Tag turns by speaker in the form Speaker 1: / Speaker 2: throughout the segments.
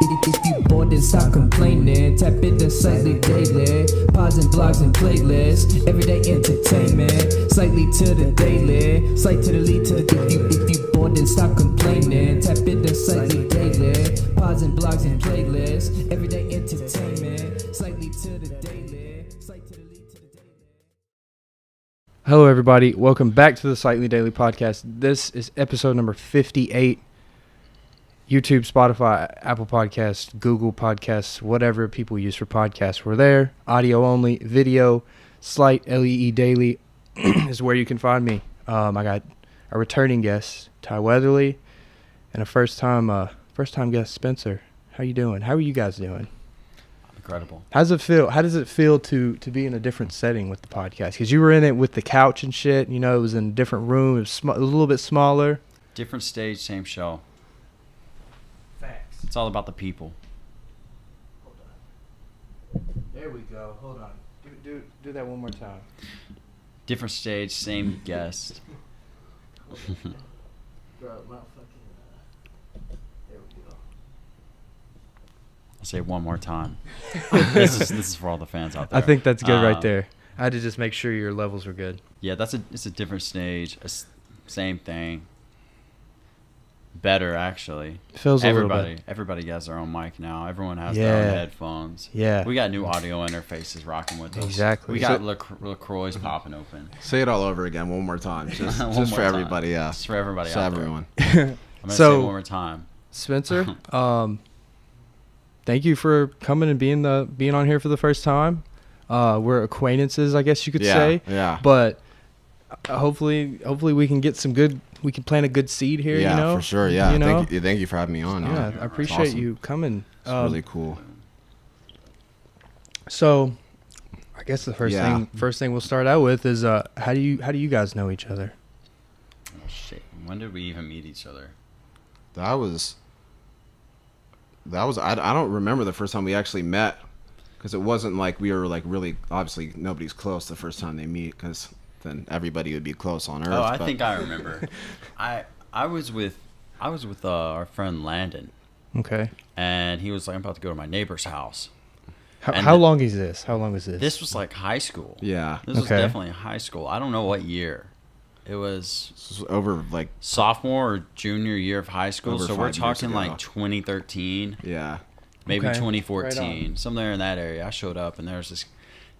Speaker 1: city thirsty borders, stop complaining. Tap into slightly daily, pods and blogs and playlists, everyday entertainment. Slightly to the daily, slight to the lead to the thirsty thirsty borders, stop complaining. Tap into slightly daily, pods and blogs and playlists, everyday entertainment. Slightly to the daily, slight to the lead to the daily.
Speaker 2: Hello, everybody. Welcome back to the Slightly Daily Podcast. This is episode number 58. YouTube, Spotify, Apple Podcasts, Google Podcasts, whatever people use for podcasts, we're there. Audio only, video, Slight LEE Daily is where you can find me. Um, I got a returning guest, Ty Weatherly, and a first time uh, first time guest, Spencer. How you doing? How are you guys doing?
Speaker 3: Incredible.
Speaker 2: How's it feel? How does it feel to to be in a different setting with the podcast? Because you were in it with the couch and shit. You know, it was in a different room. It was sm- a little bit smaller.
Speaker 3: Different stage, same show.
Speaker 1: Facts.
Speaker 3: It's all about the people.
Speaker 2: Hold on. There we go. Hold on. Do do do that one more time.
Speaker 3: Different stage, same guest.
Speaker 2: Bro, my fucking. uh, there we go.
Speaker 3: I'll say it one more time. this is this is for all the fans out there.
Speaker 2: I think that's good right
Speaker 3: Um,
Speaker 2: there. I had to just make sure your levels were good.
Speaker 3: Yeah, that's a it's a different stage, a s- same thing. Better actually.
Speaker 2: Feels a little
Speaker 3: Everybody,
Speaker 2: bit.
Speaker 3: everybody has their own mic now. Everyone has their
Speaker 2: Yeah.
Speaker 3: own headphones.
Speaker 2: Yeah.
Speaker 3: We got new audio interfaces rocking with us.
Speaker 2: Exactly.
Speaker 3: We got
Speaker 4: So-
Speaker 3: Lac- Lacroix popping open.
Speaker 4: Say it all over again one more time, just,
Speaker 3: One
Speaker 4: just
Speaker 3: more
Speaker 4: for
Speaker 3: time.
Speaker 4: everybody. Yeah,
Speaker 3: Just for everybody.
Speaker 4: so
Speaker 3: out there.
Speaker 4: everyone.
Speaker 3: I'm gonna say
Speaker 2: So-
Speaker 3: it one more time.
Speaker 2: Spencer, um, thank you for coming and being the being on here for the first time. Uh, we're acquaintances, I guess you could
Speaker 4: yeah,
Speaker 2: say.
Speaker 4: yeah,
Speaker 2: But uh, hopefully, hopefully we can get some good. We can plant a good seed here.
Speaker 4: yeah,
Speaker 2: you know,
Speaker 4: for sure. Yeah,
Speaker 2: You know,
Speaker 4: thank you, thank you for having me on.
Speaker 2: yeah.
Speaker 4: It's
Speaker 2: I appreciate
Speaker 4: awesome.
Speaker 2: you coming.
Speaker 4: It's
Speaker 2: Um,
Speaker 4: really cool.
Speaker 2: So, I guess the first
Speaker 4: Yeah.
Speaker 2: thing first thing we'll start out with is uh, how do you how do you guys know each other?
Speaker 3: Oh, shit. When did we even meet each other?
Speaker 4: That was that was I, I don't remember the first time we actually met because it wasn't like we were like really obviously nobody's close the first time they meet because then everybody would be close on earth.
Speaker 3: Oh, I
Speaker 4: but-
Speaker 3: think I remember. I I was with I was with uh, our friend Landon,
Speaker 2: Okay.
Speaker 3: and he was like, "I'm about to go to my neighbor's house."
Speaker 2: How,
Speaker 3: And
Speaker 2: how
Speaker 3: the-
Speaker 2: long is this? How long is this?
Speaker 3: This was like high school.
Speaker 4: yeah,
Speaker 3: This was
Speaker 2: Okay.
Speaker 3: definitely high school. I don't know what year. It was
Speaker 4: this was over like
Speaker 3: sophomore or junior year of high school,
Speaker 4: Over
Speaker 3: so we're
Speaker 4: five years
Speaker 3: talking
Speaker 4: ago.
Speaker 3: like 2013,
Speaker 4: yeah,
Speaker 3: maybe
Speaker 2: Okay.
Speaker 3: 2014, somewhere in that area. I showed up, and there was this.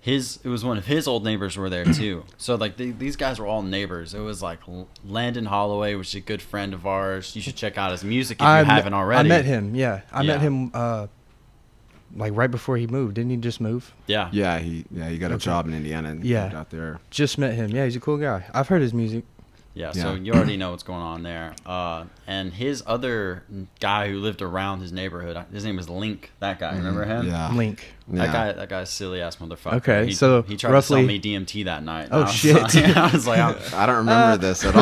Speaker 3: His it was one of his old neighbors were there too. So like the, these guys were all neighbors. It was like L- Landon Holloway, which is a good friend of ours. You should check out his music if you
Speaker 2: I met-
Speaker 3: haven't
Speaker 2: I
Speaker 3: already.
Speaker 2: met him. Yeah, I met
Speaker 3: Yeah.
Speaker 2: him uh, like right before he moved. Didn't he just move?
Speaker 3: Yeah,
Speaker 4: yeah. He yeah he got a
Speaker 2: Okay.
Speaker 4: job in Indiana and
Speaker 2: Yeah.
Speaker 4: moved out there.
Speaker 2: Just met him. Yeah, he's a cool guy. I've heard his music.
Speaker 3: yeah. So
Speaker 4: Yeah.
Speaker 3: you already know what's going on there. Uh, and his other guy who lived around his neighborhood, his name was Link. That guy,
Speaker 2: Mm-hmm.
Speaker 3: remember him?
Speaker 4: Yeah,
Speaker 2: Link.
Speaker 3: That
Speaker 4: yeah.
Speaker 3: guy, that guy's silly ass motherfucker.
Speaker 2: Okay,
Speaker 3: he,
Speaker 2: so
Speaker 3: he tried
Speaker 2: roughly-
Speaker 3: to sell me DMT that night. and
Speaker 2: Oh,
Speaker 3: I was
Speaker 2: shit.
Speaker 3: Like, I was like, I'm-
Speaker 4: I don't
Speaker 3: Uh,
Speaker 4: remember this at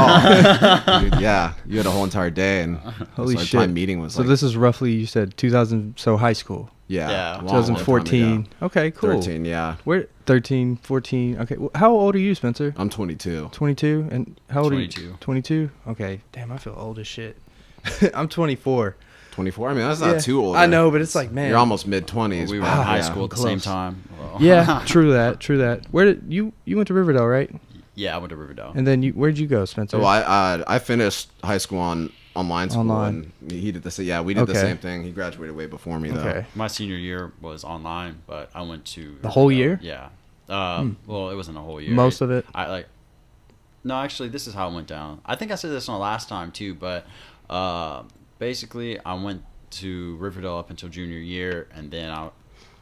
Speaker 4: all. Dude, yeah, you had a whole entire day, and
Speaker 2: Holy
Speaker 4: so
Speaker 2: shit.
Speaker 4: My meeting was
Speaker 2: so
Speaker 4: like,
Speaker 2: this is roughly you said 2000. So high school.
Speaker 4: yeah,
Speaker 3: Yeah.
Speaker 4: a long, long time ago.
Speaker 2: 2014. Okay, cool.
Speaker 4: thirteen, yeah.
Speaker 2: Where 13, 14. Okay. Well, how old are you, Spencer?
Speaker 4: I'm 22.
Speaker 2: 22 and how old are you?
Speaker 3: 22.
Speaker 2: 22. Okay. Damn, I feel old as shit. I'm 24.
Speaker 4: 24. I mean, that's not
Speaker 2: Yeah.
Speaker 4: too old. eh?
Speaker 2: I know, but it's like, man.
Speaker 4: You're almost mid 20s.
Speaker 3: we were in high
Speaker 4: yeah.
Speaker 3: school at the
Speaker 2: close.
Speaker 3: same time. Well,
Speaker 2: Yeah, true that, true that. Where did you you went to Riverdale, right?
Speaker 3: yeah, I went to Riverdale.
Speaker 2: And then you where'd you go, Spencer?
Speaker 4: So I uh, I finished high school on online school,
Speaker 2: Online.
Speaker 4: and he did the same. Yeah, we did
Speaker 2: Okay.
Speaker 4: the same thing. He graduated way before me, though.
Speaker 2: okay.
Speaker 3: My senior year was online, but I went to
Speaker 2: The whole Hmm.
Speaker 3: Riverdale. Yeah. Uh, Well, it wasn't a whole year.
Speaker 2: Most of it?
Speaker 3: I like. No, actually, this is how it went down. I think I said this on the last time too, but uh, basically, I went to Riverdale up until junior year, and then I,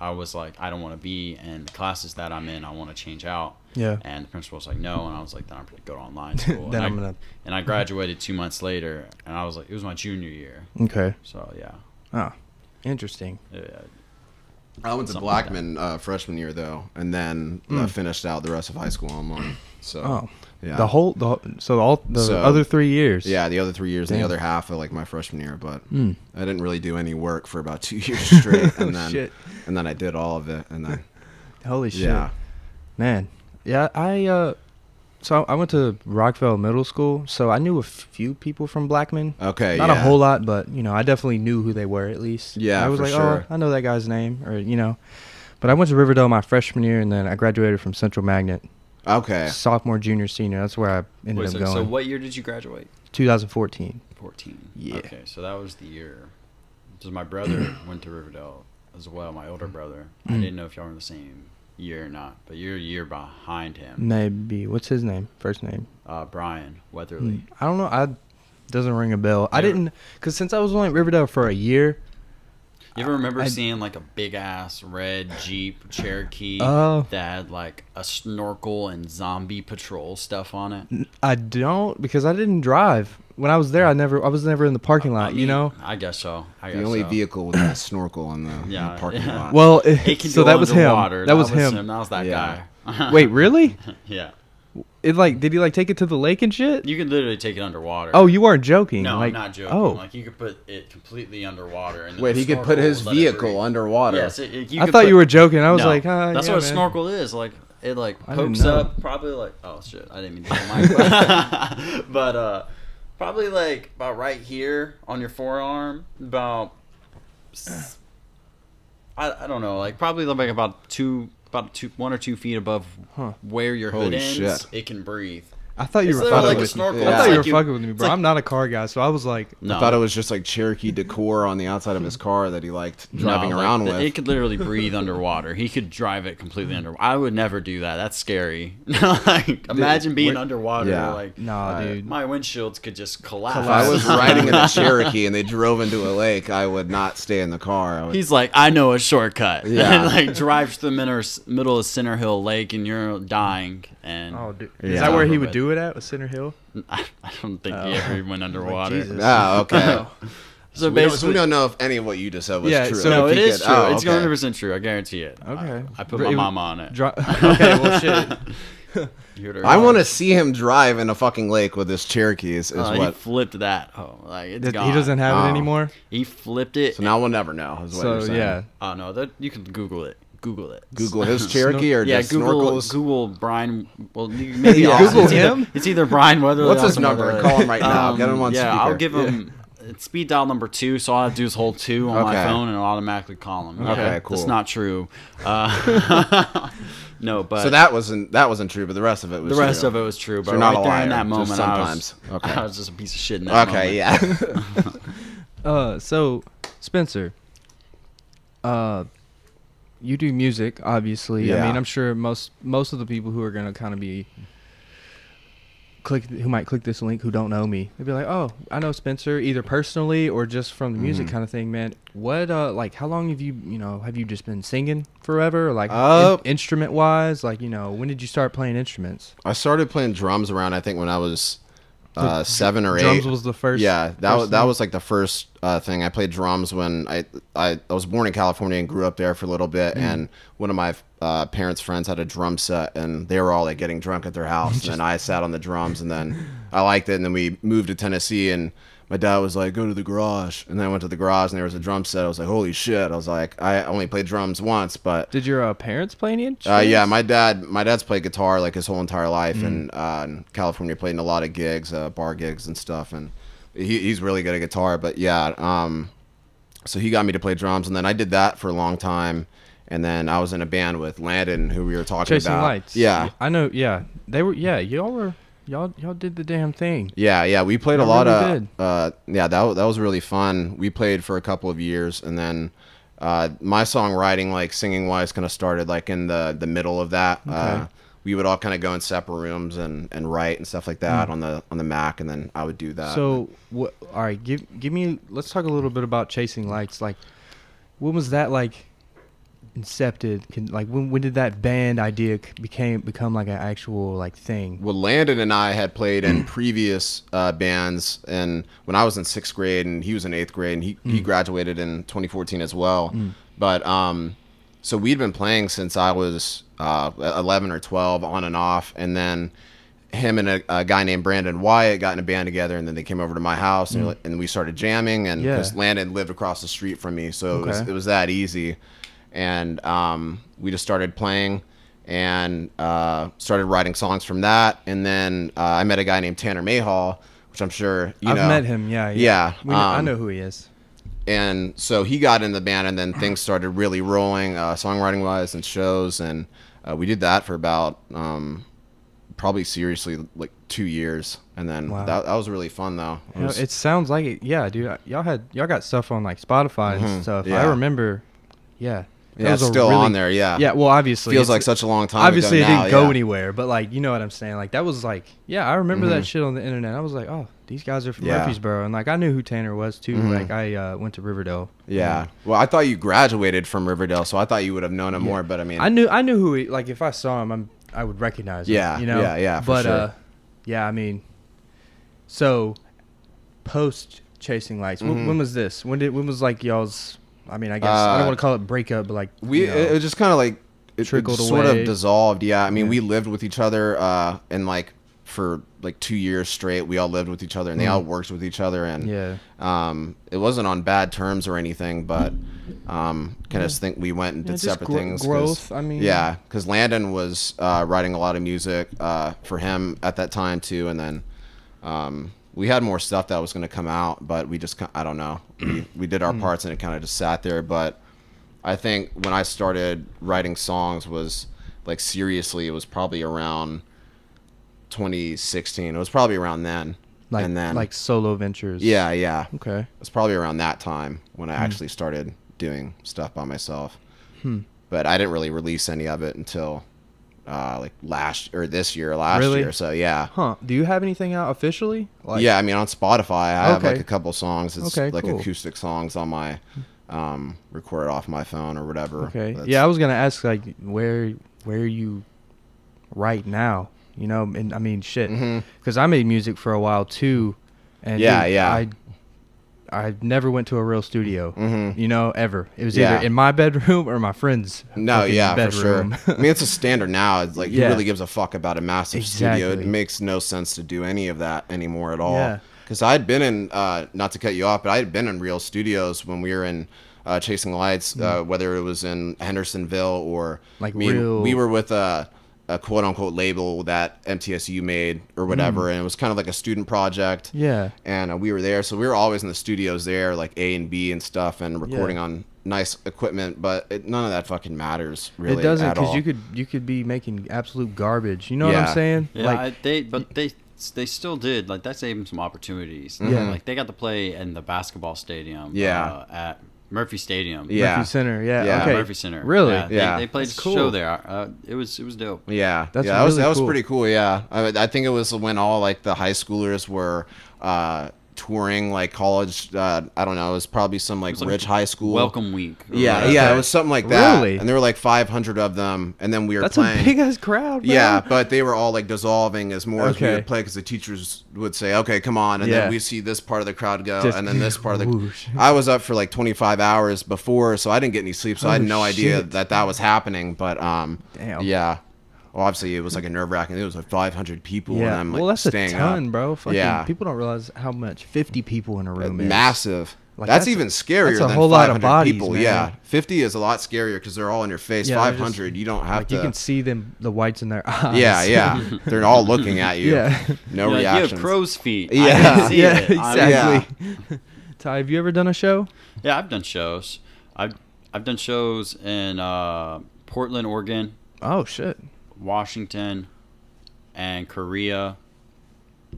Speaker 3: I was like, I don't want to be in the classes that I'm in. I want to change out.
Speaker 2: Yeah.
Speaker 3: And the principal was like, no, and I was like, then I'm gonna go to online school.
Speaker 2: Then I'm
Speaker 3: and I,
Speaker 2: gonna-
Speaker 3: And I graduated two months later, and I was like, it was my junior year.
Speaker 2: Okay.
Speaker 3: So yeah,
Speaker 2: Oh. Interesting.
Speaker 3: yeah.
Speaker 4: I went to
Speaker 3: Something like that.
Speaker 4: Blackman uh, freshman year, though, and then uh, finished out the rest of high school online. So,
Speaker 2: Hmm. Oh.
Speaker 4: yeah.
Speaker 2: The whole the whole- so all the
Speaker 4: So-
Speaker 2: other 3 years.
Speaker 4: Yeah, the other three years and
Speaker 2: Damn.
Speaker 4: the other half of like my freshman year, but I didn't really do any work for about two years straight, and then
Speaker 2: Shit.
Speaker 4: and then I did all of it, and then
Speaker 2: Holy shit.
Speaker 4: yeah,
Speaker 2: Man. Yeah, I uh So I I went to Rockville Middle School, so I knew a few people from Blackman.
Speaker 4: Okay,
Speaker 2: Not a
Speaker 4: Oh, yeah.
Speaker 2: whole lot, but you know, I definitely knew who they were at least.
Speaker 4: Yeah,
Speaker 2: I was
Speaker 4: for
Speaker 2: like,
Speaker 4: sure.
Speaker 2: oh, I know that guy's name, or you know. But I went to Riverdale my freshman year, and then I graduated from Central Magnet,
Speaker 4: Okay.
Speaker 2: sophomore, junior, senior. That's where I ended
Speaker 3: Wait,
Speaker 2: up
Speaker 3: so,
Speaker 2: going.
Speaker 3: so what year did you graduate?
Speaker 2: 2014.
Speaker 3: 14.
Speaker 2: Yeah.
Speaker 3: Okay, so that was the year. Because my brother went to Riverdale as well, my
Speaker 2: Mm.
Speaker 3: older brother. I didn't know if y'all were in the same year or not, but you're a year behind
Speaker 2: Mm.
Speaker 3: him.
Speaker 2: Maybe what's his name? First name? Hmm.
Speaker 3: Uh, Brian Weatherly.
Speaker 2: I don't know. I doesn't ring a bell. I
Speaker 3: Never-
Speaker 2: didn't because since I was only at Riverdale for a year.
Speaker 3: You ever remember
Speaker 2: I-
Speaker 3: seeing like a big ass red Jeep Cherokee
Speaker 2: Oh.
Speaker 3: that had like a snorkel and zombie patrol stuff on it?
Speaker 2: I don't because I didn't drive when I was there. I never. I was never in the parking
Speaker 3: I
Speaker 2: lot. uh, you
Speaker 3: mean,
Speaker 2: know.
Speaker 3: I guess so. I guess
Speaker 4: The only
Speaker 3: so.
Speaker 4: vehicle with a snorkel on the in the
Speaker 3: Yeah,
Speaker 4: parking
Speaker 3: yeah.
Speaker 4: lot.
Speaker 2: Well,
Speaker 3: uh, It can
Speaker 2: so
Speaker 3: go
Speaker 2: that was him.
Speaker 3: underwater.
Speaker 2: That, was, him.
Speaker 3: That was that
Speaker 4: Yeah.
Speaker 3: guy.
Speaker 2: Wait, really?
Speaker 3: yeah.
Speaker 2: It like did he like take it to the lake and shit?
Speaker 3: You can literally take it underwater.
Speaker 2: oh, you weren't joking.
Speaker 3: No,
Speaker 2: like,
Speaker 3: I'm not joking.
Speaker 2: Oh,
Speaker 3: Like you could put it completely underwater. And then
Speaker 4: Wait,
Speaker 3: the
Speaker 4: he could put
Speaker 3: snorkel
Speaker 4: his
Speaker 3: will let it
Speaker 4: vehicle
Speaker 3: breathe.
Speaker 4: underwater.
Speaker 3: Yes, it, it-
Speaker 2: I
Speaker 3: could
Speaker 2: thought
Speaker 3: put-
Speaker 2: you were joking. I was
Speaker 3: No,
Speaker 2: like, uh,
Speaker 3: that's
Speaker 2: yeah,
Speaker 3: what a
Speaker 2: man.
Speaker 3: snorkel is. Like it like
Speaker 2: I didn't
Speaker 3: pokes
Speaker 2: know.
Speaker 3: up probably like oh shit, I didn't mean to hit the mic, but, but uh, probably like about right here on your forearm, about s- I, I don't know, like probably like about two about two one or two feet above
Speaker 2: Huh.
Speaker 3: where your hood
Speaker 4: Holy
Speaker 3: ends.
Speaker 4: shit.
Speaker 3: It can breathe.
Speaker 2: I thought you
Speaker 3: It's
Speaker 2: were
Speaker 3: literally
Speaker 2: fucking
Speaker 3: like a
Speaker 2: with me.
Speaker 3: snorkel.
Speaker 2: I
Speaker 4: Yeah.
Speaker 2: thought
Speaker 4: It's
Speaker 2: you
Speaker 3: like
Speaker 2: were
Speaker 3: you-
Speaker 2: fucking with me,
Speaker 3: it's
Speaker 2: bro.
Speaker 3: like- Mm.
Speaker 2: I'm not a car guy, so I was like,
Speaker 3: No,
Speaker 4: I thought it was just like Cherokee decor on the outside of his car that he liked driving
Speaker 3: No, like,
Speaker 4: around
Speaker 3: the-
Speaker 4: with.
Speaker 3: It could literally breathe underwater. He could drive it completely underwater. I would never do that. That's scary. like, imagine being
Speaker 2: what-
Speaker 3: underwater.
Speaker 4: Yeah.
Speaker 3: Like,
Speaker 2: nah, dude.
Speaker 3: my windshields could just collapse.
Speaker 4: if I was riding in a Cherokee and they drove into a lake, I would not stay in the car. I would,
Speaker 3: He's like, I know a shortcut.
Speaker 4: Yeah.
Speaker 3: and like drives through the middle, middle of Center Hill Lake, and you're dying. And
Speaker 2: oh, dude,
Speaker 4: Yeah.
Speaker 2: is that where he would do it at? Was Center Hill?
Speaker 3: I, I don't think he ever went underwater.
Speaker 2: Oh. Jesus.
Speaker 4: ah, okay.
Speaker 3: so
Speaker 4: we, don't, so
Speaker 3: basically,
Speaker 4: we don't know if any of what you just said was
Speaker 2: Yeah,
Speaker 4: true.
Speaker 2: so
Speaker 3: no,
Speaker 4: If
Speaker 3: it
Speaker 4: he
Speaker 3: is
Speaker 4: could-
Speaker 3: true.
Speaker 4: oh,
Speaker 3: It's
Speaker 4: okay.
Speaker 3: 100 percent true. I guarantee it. I-
Speaker 2: Okay.
Speaker 3: I, put
Speaker 2: It
Speaker 3: my
Speaker 2: was-
Speaker 3: mama on it.
Speaker 2: Dri- okay, well, shit.
Speaker 3: You heard her
Speaker 4: I want to
Speaker 3: voice.
Speaker 4: see him drive in a fucking lake with his Cherokee. Is, is
Speaker 3: Uh, he
Speaker 4: what?
Speaker 3: flipped that. Oh, like it's
Speaker 2: Did-
Speaker 3: gone.
Speaker 2: he doesn't have
Speaker 4: Oh.
Speaker 2: it anymore.
Speaker 3: He flipped it.
Speaker 4: So now we'll never know. Is what
Speaker 2: So
Speaker 4: you're saying.
Speaker 2: yeah,
Speaker 3: Oh no, that you can Google it. Google it.
Speaker 4: Google his Cherokee or
Speaker 3: yeah,
Speaker 4: just
Speaker 3: Google
Speaker 4: snorkels.
Speaker 3: Google Brian. Well, you- maybe
Speaker 4: Yeah.
Speaker 3: I'll-
Speaker 2: Google
Speaker 3: it's either-
Speaker 2: him?
Speaker 3: it's either Brian Weatherly.
Speaker 4: What's
Speaker 3: or
Speaker 4: his
Speaker 3: somebody
Speaker 4: number?
Speaker 3: like- Um,
Speaker 4: Call him right now. Get him on
Speaker 3: yeah, I'll
Speaker 4: speaker.
Speaker 3: give him it's speed dial number two. So all I have to do is hold two on my
Speaker 4: Okay.
Speaker 3: phone and it'll automatically call him. Yeah,
Speaker 4: Okay,
Speaker 3: That's
Speaker 4: cool.
Speaker 3: not true. Uh, no, but
Speaker 4: So that wasn't that wasn't true, but the rest of it was.
Speaker 3: the rest
Speaker 4: true.
Speaker 3: of it was true. But
Speaker 4: you're
Speaker 3: right
Speaker 4: not a
Speaker 3: there in
Speaker 4: liar,
Speaker 3: that
Speaker 4: just
Speaker 3: moment,
Speaker 4: sometimes.
Speaker 3: I was
Speaker 4: Okay.
Speaker 3: I was just a piece of shit in that moment.
Speaker 4: Okay, yeah.
Speaker 2: Uh, so Spencer, uh, you do music, obviously. I
Speaker 4: Yeah.
Speaker 2: mean, I'm sure most most of the people who are gonna kind of be click who might click this link who don't know me, they'd be like, "Oh, I know Spencer either personally or just from the
Speaker 4: Mm-hmm.
Speaker 2: music kind of thing." Man, what uh, like how long have you you know have you just been singing forever? Or like
Speaker 4: Uh,
Speaker 2: instrument wise, like you know when did you start playing instruments?
Speaker 4: I started playing drums around I think when I was uh, seven or
Speaker 2: Drums
Speaker 4: eight.
Speaker 2: was the first.
Speaker 4: yeah, that
Speaker 2: first
Speaker 4: was that
Speaker 2: thing?
Speaker 4: was like the first uh, thing I played drums when I, I I was born in California and grew up there for a little
Speaker 2: Mm.
Speaker 4: bit. And one of my uh, parents' friends had a drum set, and they were all like getting drunk at their house, and then I sat on the drums, and then I liked it, and then we moved to Tennessee, and my dad was like, "Go to the garage," and then I went to the garage, and there was a drum set. I was like, "Holy shit!" I was like, I only played drums once, but
Speaker 2: Did your uh, parents play any instruments?
Speaker 4: uh, yeah, my dad, my dad's played guitar like his whole entire life, and
Speaker 2: Mm.
Speaker 4: uh, in California played in a lot of gigs, uh, bar gigs and stuff, and he, he's really good at guitar. But yeah, um, so he got me to play drums, and then I did that for a long time, and then I was in a band with Landon, who we were talking
Speaker 2: Chasing
Speaker 4: about.
Speaker 2: Lights.
Speaker 4: Yeah,
Speaker 2: I know. Yeah, they were. Yeah, y'all were. Y'all y'all did the damn thing.
Speaker 4: Yeah, yeah, we played
Speaker 2: I
Speaker 4: a lot
Speaker 2: really
Speaker 4: of.
Speaker 2: did.
Speaker 4: Uh, yeah, that wa- that was really fun. We played for a couple of years, and then uh, my songwriting, like singing wise, kind of started like in the the middle of that. Uh, we would all kind of go in separate rooms and, and write and stuff like that on the on the Mac, and then I would do that.
Speaker 2: Hmm. So what? All right, give give me. Let's talk a little bit about chasing lights. Like, when was that like incepted? Can, like when when did that band idea c- became become like an actual like thing?
Speaker 4: well, Landon and I had played in previous uh, bands, and when I was in sixth grade, and he was in eighth grade, and he, he graduated in 2014 as well. But um, so we'd been playing since I was uh, 11 or 12, on and off, and then him and a, a guy named Brandon Wyatt got in a band together, and then they came over to my house, and, and we started jamming, and
Speaker 2: Yeah.
Speaker 4: because Landon lived across the street from me, so it was
Speaker 2: Okay.
Speaker 4: it was that easy, and um, we just started playing. and uh, started writing songs from that. And then uh, I met a guy named Tanner Mayhall, which I'm sure you
Speaker 2: I've
Speaker 4: know.
Speaker 2: met him. Yeah.
Speaker 4: Yeah,
Speaker 2: We kn- I
Speaker 4: um,
Speaker 2: know who he is.
Speaker 4: and so he got in the band and then things started really rolling uh, songwriting wise and shows and uh, we did that for about um, probably seriously like two years and then
Speaker 2: Wow.
Speaker 4: that, that was really fun though It
Speaker 2: You know,
Speaker 4: was-
Speaker 2: it sounds like it. Yeah, dude. I- Y'all had y'all got stuff on like Spotify
Speaker 4: Mhm,
Speaker 2: and stuff. I
Speaker 4: yeah.
Speaker 2: remember. Yeah. That
Speaker 4: yeah,
Speaker 2: was
Speaker 4: it's
Speaker 2: a
Speaker 4: still
Speaker 2: really-
Speaker 4: on there yeah
Speaker 2: Yeah. Well, obviously
Speaker 4: feels like
Speaker 2: it's-
Speaker 4: such a long time
Speaker 2: Obviously,
Speaker 4: ago
Speaker 2: it didn't
Speaker 4: now,
Speaker 2: go
Speaker 4: yeah.
Speaker 2: anywhere, but like you know what I'm saying. Like that was like, yeah, I remember that shit on the internet. I was like, oh, these guys are from
Speaker 4: Mm-hmm. Yeah. Mm-hmm.
Speaker 2: Murfreesboro, and like I knew who Tanner was too. Like I uh, went to Riverdale.
Speaker 4: yeah well i thought you graduated from riverdale so i thought you would have known him more but i mean
Speaker 2: I knew I knew who he like if I saw him I'm I would recognize him.
Speaker 4: Yeah,
Speaker 2: You know?
Speaker 4: yeah, yeah, for
Speaker 2: But
Speaker 4: sure.
Speaker 2: uh yeah, I mean so post chasing lights. wh- when was this? When did when was like y'all's I mean I guess I
Speaker 4: Mm-hmm. Uh,
Speaker 2: don't want to call it breakup, but like
Speaker 4: we
Speaker 2: you know,
Speaker 4: it, it just kind of like it, it
Speaker 2: Trickled
Speaker 4: sort
Speaker 2: away.
Speaker 4: of dissolved yeah i mean
Speaker 2: Yeah.
Speaker 4: we lived with each other uh and like for like two years straight we all lived with each other and they all worked with each other and
Speaker 2: Hmm. Yeah.
Speaker 4: um it wasn't on bad terms or anything but um kind of think we went and
Speaker 2: Yeah,
Speaker 4: did
Speaker 2: just
Speaker 4: separate
Speaker 2: gro-
Speaker 4: things 'cause-
Speaker 2: growth, I mean-
Speaker 4: yeah because landon was uh writing a lot of music uh for him at that time too and then um we had more stuff that was going to come out but we just ki- i don't know we, we did
Speaker 2: Hmm.
Speaker 4: our parts and it kind of just sat there but I think when I started writing songs was like seriously, it was probably around 2016. It was probably around then.
Speaker 2: like
Speaker 4: and then
Speaker 2: like solo ventures.
Speaker 4: yeah, yeah.
Speaker 2: Okay.
Speaker 4: It's probably around that time when I
Speaker 2: Hmm.
Speaker 4: actually started doing stuff by myself. But I didn't really release any of it until uh, like last or this year, last
Speaker 2: Really?
Speaker 4: year. So yeah.
Speaker 2: Huh. Do you have anything out officially? Like
Speaker 4: yeah, I mean on Spotify, I have
Speaker 2: Okay.
Speaker 4: like a couple songs. It's
Speaker 2: Okay,
Speaker 4: like
Speaker 2: cool.
Speaker 4: acoustic songs on my um recorded off my phone or whatever.
Speaker 2: Okay.
Speaker 4: That's-
Speaker 2: yeah, I was gonna ask like where where you right now? You know, and I mean shit, because I made music for a while too, and
Speaker 4: Mm-hmm. Yeah,
Speaker 2: dude,
Speaker 4: yeah.
Speaker 2: I I never went to a real studio. You know, ever. It was
Speaker 4: Mm-hmm. Yeah.
Speaker 2: either in my bedroom or my friend's.
Speaker 4: No,
Speaker 2: fucking
Speaker 4: yeah,
Speaker 2: bedroom.
Speaker 4: for sure. I mean, it's a standard now. It's like
Speaker 2: Yeah.
Speaker 4: who really gives a fuck about a massive studio?
Speaker 2: Exactly.
Speaker 4: It makes no sense to do any of that anymore at
Speaker 2: Yeah.
Speaker 4: all. Because I had been in, uh, not to cut you off, but I had been in real studios when we were in uh, Chasing Lights, uh, whether it was in Hendersonville or
Speaker 2: Mm. Like
Speaker 4: me,
Speaker 2: real-
Speaker 4: we were with a, a quote unquote label that MTSU made or whatever, and it was kind of like a student project
Speaker 2: Mm. yeah.
Speaker 4: and uh, we were there so we were always in the studios there like a and b and stuff and recording on nice equipment but it, none of that fucking matters really
Speaker 2: it doesn't because
Speaker 4: because
Speaker 2: you could you could be making absolute garbage. You know what
Speaker 4: Yeah.
Speaker 2: I'm saying?
Speaker 3: Yeah,
Speaker 2: like
Speaker 3: I, they but they they still did like that saved them some opportunities.
Speaker 2: Yeah.
Speaker 3: like they got to play in the basketball stadium.
Speaker 4: Yeah.
Speaker 3: uh, at Murphy Stadium.
Speaker 4: Yeah.
Speaker 2: Murphy Center. Yeah.
Speaker 4: Yeah.
Speaker 2: Okay.
Speaker 3: Murphy Center.
Speaker 2: Really?
Speaker 3: Yeah, they,
Speaker 4: Yeah.
Speaker 3: they played
Speaker 2: That's
Speaker 3: a
Speaker 2: cool.
Speaker 3: show there. Uh, it was it was dope.
Speaker 4: yeah
Speaker 2: That's
Speaker 4: yeah that was
Speaker 2: really
Speaker 4: that was
Speaker 2: cool.
Speaker 4: pretty cool yeah I, I think it was when all like the high schoolers were uh touring like college uh i don't know it was probably some like,
Speaker 3: like
Speaker 4: rich high school
Speaker 3: Welcome week. Uh, or
Speaker 4: yeah
Speaker 3: whatever.
Speaker 4: yeah it was something like that
Speaker 2: Really?
Speaker 4: and there were like 500 of them and then we were
Speaker 2: That's
Speaker 4: playing
Speaker 2: a big ass crowd. Man.
Speaker 4: Yeah, but they were all like dissolving as more as we
Speaker 2: Okay.
Speaker 4: would play because the teachers would say, "Okay, come on," and
Speaker 2: Yeah.
Speaker 4: then we see this part of the crowd go,
Speaker 2: Just
Speaker 4: and then this part of the.
Speaker 2: whoosh.
Speaker 4: I was up for like 25 hours before, so I didn't get any sleep, so I had
Speaker 2: Oh,
Speaker 4: no idea
Speaker 2: shit.
Speaker 4: that that was happening. But um,
Speaker 2: Damn.
Speaker 4: yeah. Well, obviously it was like a nerve wracking. It was like 500 people, and I'm like
Speaker 2: well, that's a
Speaker 4: staying
Speaker 2: ton,
Speaker 4: up.
Speaker 2: bro. Fucking
Speaker 4: Yeah.
Speaker 2: people don't realize how much 50 people in a room is.
Speaker 4: Massive.
Speaker 2: Like,
Speaker 4: that's,
Speaker 2: that's a-
Speaker 4: even scarier
Speaker 2: that's a
Speaker 4: than
Speaker 2: whole
Speaker 4: 500
Speaker 2: lot of bodies,
Speaker 4: people.
Speaker 2: man.
Speaker 4: Yeah, 50 is a lot scarier because they're all in your face.
Speaker 2: Yeah, they're just-
Speaker 4: 500, you don't have
Speaker 2: Like
Speaker 4: to.
Speaker 2: you can see them, the whites in their eyes.
Speaker 4: yeah, yeah. they're all looking at you.
Speaker 2: Yeah.
Speaker 4: No
Speaker 3: You're like, you have
Speaker 4: reaction.
Speaker 3: crow's feet. I
Speaker 4: Yeah.
Speaker 3: can see
Speaker 2: yeah,
Speaker 3: it. I'm-
Speaker 2: exactly. Ty, have you ever done a show?
Speaker 3: Yeah, I've done shows. I've I've done shows in uh, Portland, Oregon,
Speaker 2: Oh shit.
Speaker 3: Washington, and Korea.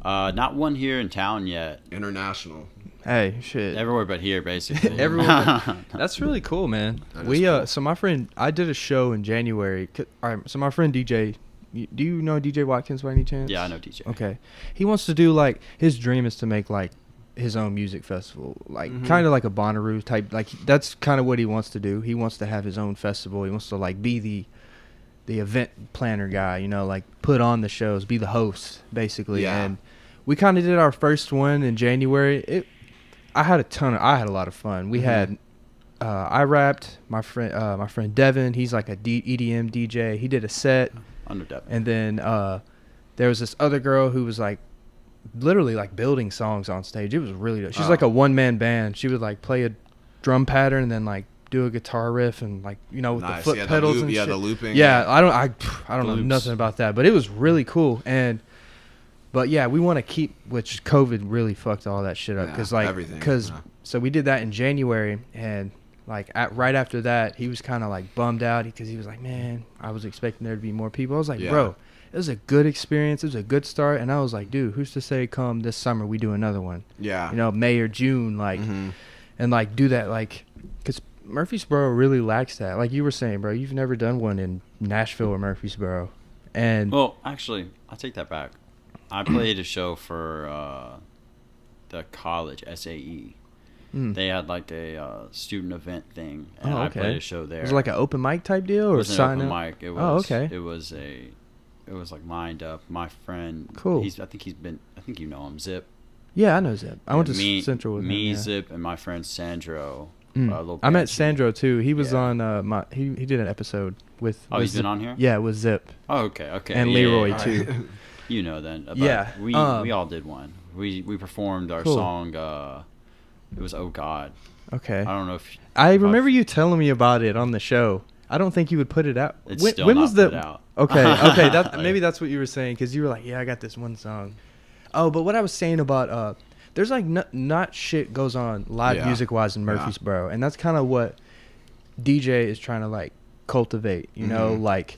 Speaker 3: Uh, not one here in town yet.
Speaker 4: international.
Speaker 2: Hey, shit.
Speaker 3: Everywhere but here, basically.
Speaker 2: Everyone, that's really cool, man.
Speaker 4: That is
Speaker 2: We uh,
Speaker 4: cool.
Speaker 2: so my friend, I did a show in January. C- All right, so my friend DJ, y- do you know DJ Watkins by any chance?
Speaker 3: yeah, I know DJ.
Speaker 2: Okay. He wants to do like his dream is to make like his own music festival, like kind of like a Bonnaroo type. Like that's kind of what he wants to do. He wants to have his own festival. He wants to like be the the event planner guy, you know, like put on the shows, be the host basically.
Speaker 4: Yeah.
Speaker 2: And we kind of did our first one in January. It I had a ton of I had a lot of fun. We had uh, I rapped my friend uh, my friend Devin, he's like a D- EDM DJ. He did a set.
Speaker 3: Under Devin.
Speaker 2: And then uh, there was this other girl who was like literally like building
Speaker 5: Oh.
Speaker 2: songs on stage. It was really dope. She's like a one man band. She would like play a drum pattern and then like do a guitar riff and like you know with
Speaker 5: Nice.
Speaker 2: the foot
Speaker 5: Yeah, the
Speaker 2: pedals
Speaker 5: loop-
Speaker 2: and
Speaker 5: yeah,
Speaker 2: shit.
Speaker 5: the looping.
Speaker 2: Yeah, I don't I I don't know
Speaker 5: loops.
Speaker 2: nothing about that, but it was really cool and. But yeah, we want to keep which COVID really fucked all that shit up
Speaker 5: Yeah,
Speaker 2: because like
Speaker 5: everything,
Speaker 2: because
Speaker 5: yeah.
Speaker 2: so we did that in January and like at, right after that he was kind of like bummed out because he was like man I was expecting there to be more people I was like
Speaker 5: Yeah.
Speaker 2: bro it was a good experience it was a good start and I was like dude who's to say come this summer we do another one
Speaker 5: Yeah.
Speaker 2: you know May or June like
Speaker 3: Mm-hmm.
Speaker 2: and like do that like because Murfreesboro really lacks that like you were saying bro you've never done one in Nashville or Murfreesboro and
Speaker 3: Well, actually, I take that back. I played a show for uh, the college SAE.
Speaker 2: hmm,
Speaker 3: They had like a uh, student event thing, and
Speaker 2: Mm. Oh,
Speaker 3: I
Speaker 2: okay.
Speaker 3: played a show there.
Speaker 2: was it like an open mic type deal or
Speaker 3: it was an
Speaker 2: sign
Speaker 3: open
Speaker 2: up?
Speaker 3: mic. It
Speaker 2: Oh,
Speaker 3: was,
Speaker 2: okay.
Speaker 3: It was a, it was like lined up. My friend,
Speaker 2: Cool.
Speaker 3: He's I think he's been. I think you know him, Zip.
Speaker 2: yeah I know Zip I went to
Speaker 3: me,
Speaker 2: Central with
Speaker 3: me,
Speaker 2: him, yeah.
Speaker 3: Zip, and my friend Sandro.
Speaker 2: Mm.
Speaker 3: uh, Lil
Speaker 2: I met
Speaker 3: Banshee.
Speaker 2: Sandro too. He was
Speaker 3: Yeah.
Speaker 2: on uh, my he he did an episode with.
Speaker 3: Oh,
Speaker 2: with
Speaker 3: he's been
Speaker 2: Zip.
Speaker 3: on here?
Speaker 2: Yeah, with Zip
Speaker 3: Oh, okay, okay.
Speaker 2: and
Speaker 3: yeah, yeah,
Speaker 2: Leroy
Speaker 3: yeah.
Speaker 2: too.
Speaker 3: You know then. About,
Speaker 2: Yeah,
Speaker 3: We
Speaker 2: um,
Speaker 3: we all did one. We we performed our
Speaker 2: Cool.
Speaker 3: song. Uh, it was Oh God.
Speaker 2: Okay,
Speaker 3: I don't know if
Speaker 2: I
Speaker 3: if I've-
Speaker 2: remember you telling me about it on the show. I don't think you would put it out.
Speaker 3: It's
Speaker 2: when
Speaker 3: still
Speaker 2: when
Speaker 3: not
Speaker 2: was the?
Speaker 3: put out.
Speaker 2: Okay, okay, that, maybe that's what you were saying because you were like, yeah, I got this one song. Oh, but what I was saying about uh, there's like n- not shit goes on live
Speaker 5: Yeah.
Speaker 2: music wise in
Speaker 5: Yeah.
Speaker 2: Murfreesboro, and that's kind of what DJ is trying to like cultivate. You
Speaker 3: Mm-hmm.
Speaker 2: know, like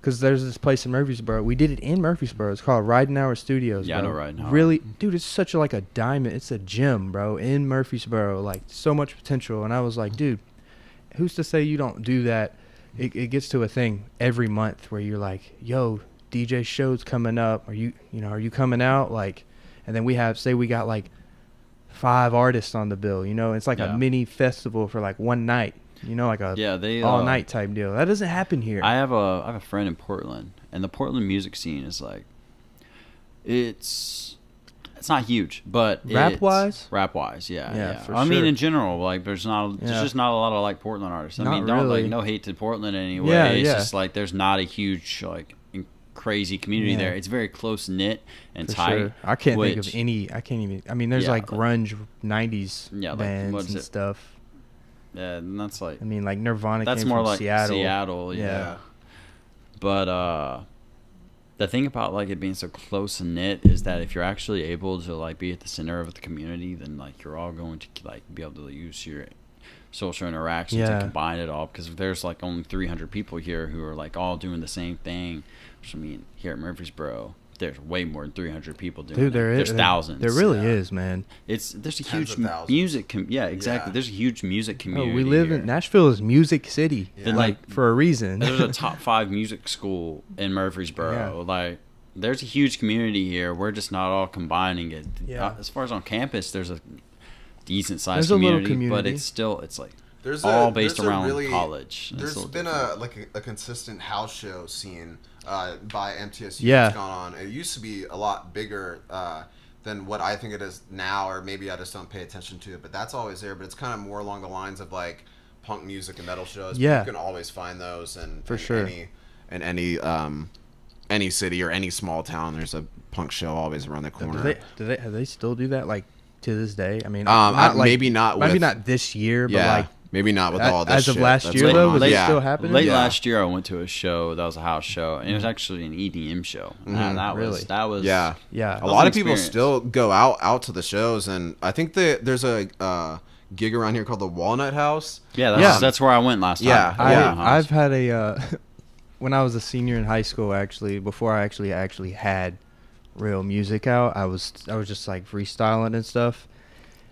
Speaker 2: because there's this place in Murfreesboro. We did it in Murfreesboro. It's called Riding Hour Studios.
Speaker 3: Yeah, I
Speaker 2: bro.
Speaker 3: know Riding Hour.
Speaker 2: Really, dude, it's such a, like a diamond. It's a gem, bro, in Murfreesboro. Like so much potential. And I was like, dude, who's to say you don't do that? It, it gets to a thing every month where you're like, yo, DJ show's coming up. Are you, you know, are you coming out? Like, and then we have say we got like five artists on the bill. You know, it's like
Speaker 3: Yeah.
Speaker 2: a mini festival for like one night. You know, like a
Speaker 3: Yeah, they
Speaker 2: all
Speaker 3: uh,
Speaker 2: night type deal. That doesn't happen here.
Speaker 3: I have a I have a friend in Portland, and the Portland music scene is like, it's it's not huge, but
Speaker 2: Rap wise?
Speaker 3: rap wise, yeah,
Speaker 2: Yeah,
Speaker 3: yeah.
Speaker 2: for
Speaker 3: I mean,
Speaker 2: sure.
Speaker 3: in general, like there's not
Speaker 2: Yeah.
Speaker 3: there's just not a lot of like Portland artists. I
Speaker 2: Not
Speaker 3: mean, don't
Speaker 2: really.
Speaker 3: like no hate to Portland in any way.
Speaker 2: Yeah,
Speaker 3: it's
Speaker 2: yeah.
Speaker 3: just like there's not a huge like in- crazy community
Speaker 2: Yeah.
Speaker 3: there. It's very close knit and
Speaker 2: For
Speaker 3: tight.
Speaker 2: sure. I can't think
Speaker 3: which-
Speaker 2: of any. I can't even. I mean, there's
Speaker 3: Yeah,
Speaker 2: like
Speaker 3: like-
Speaker 2: grunge '90s
Speaker 3: Yeah, like,
Speaker 2: bands
Speaker 3: what's
Speaker 2: and
Speaker 3: it?
Speaker 2: stuff.
Speaker 3: Yeah, and that's like
Speaker 2: I mean, like Nirvana.
Speaker 3: that's
Speaker 2: came
Speaker 3: more
Speaker 2: from
Speaker 3: like
Speaker 2: Seattle.
Speaker 3: Seattle. yeah.
Speaker 2: Yeah.
Speaker 3: But uh the thing about like it being so close and knit is that if you're actually able to like be at the center of the community, then like you're all going to like be able to use your social interactions
Speaker 2: Yeah.
Speaker 3: and combine it all because there's like only 300 people here who are like all doing the same thing. Which I mean, here at Murfreesboro, there's way more than 300 people doing.
Speaker 2: Dude,
Speaker 3: it.
Speaker 2: there is
Speaker 3: there's thousands.
Speaker 2: There really
Speaker 5: yeah.
Speaker 2: is, man.
Speaker 3: it's there's a
Speaker 5: Tens
Speaker 3: huge
Speaker 5: of thousands.
Speaker 3: music. Com- yeah, exactly.
Speaker 5: Yeah.
Speaker 3: There's a huge music
Speaker 2: Oh,
Speaker 3: community.
Speaker 2: we live
Speaker 3: here.
Speaker 2: in Nashville is music city,
Speaker 3: Then,
Speaker 2: like,
Speaker 3: like,
Speaker 2: for a reason.
Speaker 3: there's a top five music school in Murfreesboro. Like, there's a huge community here. We're just not all combining it.
Speaker 2: Yeah.
Speaker 3: Uh, As far as on campus, there's a decent sized
Speaker 2: There's a little
Speaker 3: community, but
Speaker 2: community.
Speaker 3: it's still it's like
Speaker 4: There's
Speaker 3: all
Speaker 4: a,
Speaker 3: based
Speaker 4: there's a
Speaker 3: around
Speaker 4: really-
Speaker 3: college. It's
Speaker 4: There's
Speaker 3: little
Speaker 4: been
Speaker 3: different.
Speaker 4: a like a, a consistent house show scene uh, by MTSU that's
Speaker 2: Yeah.
Speaker 4: gone on. It used to be a lot bigger uh, than what I think it is now, or maybe I just don't pay attention to it. But that's always there. But it's kind of more along the lines of like punk music and metal shows. but
Speaker 2: Yeah.
Speaker 4: you can always find those and
Speaker 2: For
Speaker 4: and
Speaker 2: sure.
Speaker 4: Any,
Speaker 5: in any um any city or any small town there's a punk show always around the corner
Speaker 2: do they, do they, have they still do that like to this day? I mean,
Speaker 5: Um, I-
Speaker 2: like-
Speaker 5: maybe not
Speaker 2: Maybe
Speaker 5: with-
Speaker 2: not this year, but
Speaker 5: yeah
Speaker 2: like
Speaker 5: maybe not with
Speaker 2: a-
Speaker 5: all this
Speaker 2: as of
Speaker 5: shit
Speaker 2: last
Speaker 5: that's
Speaker 2: year,
Speaker 5: going
Speaker 2: though,
Speaker 5: on.
Speaker 2: was it
Speaker 5: yeah.
Speaker 2: still happening? Mm-hmm.
Speaker 3: Late
Speaker 5: Yeah.
Speaker 3: last year, I went to a show that was a house show, and it was actually an EDM show. And that
Speaker 2: really?
Speaker 3: was that was
Speaker 5: yeah
Speaker 2: yeah,
Speaker 5: a
Speaker 3: was
Speaker 5: lot
Speaker 3: an
Speaker 5: of people
Speaker 3: experience.
Speaker 5: still go out out to the shows and i think that there's a uh gig around here called the walnut house Um,
Speaker 3: yeah that's,
Speaker 2: Yeah.
Speaker 3: that's where I went last
Speaker 5: Yeah,
Speaker 3: time.
Speaker 2: I,
Speaker 5: Yeah. uh-huh.
Speaker 2: I've had a uh, when I was a senior in high school. Actually, before I actually actually had real music out, I was I was just like freestyling and stuff.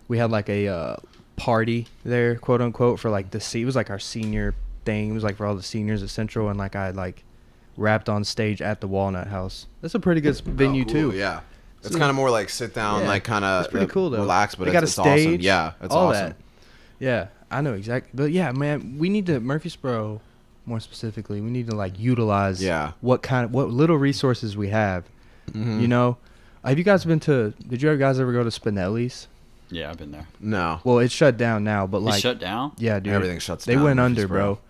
Speaker 2: We had like a uh, party there, quote unquote, for like the se- it was like our senior thing. It was like for all the seniors at Central, and like I like rapped on stage at the Walnut House. That's a pretty good s- venue
Speaker 5: Oh, cool,
Speaker 2: too.
Speaker 5: yeah it's kind of more like sit down
Speaker 2: Yeah.
Speaker 5: like kind of
Speaker 2: It's pretty cool though.
Speaker 5: relax but
Speaker 2: they
Speaker 5: it's,
Speaker 2: got a
Speaker 5: it's
Speaker 2: stage.
Speaker 5: awesome yeah it's
Speaker 2: all
Speaker 5: awesome
Speaker 2: that. Yeah, I know exactly. But yeah, man, we need to Murfreesboro more specifically. We need to like utilize
Speaker 5: Yeah. Mm-hmm.
Speaker 2: what kind of what little resources we have. You know, have you guys been to? Did you guys ever go to Spinelli's?
Speaker 3: yeah, I've been there.
Speaker 5: no
Speaker 2: Well, it's shut down now, but
Speaker 3: it
Speaker 2: like
Speaker 3: shut down.
Speaker 2: yeah, dude,
Speaker 5: Everything shuts
Speaker 2: they
Speaker 5: down
Speaker 2: went
Speaker 5: in
Speaker 2: under, bro.
Speaker 5: Murfreesboro.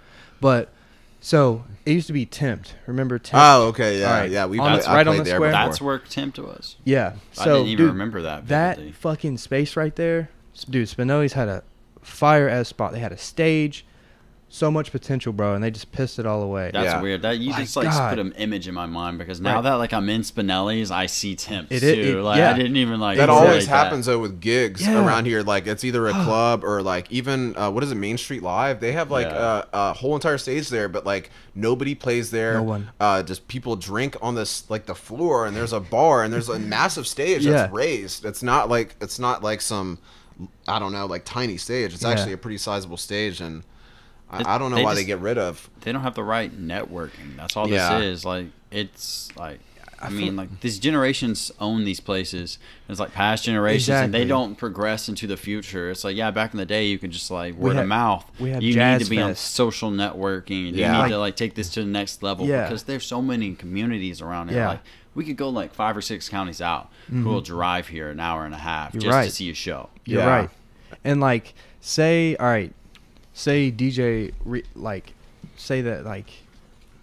Speaker 2: But so it used to be Tempt. Remember Tempt?
Speaker 5: oh okay yeah
Speaker 2: All right.
Speaker 5: yeah we
Speaker 2: On
Speaker 5: played,
Speaker 2: the-
Speaker 5: I
Speaker 2: right on
Speaker 5: played
Speaker 2: the
Speaker 5: there
Speaker 2: square.
Speaker 5: before.
Speaker 3: That's where Tempt was.
Speaker 2: yeah.
Speaker 3: I
Speaker 2: So
Speaker 3: didn't even
Speaker 2: dude,
Speaker 3: remember that.
Speaker 2: that
Speaker 3: vividly.
Speaker 2: fucking space right there, s- dude. Spinelli's had a fire ass spot. They had a stage, so much potential, bro, and they just pissed it all away.
Speaker 3: That's
Speaker 4: Yeah.
Speaker 3: weird. That you
Speaker 2: My
Speaker 3: just like
Speaker 2: God.
Speaker 3: put an image in my mind because now
Speaker 2: Right.
Speaker 3: that like I'm in Spinelli's, I see Timps
Speaker 2: It i-
Speaker 3: too.
Speaker 2: it-
Speaker 3: like
Speaker 2: yeah.
Speaker 3: I didn't even like
Speaker 4: That
Speaker 2: Exactly.
Speaker 4: always
Speaker 3: relate that.
Speaker 4: happens though with gigs
Speaker 2: Yeah.
Speaker 4: around here. Like it's either a club or like even uh, what is it, Main Street Live? They have like
Speaker 3: Yeah.
Speaker 4: uh a, whole entire stage there, but like nobody plays there.
Speaker 2: No one.
Speaker 4: Uh, just people drink on this like the floor, and there's a bar, and there's a massive stage
Speaker 2: Yeah.
Speaker 4: that's raised. It's not like it's not like some I don't know like tiny stage. It's
Speaker 2: Yeah.
Speaker 4: actually a pretty sizable stage, and
Speaker 3: It-
Speaker 4: I, I don't know
Speaker 3: they
Speaker 4: why they
Speaker 3: just-
Speaker 4: get rid of.
Speaker 3: They don't have the right networking. That's all
Speaker 4: Yeah.
Speaker 3: this is. Like it's like I, mean, like these generations own these places. It's like past generations, and they
Speaker 2: Exactly.
Speaker 3: don't progress into the future. It's like yeah, back in the day, you could just like word
Speaker 2: had-
Speaker 3: of mouth.
Speaker 2: we had
Speaker 3: you need
Speaker 2: Jazz
Speaker 3: to be on
Speaker 2: Fest.
Speaker 3: social networking. You
Speaker 4: Yeah.
Speaker 3: need
Speaker 4: Like-
Speaker 3: to like take this to the next level
Speaker 2: Yeah.
Speaker 3: because there's so many communities around here.
Speaker 2: Yeah. Mm-hmm.
Speaker 3: Like we could go like five or six counties out. who will drive here an hour and a half
Speaker 2: You're
Speaker 3: just
Speaker 2: right.
Speaker 3: to see a show.
Speaker 2: You're
Speaker 4: Yeah.
Speaker 2: right. And like, say, all right, say DJ, re, like, say that like,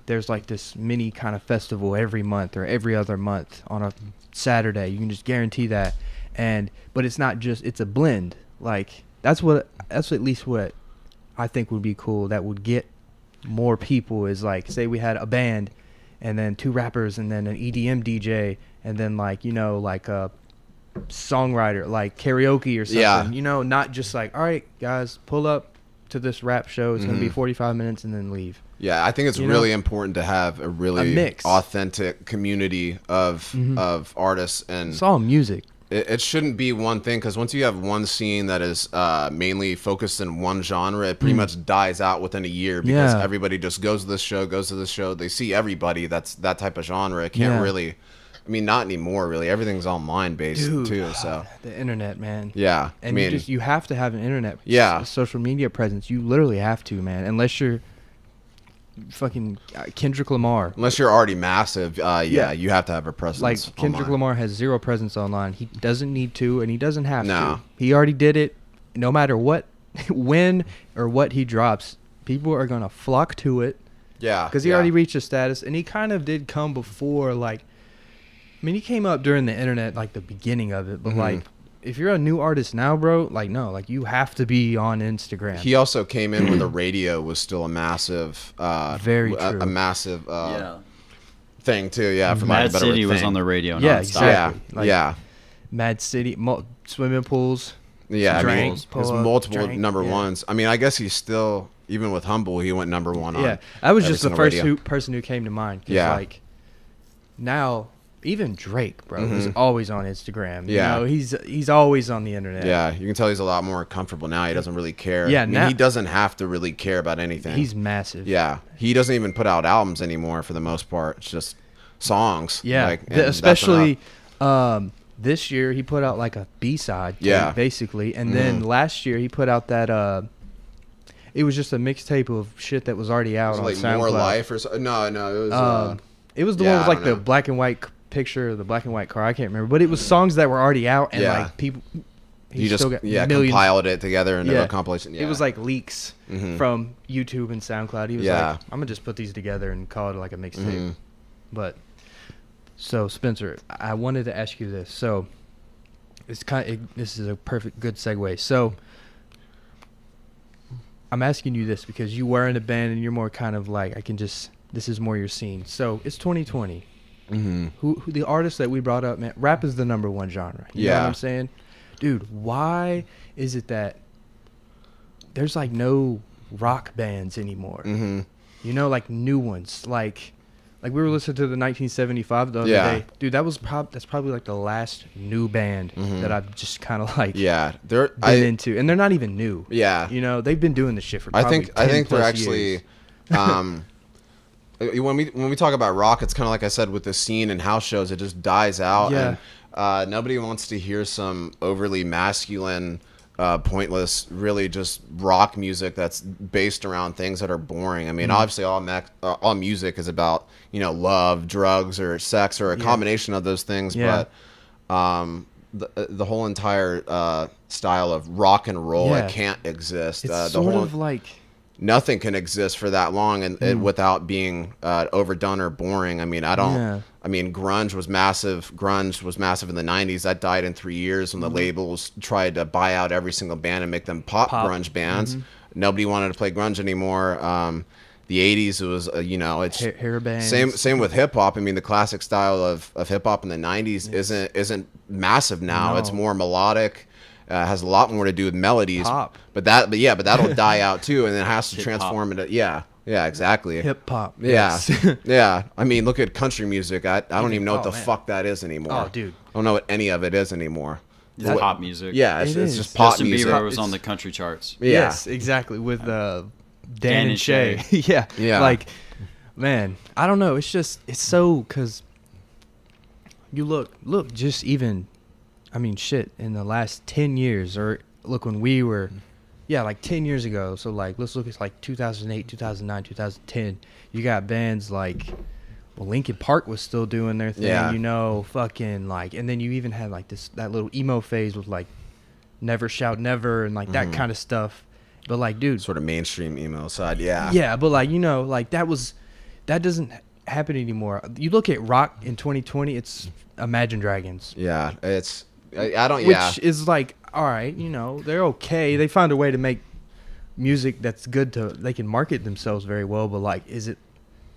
Speaker 2: there's like this mini kind of festival every month or every other month on a Saturday. You can just guarantee that. And but it's not just it's a blend. Like that's what that's at least what I think would be cool. That would get more people is like say we had a band and then two rappers and then an E EDM DJ and then like you know like a songwriter like karaoke or something
Speaker 4: Yeah.
Speaker 2: you know not just like all right guys pull up to this rap show it's going to be 45 minutes and then leave
Speaker 4: Yeah, I think it's
Speaker 2: You know?
Speaker 4: really important to have a really
Speaker 2: A mix. Mm-hmm.
Speaker 4: authentic community of of artists and
Speaker 2: it's all music
Speaker 4: it, it shouldn't be one thing because once you have one scene that is uh, mainly focused in one genre, it pretty much dies out within a year because
Speaker 2: Hmm. Yeah.
Speaker 4: everybody just goes to this show, goes to this show. They see everybody that's that type of genre. It can't
Speaker 2: Yeah.
Speaker 4: really, I mean, not anymore. Really, everything's online based
Speaker 2: Dude. ah,
Speaker 4: too. So
Speaker 2: the internet man
Speaker 4: yeah,
Speaker 2: and
Speaker 4: I
Speaker 2: you
Speaker 4: mean,
Speaker 2: just you have to have an internet s-
Speaker 4: Yeah.
Speaker 2: social media presence you literally have to man unless you're fucking uh, Kendrick Lamar
Speaker 4: unless you're already massive, uh, yeah,
Speaker 2: Yeah.
Speaker 4: you have to have a presence.
Speaker 2: like Kendrick
Speaker 4: online.
Speaker 2: Lamar has zero presence online. He doesn't need to, and he doesn't have
Speaker 4: No.
Speaker 2: to. He already did it. No matter what, when or what he drops, people are gonna flock to it
Speaker 4: yeah,
Speaker 2: because he
Speaker 4: yeah.
Speaker 2: already reached a status, and he kind of did come before. Like, I mean, he came up during the internet, like the beginning of it. But
Speaker 4: Mm-hmm.
Speaker 2: like, if you're a new artist now, bro, like no, like you have to be on Instagram.
Speaker 4: He also came in when the radio was still a massive, uh,
Speaker 2: Very
Speaker 4: a,
Speaker 2: true.
Speaker 4: a massive uh,
Speaker 3: yeah.
Speaker 4: thing too. Yeah, for lack
Speaker 3: Mad
Speaker 4: of a better word,
Speaker 3: City was
Speaker 4: thing.
Speaker 3: on the radio.
Speaker 2: Yeah,
Speaker 3: nonstop.
Speaker 2: exactly.
Speaker 4: Yeah,
Speaker 2: Like-
Speaker 4: yeah.
Speaker 2: Mad City, mo- swimming pools.
Speaker 4: Yeah, I mean,
Speaker 2: Drank,
Speaker 4: his
Speaker 2: pull up,
Speaker 4: multiple
Speaker 2: drank,
Speaker 4: number
Speaker 2: yeah.
Speaker 4: ones. I mean, I guess he's still even with humble, he went number one on.
Speaker 2: Yeah, I was
Speaker 4: every
Speaker 2: just the
Speaker 4: single
Speaker 2: first
Speaker 4: radio.
Speaker 2: who, person who came to mind. 'cause,
Speaker 4: Yeah.
Speaker 2: like now, even Drake, bro, is always on Instagram. You
Speaker 4: Mm-hmm. Yeah.
Speaker 2: know, he's he's always on the internet.
Speaker 4: Yeah, you can tell he's a lot more comfortable now. He doesn't really care.
Speaker 2: Yeah,
Speaker 4: I mean,
Speaker 2: now-
Speaker 4: he doesn't have to really care about anything.
Speaker 2: he's massive.
Speaker 4: yeah, he doesn't even put out albums anymore for the most part. It's just songs.
Speaker 2: yeah.
Speaker 4: like,
Speaker 2: The-
Speaker 4: and that's
Speaker 2: especially
Speaker 4: enough.
Speaker 2: um, this year, he put out like a B side.
Speaker 4: Yeah. Mm-hmm.
Speaker 2: basically, and then last year he put out that. Uh, it was just a mixtape of shit that was already out
Speaker 4: Was it
Speaker 2: on
Speaker 4: like
Speaker 2: SoundCloud.
Speaker 4: more life or so. No, no, it was. uh,
Speaker 2: Um, it was the
Speaker 4: yeah,
Speaker 2: one with
Speaker 4: I
Speaker 2: like
Speaker 4: don't
Speaker 2: the
Speaker 4: know. Mm.
Speaker 2: black and white c- picture of the black and white car. I can't remember, but it was songs that were already out and
Speaker 4: Yeah.
Speaker 2: like people. He
Speaker 4: you just yeah compiled it together into a compilation. Yeah. Mm-hmm.
Speaker 2: It was like leaks from YouTube and SoundCloud. He was
Speaker 4: Yeah. Mm-hmm.
Speaker 2: like, "I'm gonna just put these together and call it like a mixtape." But so Spencer, I I wanted to ask you this. So it's kind of, it, this is a perfect good segue. So I'm asking you this because you were in a band and you're more kind of like I can just this is more your scene. So it's 2020.
Speaker 4: Mm-hmm.
Speaker 2: Who, who the artists that we brought up, man? Rap is the number one genre. You know
Speaker 4: Yeah.
Speaker 2: what I'm saying, dude. Why is it that there's like no rock bands anymore?
Speaker 4: Mm-hmm.
Speaker 2: You know, like new ones, like. Like we were listening to the 1975 the other
Speaker 4: Yeah.
Speaker 2: day, dude. That was prob- that's probably like the last new band that I've just kind of like
Speaker 4: Mm-hmm. yeah. There,
Speaker 2: been
Speaker 4: I,
Speaker 2: into, and they're not even new.
Speaker 4: Yeah.
Speaker 2: you know they've been doing this shit for.
Speaker 4: I
Speaker 2: Probably
Speaker 4: think I think they're
Speaker 2: years.
Speaker 4: actually um uh, when we when we talk about rock, it's kind of like I said with the scene and house shows, it just dies out
Speaker 2: Yeah.
Speaker 4: and uh, nobody wants to hear some overly masculine uh, pointless, really just rock music that's based around things that are boring. I
Speaker 2: Mm-hmm.
Speaker 4: mean, obviously, all mac- uh, all music is about you know love, drugs, or sex, or a combination of those things.
Speaker 2: Yeah.
Speaker 4: But um, the, the whole entire uh, style of rock and roll
Speaker 2: Yeah.
Speaker 4: it can't exist.
Speaker 2: it's
Speaker 4: uh, the
Speaker 2: sort
Speaker 4: whole,
Speaker 2: of like
Speaker 4: nothing can exist for that long and,
Speaker 2: Hmm.
Speaker 4: and without being uh, overdone or boring. I mean, I don't.
Speaker 2: Yeah.
Speaker 4: I mean, grunge was massive. Grunge was massive in the '90s. That
Speaker 2: Mm-hmm.
Speaker 4: died in three years when the labels tried to buy out every single band and make them pop,
Speaker 2: Pop. Mm-hmm.
Speaker 4: grunge bands. Nobody wanted to play grunge anymore. Um, the '80s was, uh, you know, it's
Speaker 2: Hair- hair bands.
Speaker 4: same same with hip hop. I mean, the classic style of, of hip hop in the '90s isn't isn't massive now. It's
Speaker 2: No.
Speaker 4: more melodic. Uh, has a lot more to do with melodies.
Speaker 2: Pop.
Speaker 4: But that, but yeah, but that'll die out too, and it has to
Speaker 3: Hip-hop.
Speaker 4: transform into yeah, yeah, exactly.
Speaker 2: Hip hop.
Speaker 4: Yeah,
Speaker 2: yes.
Speaker 4: yeah. I mean, look at country music. I, I don't even know what
Speaker 2: oh,
Speaker 4: the
Speaker 2: man.
Speaker 4: fuck that is anymore.
Speaker 2: Oh, dude.
Speaker 4: I don't know what any of it is anymore.
Speaker 3: It's pop music.
Speaker 4: Yeah, it's,
Speaker 2: It
Speaker 4: it's
Speaker 2: is.
Speaker 4: just pop
Speaker 3: Justin
Speaker 4: music.
Speaker 3: Bieber was
Speaker 2: It's-
Speaker 3: on the country charts.
Speaker 4: Yeah.
Speaker 2: Yes, exactly. With uh, Dan,
Speaker 3: Dan
Speaker 2: and
Speaker 3: and
Speaker 2: Shay.
Speaker 3: Shay.
Speaker 2: yeah.
Speaker 4: Yeah.
Speaker 2: Like, man, I don't know. It's just it's so because you look look just even, I mean, shit. In the last ten years, or look when we were, yeah, like ten years ago. So like, let's look at like 2008, 2009, 2010. You got bands like. Well, Linkin Park was still doing their thing,
Speaker 4: Yeah.
Speaker 2: you know, fucking like, and then you even had like this that little emo phase with like Never Shout Never and like that kind of stuff. But like, dude,
Speaker 4: Mm-hmm. Sort of mainstream emo side. Yeah.
Speaker 2: yeah, but like you know, like that was that doesn't happen anymore. You look at rock in 2020, it's Imagine Dragons,
Speaker 4: Yeah. It's I, I don't.
Speaker 2: which
Speaker 4: yeah.
Speaker 2: is like, all right, you know, they're okay. They found a way to make music that's good to they can market themselves very well, but like, is it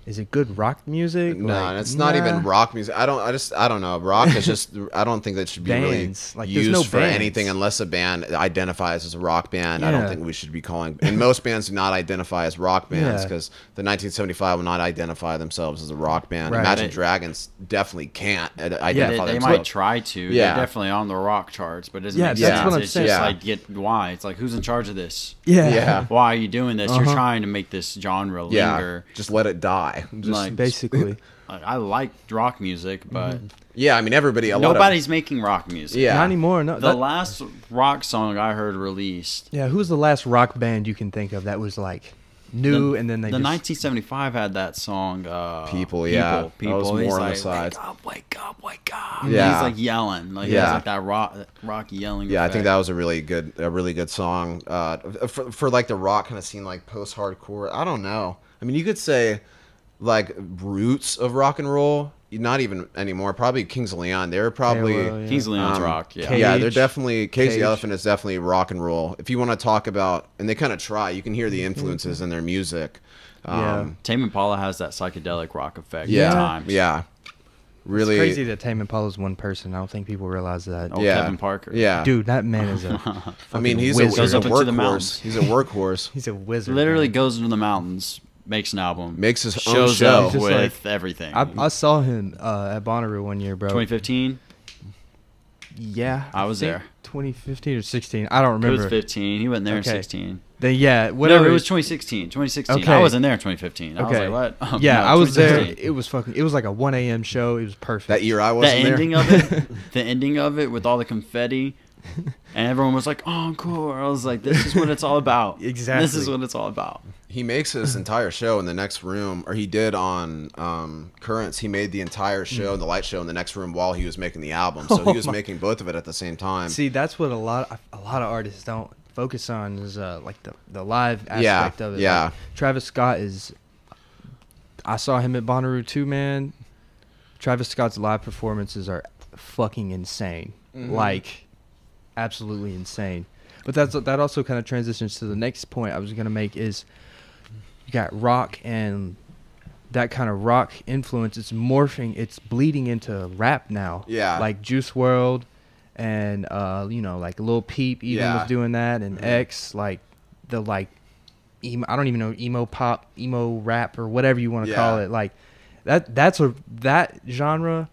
Speaker 2: is it good rock music?
Speaker 4: No,
Speaker 2: Like,
Speaker 4: and it's not
Speaker 2: nah.
Speaker 4: even rock music. I don't. I just. I don't know. Rock is just. I don't think that should be
Speaker 2: Bands. Like,
Speaker 4: really
Speaker 2: there's
Speaker 4: used
Speaker 2: no
Speaker 4: for
Speaker 2: bands.
Speaker 4: anything unless a band identifies as a rock band. I
Speaker 2: Yeah.
Speaker 4: don't think we should be calling. And most bands do not identify as rock bands
Speaker 2: Yeah.
Speaker 4: because the 1975 will not identify themselves as a rock band.
Speaker 2: Right.
Speaker 4: Imagine
Speaker 3: They-
Speaker 4: Dragons definitely can't ad-
Speaker 2: Yeah,
Speaker 4: identify
Speaker 3: They, they
Speaker 4: themselves.
Speaker 3: might try to.
Speaker 4: Yeah.
Speaker 3: They're definitely on the rock charts, but it doesn't
Speaker 2: Yeah,
Speaker 3: make
Speaker 4: that's
Speaker 3: sense.
Speaker 4: what
Speaker 2: I'm
Speaker 3: it's
Speaker 2: saying.
Speaker 3: just
Speaker 4: Yeah.
Speaker 3: like get why. It's like who's in charge of this?
Speaker 2: Yeah,
Speaker 4: Yeah.
Speaker 3: Why are you doing this?
Speaker 2: Uh-huh.
Speaker 3: You're trying to make this genre
Speaker 4: yeah,
Speaker 3: linger.
Speaker 4: just let it die. Just-
Speaker 3: like,
Speaker 2: basically.
Speaker 3: like, I liked rock music, but
Speaker 4: yeah, I mean everybody. A Lot of,
Speaker 3: nobody's making rock music.
Speaker 4: Yeah.
Speaker 2: Not anymore. No,
Speaker 3: The
Speaker 2: that-
Speaker 3: last rock song I heard released
Speaker 2: yeah. Who's the last rock band you can think of that was like new, and then they
Speaker 3: the
Speaker 2: just
Speaker 3: 1975 had that song uh,
Speaker 4: People, yeah.
Speaker 3: people,
Speaker 4: That was
Speaker 3: people. He's
Speaker 4: more on the
Speaker 3: like,
Speaker 4: sides.
Speaker 3: wake up wake up wake up And
Speaker 4: Yeah.
Speaker 3: he's like yelling like yeah
Speaker 4: Yeah.
Speaker 3: he's like that rock rock yelling
Speaker 4: Yeah, I think that
Speaker 3: effect.
Speaker 4: was a really good, a really good song. Uh, for, for like the rock kind of scene, like post hardcore. I don't know. I mean, you could say like roots of rock and roll. Not even anymore. Probably Kings of Leon. They're probably.
Speaker 2: well, yeah.
Speaker 3: Kings of Leon's
Speaker 4: um,
Speaker 3: rock yeah
Speaker 2: Cage.
Speaker 4: Yeah, they're definitely Cage,
Speaker 2: Cage.
Speaker 4: the Elephant is definitely rock and roll. If you want to talk about, and they kind of try, you can hear the influences in their music.
Speaker 2: Mm-hmm. Yeah.
Speaker 4: Um,
Speaker 3: Tame Impala has that psychedelic rock effect
Speaker 4: yeah,
Speaker 3: at
Speaker 4: yeah,
Speaker 3: times
Speaker 4: Really
Speaker 2: It's crazy that Tame Impala's one person. I don't think people realize that.
Speaker 3: Oh,
Speaker 4: yeah,
Speaker 3: Kevin Parker.
Speaker 4: Yeah,
Speaker 2: Dude, that man is a.
Speaker 4: I mean, he's a,
Speaker 2: wizard.
Speaker 3: Goes
Speaker 4: he's a
Speaker 3: up into the
Speaker 4: workhorse.
Speaker 3: mountains.
Speaker 4: He's a workhorse.
Speaker 2: he's a wizard.
Speaker 3: literally
Speaker 2: man.
Speaker 3: goes into the mountains makes an album
Speaker 4: Makes his own
Speaker 3: shows
Speaker 4: show.
Speaker 3: up
Speaker 2: Just like-
Speaker 3: with everything
Speaker 2: I, I saw him uh, at Bonnaroo one year, bro.
Speaker 3: 2015
Speaker 2: Yeah,
Speaker 3: I was
Speaker 2: think
Speaker 3: there.
Speaker 2: 2015 or 16. I don't
Speaker 3: it was
Speaker 2: remember.
Speaker 3: 15 he wasn't there in
Speaker 2: Okay.
Speaker 3: 16
Speaker 2: Then yeah, whatever.
Speaker 3: Whatever. No, it was 2016. 2016.
Speaker 2: Okay.
Speaker 3: I wasn't there in 2015. I
Speaker 2: okay.
Speaker 3: was like, what?
Speaker 2: yeah,
Speaker 3: No,
Speaker 2: I was there.
Speaker 3: 2016.
Speaker 2: It was fucking. It was like a 1 a.m. show. It was perfect.
Speaker 4: That year I
Speaker 3: the
Speaker 4: wasn't there.
Speaker 3: ending of it, the ending of it with all the confetti, and everyone was like, "Encore!" I was like, "This is what it's all about." This
Speaker 2: Exactly.
Speaker 3: is what it's all about.
Speaker 4: He makes his entire show in the next room, or he did on um, Currents. He made the entire
Speaker 2: Hmm.
Speaker 4: show, the light show, in the next room while he was making the album. So he was making both of it at the same time.
Speaker 2: Oh See, that's what a lot of, a lot of artists don't focus on is uh, like the the live
Speaker 4: Yeah,
Speaker 2: aspect of it.
Speaker 4: yeah.
Speaker 2: Like, Travis Scott is. I saw him at Bonnaroo too, man. Travis Scott's live performances are fucking insane,
Speaker 4: Mm-hmm.
Speaker 2: like absolutely insane. But that's that also kind of transitions to the next point I was gonna make is you got rock and that kind of rock influence. It's morphing. It's bleeding into rap now.
Speaker 4: Yeah.
Speaker 2: like Juice World, and uh, you know, like Lil Peep even
Speaker 4: Yeah.
Speaker 2: was doing that, and X, like the like, emo, I don't even know emo pop, emo rap, or whatever you want to call
Speaker 4: Yeah.
Speaker 2: it. Like that. That's a that genre,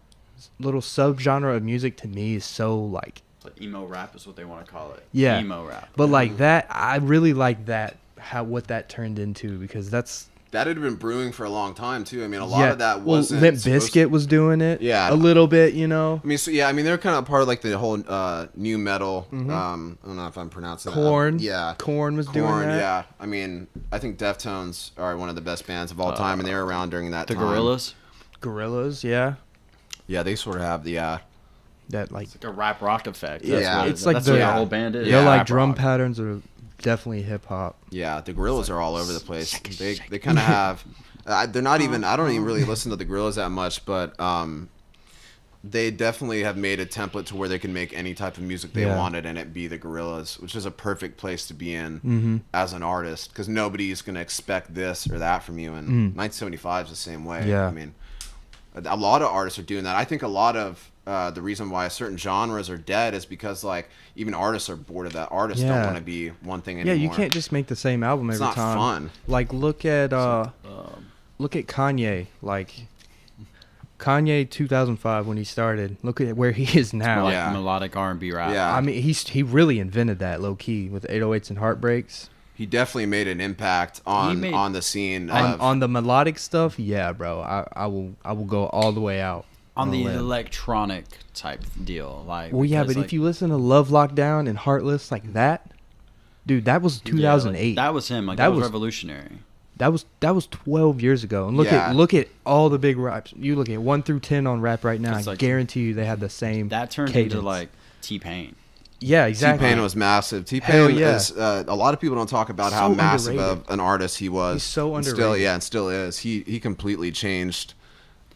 Speaker 2: little subgenre of music to me is so like
Speaker 3: Like emo rap is what they want to call it.
Speaker 2: Yeah.
Speaker 3: Emo rap.
Speaker 2: but like that, I really like that how what that turned into because that's
Speaker 4: that had been brewing for a long time too. I mean, a lot of that
Speaker 2: well,
Speaker 4: wasn't.
Speaker 2: Limp
Speaker 4: supposed-
Speaker 2: Biscuit was doing it, a
Speaker 4: Yeah.
Speaker 2: little bit, you know,
Speaker 4: I mean, so yeah, I mean, they're kind of part of like the whole uh, new metal. Um, I don't know if I'm pronouncing
Speaker 2: Corn,
Speaker 4: That. Yeah,
Speaker 2: Corn Mm-hmm. was doing
Speaker 4: Korn,
Speaker 2: that,
Speaker 4: Yeah, I mean, I think Deftones are one of the best bands
Speaker 2: Uh,
Speaker 4: of all time, and they were around during that
Speaker 3: The
Speaker 4: time.
Speaker 3: Gorillas.
Speaker 2: Gorillas, yeah,
Speaker 4: Yeah, they sort of have the. Uh,
Speaker 2: that like
Speaker 3: It's like a rap rock effect. That's
Speaker 4: Yeah.
Speaker 3: what it-
Speaker 2: It's like
Speaker 3: that's
Speaker 2: the-
Speaker 3: what the whole band is.
Speaker 2: They're
Speaker 4: Yeah,
Speaker 2: like
Speaker 3: Rap
Speaker 2: drum
Speaker 3: rock.
Speaker 2: patterns are definitely hip hop.
Speaker 4: Yeah, the gorillas are all over the place. They they kind
Speaker 2: Uh-huh.
Speaker 4: of have. Uh, they're not even. I don't even really listen to the gorillas that much, but um, they definitely have made a template to where they can make any type of music they
Speaker 2: Yeah.
Speaker 4: wanted and it be the gorillas which is a perfect place to be in
Speaker 2: Mm-hmm.
Speaker 4: as an artist because nobody's going to expect this or that from you and 1975 is the same way
Speaker 2: Mm. Yeah.
Speaker 4: i mean a a lot of artists are doing that i think a lot of uh, the reason why certain genres are dead is because like even artists are bored of that artists
Speaker 2: Yeah.
Speaker 4: don't want to be one thing
Speaker 2: Yeah,
Speaker 4: anymore
Speaker 2: you can't just make the same album every
Speaker 4: It's not
Speaker 2: time.
Speaker 4: fun.
Speaker 2: Like look at uh, look at Kanye. Like Kanye 2005 when he started. Look at where he is now.
Speaker 3: Like
Speaker 4: Yeah.
Speaker 3: melodic R and B rap.
Speaker 4: Yeah.
Speaker 2: I mean, he's he really invented that low key with 808s and heartbreaks.
Speaker 4: he definitely made an impact on
Speaker 3: made-
Speaker 4: on the scene
Speaker 2: On,
Speaker 4: of,
Speaker 2: on the melodic stuff, yeah, bro. I, I will I will go all the way out.
Speaker 3: on
Speaker 2: a
Speaker 3: the
Speaker 2: limb.
Speaker 3: electronic type deal. Like
Speaker 2: Well, yeah,
Speaker 3: because,
Speaker 2: but
Speaker 3: like,
Speaker 2: if you listen to Love Lockdown and Heartless like that, dude, that was
Speaker 3: yeah, like,
Speaker 2: 2008.
Speaker 3: that was him. Like
Speaker 2: That
Speaker 3: that, was,
Speaker 2: was-
Speaker 3: revolutionary.
Speaker 2: That was that was 12 years ago. And look
Speaker 4: Yeah.
Speaker 2: at look at all the big raps. You look at 1 through 10 on rap right now.
Speaker 3: It's
Speaker 2: I
Speaker 3: like-
Speaker 2: guarantee you they had the same
Speaker 3: That turned into
Speaker 2: cadence.
Speaker 3: like T Pain.
Speaker 2: Yeah, exactly.
Speaker 4: T Pain was massive. T
Speaker 2: Hell
Speaker 4: Pain
Speaker 2: yeah.
Speaker 4: is. Uh, a lot of people don't talk about
Speaker 2: So
Speaker 4: how massive
Speaker 2: underrated.
Speaker 4: of an artist he was.
Speaker 2: He's so
Speaker 4: And Still,
Speaker 2: underrated.
Speaker 4: yeah, and still is. He he completely changed,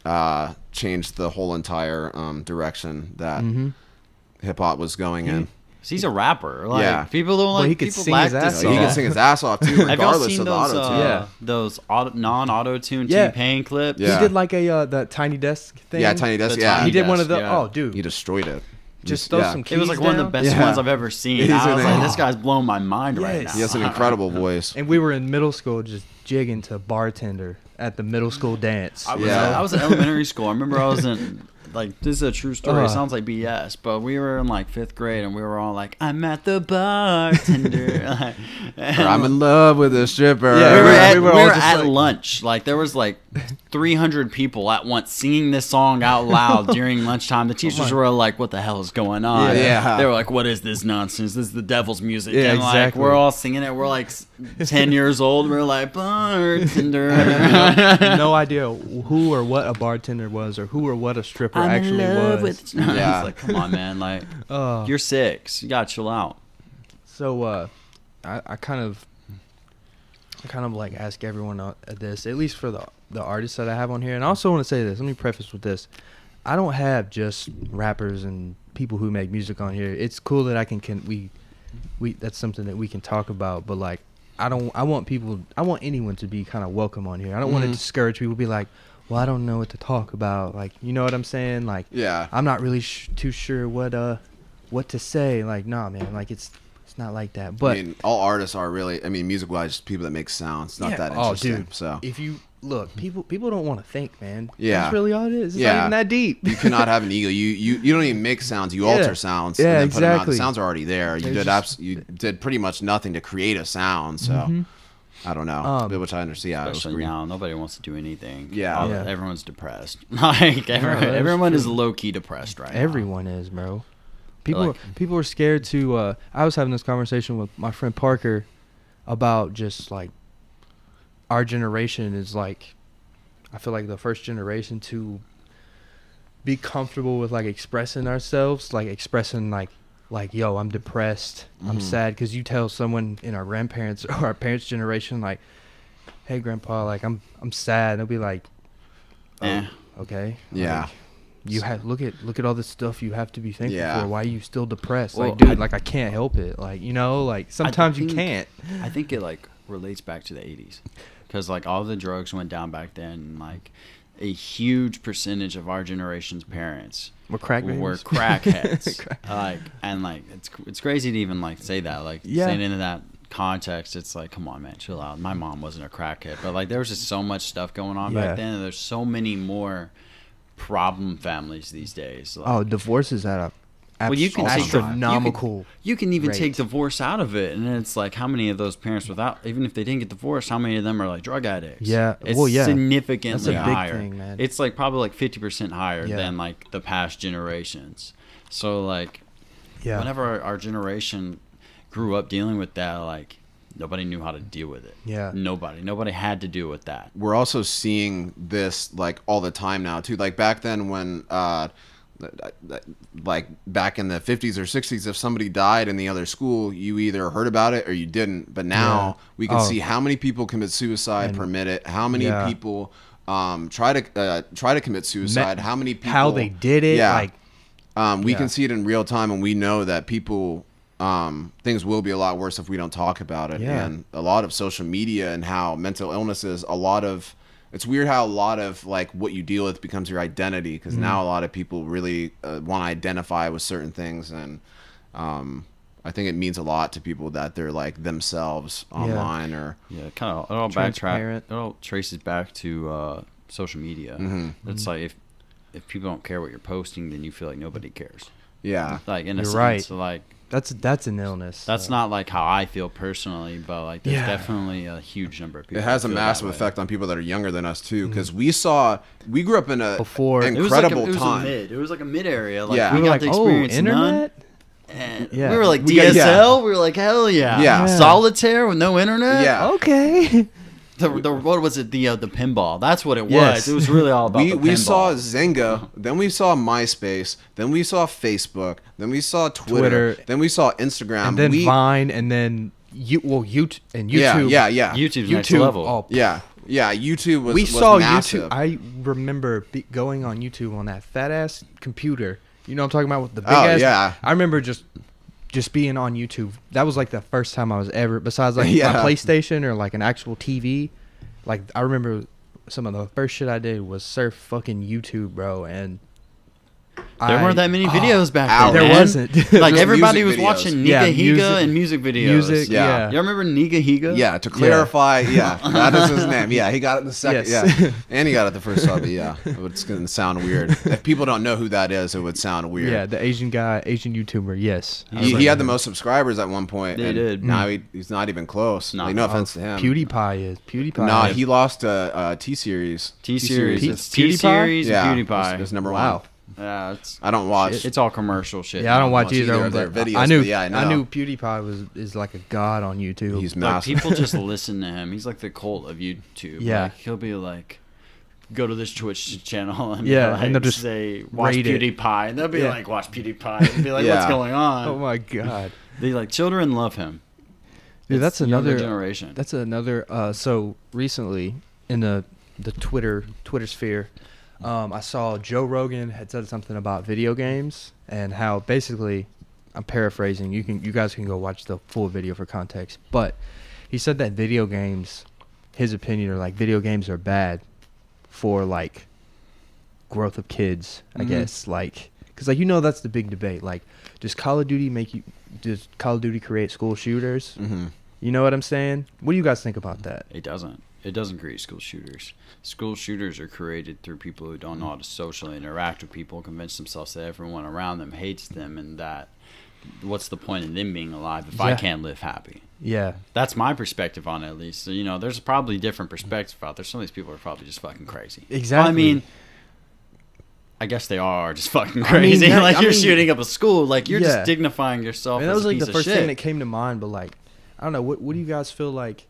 Speaker 4: uh, changed the whole entire um, direction that
Speaker 2: Mm-hmm.
Speaker 4: hip hop was going in.
Speaker 3: 'Cause he's a rapper. Like
Speaker 4: Yeah.
Speaker 3: people don't
Speaker 2: Well,
Speaker 3: like
Speaker 2: he could
Speaker 3: people
Speaker 2: sing his
Speaker 3: like to
Speaker 2: ass
Speaker 4: Like, he
Speaker 2: Yeah.
Speaker 4: can sing his ass off too,
Speaker 3: Have y'all
Speaker 4: regardless
Speaker 3: seen
Speaker 4: of the
Speaker 3: those
Speaker 4: auto
Speaker 3: uh,
Speaker 4: tune.
Speaker 2: Yeah.
Speaker 3: those auto, non-auto tune
Speaker 2: Yeah.
Speaker 3: T Pain clips?
Speaker 4: Yeah.
Speaker 2: He did like a uh, the tiny desk thing.
Speaker 4: yeah, Tiny Desk.
Speaker 3: The
Speaker 4: Yeah,
Speaker 2: He
Speaker 3: Tiny
Speaker 2: did one of the
Speaker 3: Desk, yeah.
Speaker 2: Oh, dude.
Speaker 4: he destroyed it.
Speaker 2: just throw
Speaker 4: yeah.
Speaker 2: some keys
Speaker 3: It was like one of the
Speaker 2: down.
Speaker 3: best
Speaker 4: Yeah.
Speaker 3: ones I've ever seen.
Speaker 4: He's
Speaker 3: I was
Speaker 4: an-
Speaker 3: like, this guy's blowing my mind right now.
Speaker 2: Yes.
Speaker 4: He has an incredible voice.
Speaker 2: And we were in middle school just jigging to bartender at the middle school dance.
Speaker 3: I was,
Speaker 4: Yeah.
Speaker 3: I was in elementary school. I remember I was in like this is a true story.
Speaker 2: Uh.
Speaker 3: it sounds like BS, but we were in like fifth grade and we were all like, "I'm at the bartender." Like, and
Speaker 4: Or, I'm in love with a stripper.
Speaker 2: Yeah,
Speaker 3: we were
Speaker 2: we
Speaker 3: at,
Speaker 2: were
Speaker 3: we
Speaker 2: all
Speaker 3: were
Speaker 2: just
Speaker 3: at
Speaker 2: like-
Speaker 3: lunch. Like there was like 300 people at once singing this song out loud during lunchtime. The teachers were like, "What the hell is going on?"
Speaker 4: Yeah. Yeah.
Speaker 3: They were like, "What is this nonsense? This is the devil's music."
Speaker 2: Yeah,
Speaker 3: and like
Speaker 2: exactly.
Speaker 3: we're all singing it. We're like s- 10 years old. We're like bartender. you know?
Speaker 2: no idea who or what a bartender was or who or what a stripper actually was.
Speaker 4: Yeah.
Speaker 3: yeah. It's like, come on, man. Like,
Speaker 2: Uh,
Speaker 3: you're six. You gotta chill out.
Speaker 2: So uh, I, I kind of, I kind of like ask everyone uh, this, at least for the the artists that I have on here, and I also want to say this. Let me preface with this: I don't have just rappers and people who make music on here. It's cool that I can can we, we that's something that we can talk about, but like. I don't. I want people. I want anyone to be kind of welcome on here. I don't want to discourage people. Be like, well, I don't know what to talk about. Like, you know what I'm saying? Like,
Speaker 4: Yeah.
Speaker 2: I'm not really sh- too sure what uh what to say. Like, nah, man, like it's it's not like that. But
Speaker 4: I mean, all artists are really. I mean, music-wise, just people that make sounds. It's not
Speaker 2: Yeah.
Speaker 4: that
Speaker 2: Oh,
Speaker 4: interesting.
Speaker 2: dude.
Speaker 4: So
Speaker 2: if you look, people people don't want to think, man.
Speaker 4: Yeah.
Speaker 2: that's really all it is. It's not
Speaker 4: Yeah.
Speaker 2: even that deep.
Speaker 4: you cannot have an ego. You you you don't even make sounds. You
Speaker 2: Yeah.
Speaker 4: alter sounds.
Speaker 2: Yeah,
Speaker 4: and then Put them out.
Speaker 2: exactly.
Speaker 4: The sounds are already there. You
Speaker 2: There's
Speaker 4: did
Speaker 2: just- Mm-hmm.
Speaker 4: abs- You did pretty much nothing to create a sound. So I don't know.
Speaker 2: Um,
Speaker 4: But which I understand. Yeah, I was
Speaker 3: Especially
Speaker 4: agree.
Speaker 3: now, nobody wants to do anything.
Speaker 4: Yeah.
Speaker 3: All-
Speaker 2: Yeah.
Speaker 3: everyone's depressed. Like, everyone,
Speaker 2: that's
Speaker 3: everyone is low key depressed right now.
Speaker 2: Everyone is, bro. People
Speaker 3: Like-
Speaker 2: are, people are scared to. Uh, I was having this conversation with my friend Parker about just like our generation is like. I feel like the first generation to be comfortable with like expressing ourselves, like expressing like like yo, I'm depressed, I'm sad, because you tell someone in our grandparents or our parents' generation like, hey, grandpa, like I'm I'm sad. They'll be like,
Speaker 3: Eh.
Speaker 2: okay,
Speaker 4: Yeah.
Speaker 2: like, you have look at look at all this stuff you have to be thankful
Speaker 4: Yeah.
Speaker 2: for. Why are you still depressed?
Speaker 3: Well,
Speaker 2: like, dude,
Speaker 3: I-
Speaker 2: like I can't help it. Like, you know, like sometimes you
Speaker 3: think-
Speaker 2: can't.
Speaker 3: I think it like relates back to the 80s because like all the drugs went down back then. And, like a huge percentage of our generation's parents
Speaker 2: We're crack
Speaker 3: were
Speaker 2: babies.
Speaker 3: crackheads.
Speaker 2: Crack-
Speaker 3: Like and like it's it's crazy to even like say that. Like
Speaker 2: Yeah.
Speaker 3: saying it in that context, it's like come on man, chill out. My mom wasn't a crackhead, but like there was just so much stuff going on
Speaker 2: Yeah.
Speaker 3: back then. And there's so many more problem families these days. Like,
Speaker 2: Oh, divorce is at a
Speaker 3: well, you can take the- you can-
Speaker 2: astronomical.
Speaker 3: You can, even
Speaker 2: rate.
Speaker 3: take divorce out of it, and it's like how many of those parents, without even if they didn't get divorced, how many of them are like drug addicts?
Speaker 2: Yeah,
Speaker 3: it's
Speaker 2: well, yeah.
Speaker 3: significantly
Speaker 2: That's a big
Speaker 3: higher.
Speaker 2: thing, man.
Speaker 3: It's like probably like fifty percent higher
Speaker 2: Yeah.
Speaker 3: than like the past generations. So like,
Speaker 2: yeah,
Speaker 3: whenever our, our generation grew up dealing with that, like nobody knew how to deal with it.
Speaker 2: Yeah.
Speaker 3: nobody, nobody had to deal with that.
Speaker 4: we're also seeing this like all the time now too. Like back then when uh like back in the 50s or 60s if somebody died in the other school you either heard about it or you didn't but now
Speaker 2: Yeah.
Speaker 4: we can
Speaker 2: Oh.
Speaker 4: see how many people commit suicide per minute how many
Speaker 2: Yeah.
Speaker 4: people um, try to uh, try to commit suicide. how many people?
Speaker 2: how they did it. Like
Speaker 4: um, we
Speaker 2: yeah.
Speaker 4: can see it in real time, and we know that people um, things will be a lot worse if we don't talk about it.
Speaker 2: Yeah.
Speaker 4: And a lot of social media and how mental illnesses, a lot of it's weird how a lot of like what you deal with becomes your identity because now a lot of people really uh, want to identify with certain things and. Um, I think it means a lot to people that they're like themselves online or
Speaker 3: Yeah, kind of. It all backtrack.
Speaker 2: Transparent.
Speaker 3: It all traces back to uh, social media.
Speaker 4: Mm-hmm.
Speaker 3: It's
Speaker 2: Mm-hmm.
Speaker 3: like if if people don't care what you're posting, then you feel like nobody cares.
Speaker 4: yeah.
Speaker 3: Like in a
Speaker 2: You're
Speaker 3: sense,
Speaker 2: right.
Speaker 3: like
Speaker 2: that's that's an illness.
Speaker 3: that's not like how I feel personally, but like there's
Speaker 2: Yeah.
Speaker 3: definitely a huge number of people.
Speaker 4: It has a
Speaker 3: that feel that
Speaker 4: massive
Speaker 3: way.
Speaker 4: effect on people that are younger than us too, because we saw we grew up in a
Speaker 2: Before- It was like
Speaker 3: It was like a-
Speaker 4: incredible
Speaker 3: it was a,
Speaker 4: time.
Speaker 3: mid. It was like a mid area. Like
Speaker 4: Yeah.
Speaker 3: we,
Speaker 2: we were
Speaker 3: got
Speaker 2: like,
Speaker 3: to
Speaker 2: oh,
Speaker 3: experience none.
Speaker 2: internet.
Speaker 3: And
Speaker 2: Yeah.
Speaker 3: we were like
Speaker 4: We got-
Speaker 3: DSL.
Speaker 4: yeah.
Speaker 3: We were like hell yeah.
Speaker 4: Yeah. Yeah.
Speaker 3: Solitaire with no internet.
Speaker 4: Yeah.
Speaker 2: Okay.
Speaker 3: The, the what was it? The uh, the pinball. That's what it was.
Speaker 2: Yes.
Speaker 3: It was really all about.
Speaker 4: we
Speaker 3: the
Speaker 4: we
Speaker 3: pinball.
Speaker 4: saw
Speaker 2: Uh-huh.
Speaker 4: Zynga, then we saw MySpace, then we saw Facebook, then we saw Twitter,
Speaker 2: Twitter.
Speaker 4: then we saw Instagram.
Speaker 2: and then
Speaker 4: we,
Speaker 2: Vine, and then you well, YouTube and YouTube.
Speaker 4: Yeah, yeah, yeah,
Speaker 3: YouTube's next
Speaker 2: YouTube.
Speaker 3: level.
Speaker 2: oh,
Speaker 4: yeah, yeah. YouTube was
Speaker 2: we
Speaker 4: was
Speaker 2: saw
Speaker 4: massive.
Speaker 2: YouTube. I remember be- going on YouTube on that fat ass computer. You know what I'm talking about with the big
Speaker 4: Oh,
Speaker 2: ass.
Speaker 4: yeah.
Speaker 2: I remember just just being on YouTube. That was like the first time I was ever besides like my
Speaker 4: Yeah.
Speaker 2: PlayStation or like an actual TV. Like I remember some of the first shit I did was surf fucking YouTube, bro, and
Speaker 3: There
Speaker 2: I-
Speaker 3: weren't that many
Speaker 2: oh,
Speaker 3: videos back
Speaker 4: Ow.
Speaker 3: then.
Speaker 2: There
Speaker 3: man.
Speaker 2: wasn't.
Speaker 3: Like
Speaker 4: Just
Speaker 3: everybody was
Speaker 4: music videos.
Speaker 3: watching Niga
Speaker 2: Yeah,
Speaker 3: Higa
Speaker 2: music-
Speaker 3: and music videos.
Speaker 2: music.
Speaker 4: Yeah.
Speaker 2: Yeah,
Speaker 3: Y'all remember Niga Higa?
Speaker 4: yeah, to clarify, yeah. that is his name. Yeah, he got it the second.
Speaker 2: Yes.
Speaker 4: Yeah, and he got it the first time. but Yeah, it's gonna sound weird. If people don't know who that is, it would sound weird.
Speaker 2: yeah. The Asian guy, Asian YouTuber. Yes,
Speaker 4: He, he had the most subscribers at one point.
Speaker 3: He
Speaker 4: and
Speaker 3: did.
Speaker 2: Hmm.
Speaker 4: Now he, he's not even close.
Speaker 3: No.
Speaker 4: Like, no offense to him.
Speaker 2: "Oh, PewDiePie is uh, PewDiePie.
Speaker 4: Nah,
Speaker 2: is-
Speaker 4: he lost uh, uh, T series.
Speaker 3: T series.
Speaker 2: P-
Speaker 3: It's T series.
Speaker 4: Yeah,
Speaker 3: and PewDiePie.
Speaker 4: It's, it's number
Speaker 2: Wow.
Speaker 4: one.
Speaker 3: yeah, it's,
Speaker 4: I don't watch.
Speaker 3: it's all commercial shit.
Speaker 2: Yeah, I don't watch either,
Speaker 4: either
Speaker 2: of
Speaker 4: their
Speaker 2: them. but
Speaker 4: videos,
Speaker 2: I knew.
Speaker 4: but yeah, I
Speaker 2: I,
Speaker 4: know.
Speaker 2: knew PewDiePie was is like a god on YouTube.
Speaker 4: He's
Speaker 3: Like,
Speaker 4: massive.
Speaker 3: people just listen to him. He's like the cult of YouTube.
Speaker 2: Yeah.
Speaker 3: Like, he'll be like, go to this Twitch channel and
Speaker 2: Yeah,
Speaker 3: like,
Speaker 2: and they'll just
Speaker 3: say watch
Speaker 2: rate it.
Speaker 3: PewDiePie, and they'll be
Speaker 2: Yeah.
Speaker 3: like, watch PewDiePie, and be like, what's
Speaker 4: Yeah.
Speaker 3: going on?
Speaker 2: oh my god,
Speaker 3: They like children love him.
Speaker 2: dude,
Speaker 3: It's
Speaker 2: that's
Speaker 3: the younger
Speaker 2: another
Speaker 3: generation.
Speaker 2: That's another. Uh, so recently in the the Twitter Twitter sphere, um, I saw Joe Rogan had said something about video games and how basically, I'm paraphrasing. You can you guys can go watch the full video for context, but he said that video games, his opinion, are like video games are bad for like growth of kids, I guess. Like, because like you know that's the big debate. Like, does Call of Duty make you? Does Call of Duty create school shooters? Mm-hmm. You know what I'm saying? What do you guys think about that?
Speaker 3: It doesn't. It doesn't create school shooters. School shooters are created through people who don't know how to socially interact with people, convince themselves that everyone around them hates them, and that what's the point in them being alive if I
Speaker 2: Yeah.
Speaker 3: can't live happy?
Speaker 2: Yeah,
Speaker 3: That's my perspective on it, at least. So, you know, there's probably different perspectives out there. Some of these people are probably just fucking crazy.
Speaker 2: Exactly.
Speaker 3: I mean, I guess they are just fucking crazy.
Speaker 2: that-
Speaker 3: like
Speaker 2: I
Speaker 3: you're
Speaker 2: mean-
Speaker 3: shooting up a school. Like you're
Speaker 2: Yeah.
Speaker 3: just dignifying yourself.
Speaker 2: and that
Speaker 3: as
Speaker 2: was
Speaker 3: a
Speaker 2: like
Speaker 3: piece
Speaker 2: the
Speaker 3: of
Speaker 2: first
Speaker 3: shit.
Speaker 2: thing that came to mind. But like, I don't know. What What do you guys feel like?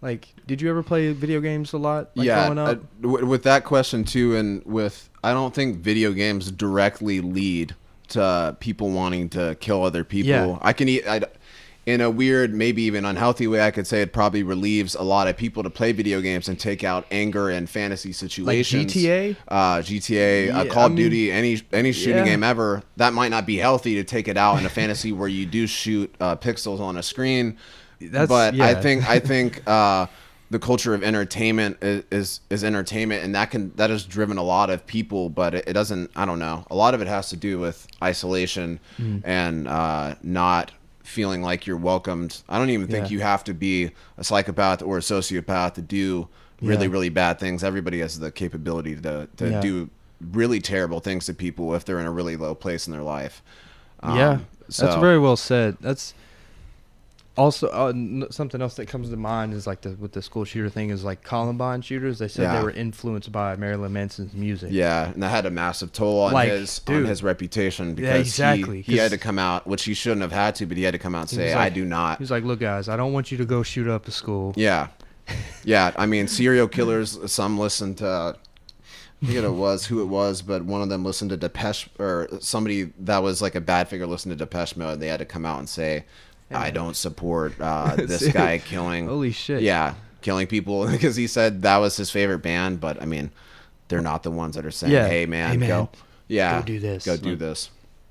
Speaker 2: Like, did you ever play video games a lot? Like
Speaker 4: yeah.
Speaker 2: growing
Speaker 4: uh,
Speaker 2: up?
Speaker 4: w- with that question too, and with I don't think video games directly lead to people wanting to kill other people.
Speaker 2: Yeah.
Speaker 4: I can eat. I'd, in a weird, maybe even unhealthy way, I could say it probably relieves a lot of people to play video games and take out anger and fantasy situations.
Speaker 2: GTA?
Speaker 4: uh, GTA, uh,
Speaker 2: Yeah,
Speaker 4: Call
Speaker 2: I
Speaker 4: of
Speaker 2: mean-
Speaker 4: Duty, any any shooting
Speaker 2: Yeah.
Speaker 4: game ever. That might not be healthy to take it out in a fantasy where you do shoot uh, pixels on a screen.
Speaker 2: That's-
Speaker 4: but I
Speaker 2: yeah.
Speaker 4: think I think uh, the culture of entertainment is, is is entertainment, and that can that has driven a lot of people. But it, it doesn't. I don't know. A lot of it has to do with isolation
Speaker 2: Hmm.
Speaker 4: and uh, not feeling like you're welcomed. I don't even think
Speaker 2: Yeah.
Speaker 4: you have to be a psychopath or a sociopath to do really
Speaker 2: Yeah.
Speaker 4: really bad things. Everybody has the capability to to
Speaker 2: Yeah.
Speaker 4: do really terrible things to people if they're in a really low place in their life. Um,
Speaker 2: yeah, that's
Speaker 4: so-
Speaker 2: very well said. That's also uh, n- something else that comes to mind is like the with the school shooter thing is like Columbine shooters. They said
Speaker 4: Yeah.
Speaker 2: they were influenced by Marilyn Manson's music.
Speaker 4: Yeah, and that had a massive toll on
Speaker 2: Like,
Speaker 4: his on
Speaker 2: dude.
Speaker 4: his reputation because
Speaker 2: exactly,
Speaker 4: he, he had
Speaker 2: 'cause-
Speaker 4: to come out, which he shouldn't have had to, but he had to come out and
Speaker 2: He was
Speaker 4: say, "I
Speaker 2: like-
Speaker 4: do not."
Speaker 2: He's like, look, guys, I don't want you to go shoot up the school.
Speaker 4: Yeah, yeah. I mean, serial killers. Some listen to. I forget it was who it was, but one of them listened to Depeche or somebody that was like a bad figure listened to Depeche Mode. They had to come out and say, "I don't support uh, this guy killing."
Speaker 2: Holy shit.
Speaker 4: Yeah, killing people because he said that was his favorite band. But I mean, they're not the ones that are saying,
Speaker 2: Yeah.
Speaker 4: "Hey man,
Speaker 2: Hey, man,
Speaker 4: go, yeah,
Speaker 2: go do this."
Speaker 4: go do this."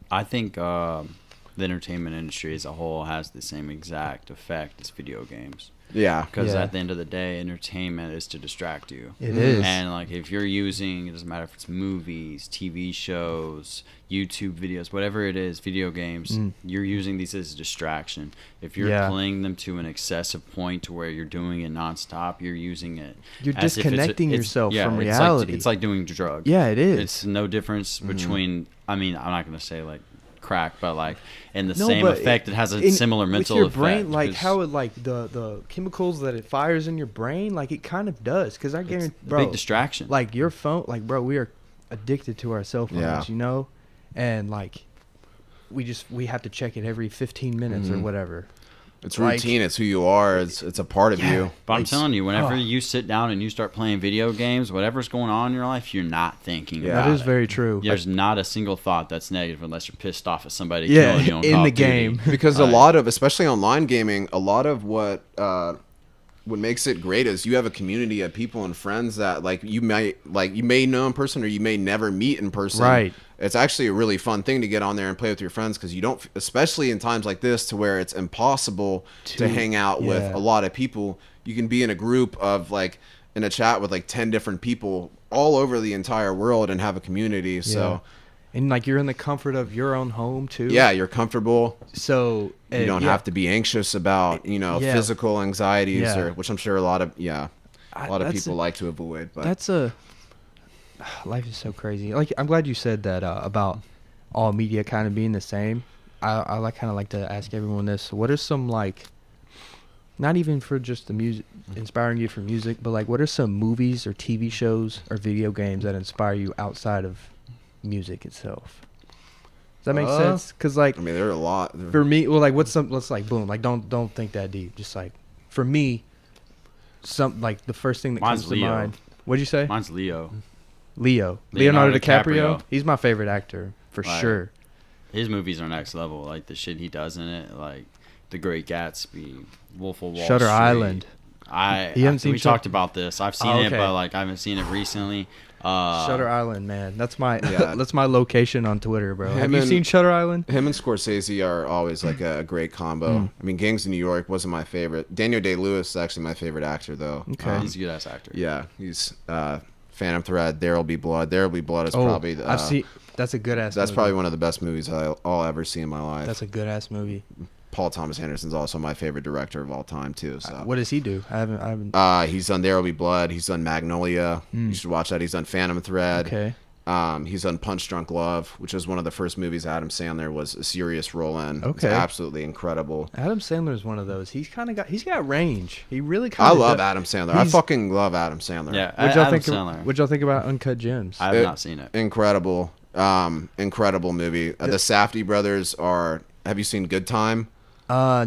Speaker 3: I think um the entertainment industry as a whole has the same exact effect as video games.
Speaker 4: Yeah,
Speaker 3: Because
Speaker 2: Yeah.
Speaker 3: at the end of the day, entertainment is to distract you.
Speaker 2: It is.
Speaker 3: And like if you're using, it doesn't matter if it's movies, TV shows, YouTube videos, whatever it is, video games, you're using these as a distraction. If you're
Speaker 2: Mm. Yeah.
Speaker 3: playing them to an excessive point to where you're doing it nonstop, you're using it.
Speaker 2: You're
Speaker 3: as if it's a-
Speaker 2: disconnecting yourself from
Speaker 3: it's like-
Speaker 2: reality.
Speaker 3: it's like doing drugs.
Speaker 2: Yeah, it is. Mm-hmm.
Speaker 3: It's no difference between. I mean, I'm not gonna say like crack, but like in the
Speaker 2: No,
Speaker 3: same
Speaker 2: but
Speaker 3: effect, it has a
Speaker 2: in-
Speaker 3: similar mental
Speaker 2: with your
Speaker 3: effect.
Speaker 2: brain, like
Speaker 3: because-
Speaker 2: how it like the the chemicals that it fires in your brain, like it kind of does. Because I
Speaker 3: it's
Speaker 2: guarantee,
Speaker 3: a
Speaker 2: bro,
Speaker 3: big distraction.
Speaker 2: like your phone, like bro, we are addicted to our cell phones,
Speaker 4: Yeah.
Speaker 2: you know, and like we just we have to check it every 15 minutes
Speaker 3: Mm-hmm.
Speaker 2: or whatever.
Speaker 4: it's
Speaker 2: Like-
Speaker 4: routine. it's who you are. It's it's a part of you.
Speaker 3: But I'm telling you, whenever
Speaker 2: oh.
Speaker 3: you sit down and you start playing video games, whatever's going on in your life, you're not thinking
Speaker 4: Yeah.
Speaker 3: about
Speaker 2: that is
Speaker 3: it.
Speaker 2: very true.
Speaker 3: There's not a single thought that's negative unless you're pissed off at somebody
Speaker 2: Yeah,
Speaker 3: killing you on
Speaker 2: in
Speaker 3: Call
Speaker 2: the
Speaker 3: of Duty.
Speaker 2: game.
Speaker 4: because a
Speaker 3: Right.
Speaker 4: lot of especially online gaming a lot of what uh what makes it great is you have a community of people and friends that like you might like you may know in person or you may never meet in person
Speaker 2: Right.
Speaker 4: it's actually a really fun thing to get on there and play with your friends because you don't especially in times like this to where it's impossible to,
Speaker 2: To-
Speaker 4: hang out with
Speaker 2: yeah.
Speaker 4: a lot of people you can be in a group of like in a chat with like 10 different people all over the entire world and have a community so
Speaker 2: and like you're in the comfort of your own home too.
Speaker 4: yeah you're comfortable
Speaker 2: So
Speaker 4: you don't have to be anxious about you know
Speaker 2: Uh, Yeah.
Speaker 4: physical anxieties
Speaker 2: Yeah.
Speaker 4: or which i'm sure a lot of yeah
Speaker 2: I-
Speaker 4: a lot of
Speaker 2: that's-
Speaker 4: people like to avoid but
Speaker 2: That's a life is so crazy. Like I'm glad you said that uh, about all media kind of being the same. I, I like kind of like to ask everyone this: What are some like, not even for just the music, inspiring you for music, but like, what are some movies or TV shows or video games that inspire you outside of music itself? Does that make
Speaker 4: Uh,
Speaker 2: sense? Because like
Speaker 4: i mean there are a lot
Speaker 2: for me, well, like what's some? Let's like boom, like don't don't think that deep. Just like for me, some like the first thing that
Speaker 3: Mine's
Speaker 2: comes
Speaker 3: Leo.
Speaker 2: to mind. What'd you say?
Speaker 3: Mine's Leo.
Speaker 2: Leo.
Speaker 3: Leonardo
Speaker 2: Leonardo, DiCaprio.
Speaker 3: DiCaprio.
Speaker 2: He's my favorite actor for
Speaker 3: Right.
Speaker 2: sure.
Speaker 3: His movies are next level. Like the shit he does in it, like The Great Gatsby, Wolf of Wall
Speaker 2: Shutter
Speaker 3: Street.
Speaker 2: Island.
Speaker 3: I,
Speaker 2: You haven't
Speaker 3: I-
Speaker 2: seen
Speaker 3: we
Speaker 2: Shut-
Speaker 3: talked about this. I've seen
Speaker 2: Oh,
Speaker 3: it,
Speaker 2: okay.
Speaker 3: but like I haven't seen it recently. Uh,
Speaker 2: Shutter Island, man. That's my
Speaker 4: Yeah.
Speaker 2: that's my location on Twitter, bro. Have you
Speaker 4: and-
Speaker 2: seen Shutter Island?
Speaker 4: him and scorsese are always like a great combo
Speaker 2: Hmm.
Speaker 4: i mean gangs of new york wasn't my favorite daniel day-lewis is actually my favorite actor though
Speaker 2: Okay.
Speaker 4: Um,
Speaker 3: He's a good ass actor.
Speaker 4: yeah he's uh phantom thread there'll be blood there'll be blood is
Speaker 2: Oh,
Speaker 4: probably the,
Speaker 2: I've
Speaker 4: uh,
Speaker 2: seen. That's a good ass.
Speaker 4: that's
Speaker 2: movie.
Speaker 4: probably one of the best movies I'll, I'll ever see in my life.
Speaker 2: That's a good ass movie.
Speaker 4: Paul Thomas Anderson's also my favorite director of all time too. So
Speaker 2: What does he do? I haven't. I haven't.
Speaker 4: Uh, he's done There Will Be Blood. He's done Magnolia. You should watch that. He's done Phantom Thread.
Speaker 2: Hmm. okay.
Speaker 4: Um, he's done Punch Drunk Love, which is one of the first movies Adam Sandler was a serious role in. It's
Speaker 2: Okay.
Speaker 4: absolutely incredible.
Speaker 2: Adam Sandler is one of those. He's kind of got. He's got range. He really.
Speaker 4: I
Speaker 2: Kinda
Speaker 4: love
Speaker 2: does-
Speaker 4: Adam Sandler. I
Speaker 2: He's-
Speaker 4: fucking love Adam Sandler.
Speaker 3: Yeah.
Speaker 2: What'd
Speaker 3: I,
Speaker 2: y'all
Speaker 3: Adam
Speaker 2: think?
Speaker 3: Sandler.
Speaker 2: What'd y'all think about Uncut Gems?
Speaker 3: I have
Speaker 4: It-
Speaker 3: not seen it.
Speaker 4: Incredible. Um, incredible movie. Uh, the Safdie brothers are. Have you seen Good Time?
Speaker 2: uh,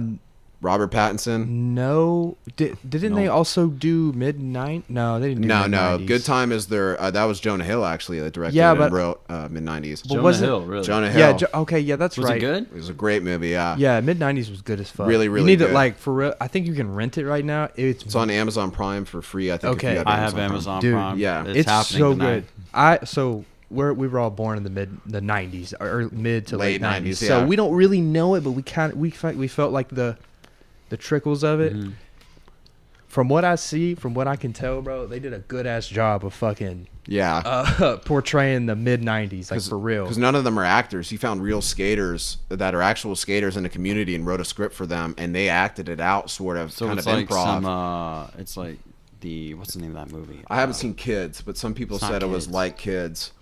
Speaker 4: Robert Pattinson.
Speaker 2: no. Did, didn't they also do Midnight? No, they didn't. Do
Speaker 4: No, no.
Speaker 2: Mid-90s.
Speaker 4: Good Time is their. Uh, that was Jonah Hill actually that directed
Speaker 2: Yeah,
Speaker 4: it
Speaker 2: but-
Speaker 4: and wrote uh, mid nineties.
Speaker 2: But
Speaker 3: Jonah
Speaker 2: was it-
Speaker 3: Hill, really.
Speaker 4: Jonah Hill.
Speaker 2: Yeah. Jo- okay. Yeah, that's
Speaker 3: was
Speaker 2: right.
Speaker 3: it good?
Speaker 4: it was a great movie. Yeah.
Speaker 2: Yeah, mid '90s was good as fuck.
Speaker 4: Really,
Speaker 2: You
Speaker 4: really
Speaker 2: need it
Speaker 4: good.
Speaker 2: like for real. I think you can rent it right now. It's
Speaker 4: It's on Amazon Prime for free. I think. if
Speaker 2: Okay.
Speaker 4: you have
Speaker 3: I have
Speaker 4: Prime.
Speaker 3: Amazon
Speaker 2: Dude,
Speaker 3: Prime.
Speaker 4: yeah.
Speaker 3: it's,
Speaker 2: it's,
Speaker 3: happening
Speaker 2: so
Speaker 3: tonight.
Speaker 2: good. I so we're we were all born in the mid the '90s or mid to late,
Speaker 4: Late
Speaker 2: 90s,
Speaker 4: 90s,
Speaker 2: so
Speaker 4: yeah.
Speaker 2: we don't really know it, but we kind of we fe- we felt like the the trickles of it. From what I see, from what I can tell, bro, they did a good ass job of fucking
Speaker 4: Yeah.
Speaker 2: uh, portraying the mid '90s, like for real.
Speaker 4: Because none of them are actors. He found real skaters that are actual skaters in the community and wrote a script for them, and they acted it out, sort of,
Speaker 3: So
Speaker 4: kind
Speaker 3: it's
Speaker 4: of
Speaker 3: like
Speaker 4: improv.
Speaker 3: some. Uh, it's like the what's the name of that movie?
Speaker 4: I haven't
Speaker 3: Uh,
Speaker 4: seen Kids, but some people
Speaker 3: it's not
Speaker 4: said it was
Speaker 3: Kids.
Speaker 4: like Kids.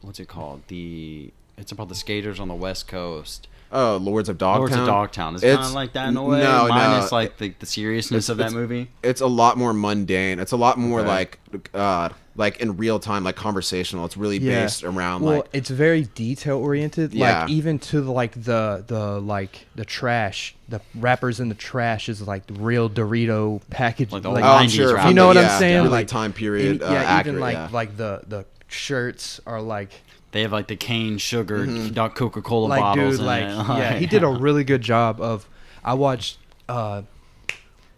Speaker 3: What's it called? The it's about the skaters on the West Coast.
Speaker 4: Oh, Lords of Dogtown.
Speaker 3: Lords of Dogtown. It's, kind of like that in a way,
Speaker 4: No,
Speaker 3: minus
Speaker 4: no.
Speaker 3: like the, the seriousness of that
Speaker 4: it's-
Speaker 3: movie.
Speaker 4: it's a lot more mundane. It's a lot more
Speaker 3: Okay.
Speaker 4: like, uh, like in real time, like conversational. It's really based around
Speaker 2: well,
Speaker 4: like
Speaker 2: it's very detail oriented.
Speaker 4: Yeah.
Speaker 2: Like even to the, like the the like the trash, the wrappers in the trash is like the real Dorito package.
Speaker 3: Like the old
Speaker 4: Oh, I'm
Speaker 3: 90s
Speaker 4: sure.
Speaker 3: rap.
Speaker 2: you know what
Speaker 4: Yeah,
Speaker 2: I'm saying?
Speaker 4: really
Speaker 2: like
Speaker 4: time period, uh,
Speaker 2: yeah, even
Speaker 4: accurate,
Speaker 2: like
Speaker 4: yeah.
Speaker 2: like the the shirts are like
Speaker 3: They have like the cane sugar Doc Coca Cola
Speaker 2: Mm-hmm. like
Speaker 3: bottles.
Speaker 2: dude
Speaker 3: in uh,
Speaker 2: like
Speaker 3: it.
Speaker 2: yeah. He did a really good job of. I watched. uh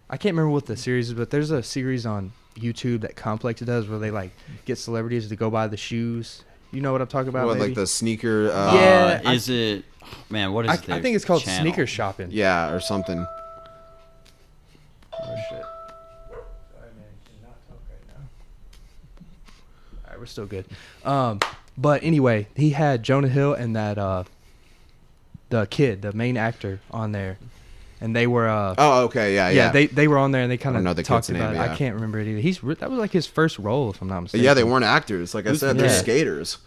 Speaker 2: I can't remember what the series is, but there's a series on YouTube that Complex does where they like get celebrities to go buy the shoes. You know what I'm talking about?
Speaker 4: What, like
Speaker 2: maybe?
Speaker 4: the sneaker? Uh,
Speaker 2: Yeah.
Speaker 4: yeah.
Speaker 3: uh,
Speaker 2: I-
Speaker 3: is it? Man, what is
Speaker 2: I,
Speaker 3: their
Speaker 2: I think it's called
Speaker 3: channel?
Speaker 2: sneaker shopping.
Speaker 4: or something.
Speaker 2: Oh shit. Sorry, man. Cannot talk right now. All right, we're still good. Um, but anyway, he had Jonah Hill and that uh, the kid, the main actor, on there, and they were uh,
Speaker 4: Oh, okay, yeah,
Speaker 2: yeah,
Speaker 4: yeah.
Speaker 2: they they were on there and they kind
Speaker 4: don't know
Speaker 2: of
Speaker 4: the kid's
Speaker 2: talked
Speaker 4: name,
Speaker 2: about. it. I
Speaker 4: yeah.
Speaker 2: can't remember it either. He's re- that was like his first role, if I'm not mistaken.
Speaker 4: yeah, they weren't actors. Like I said, they're
Speaker 2: Yeah.
Speaker 4: skaters.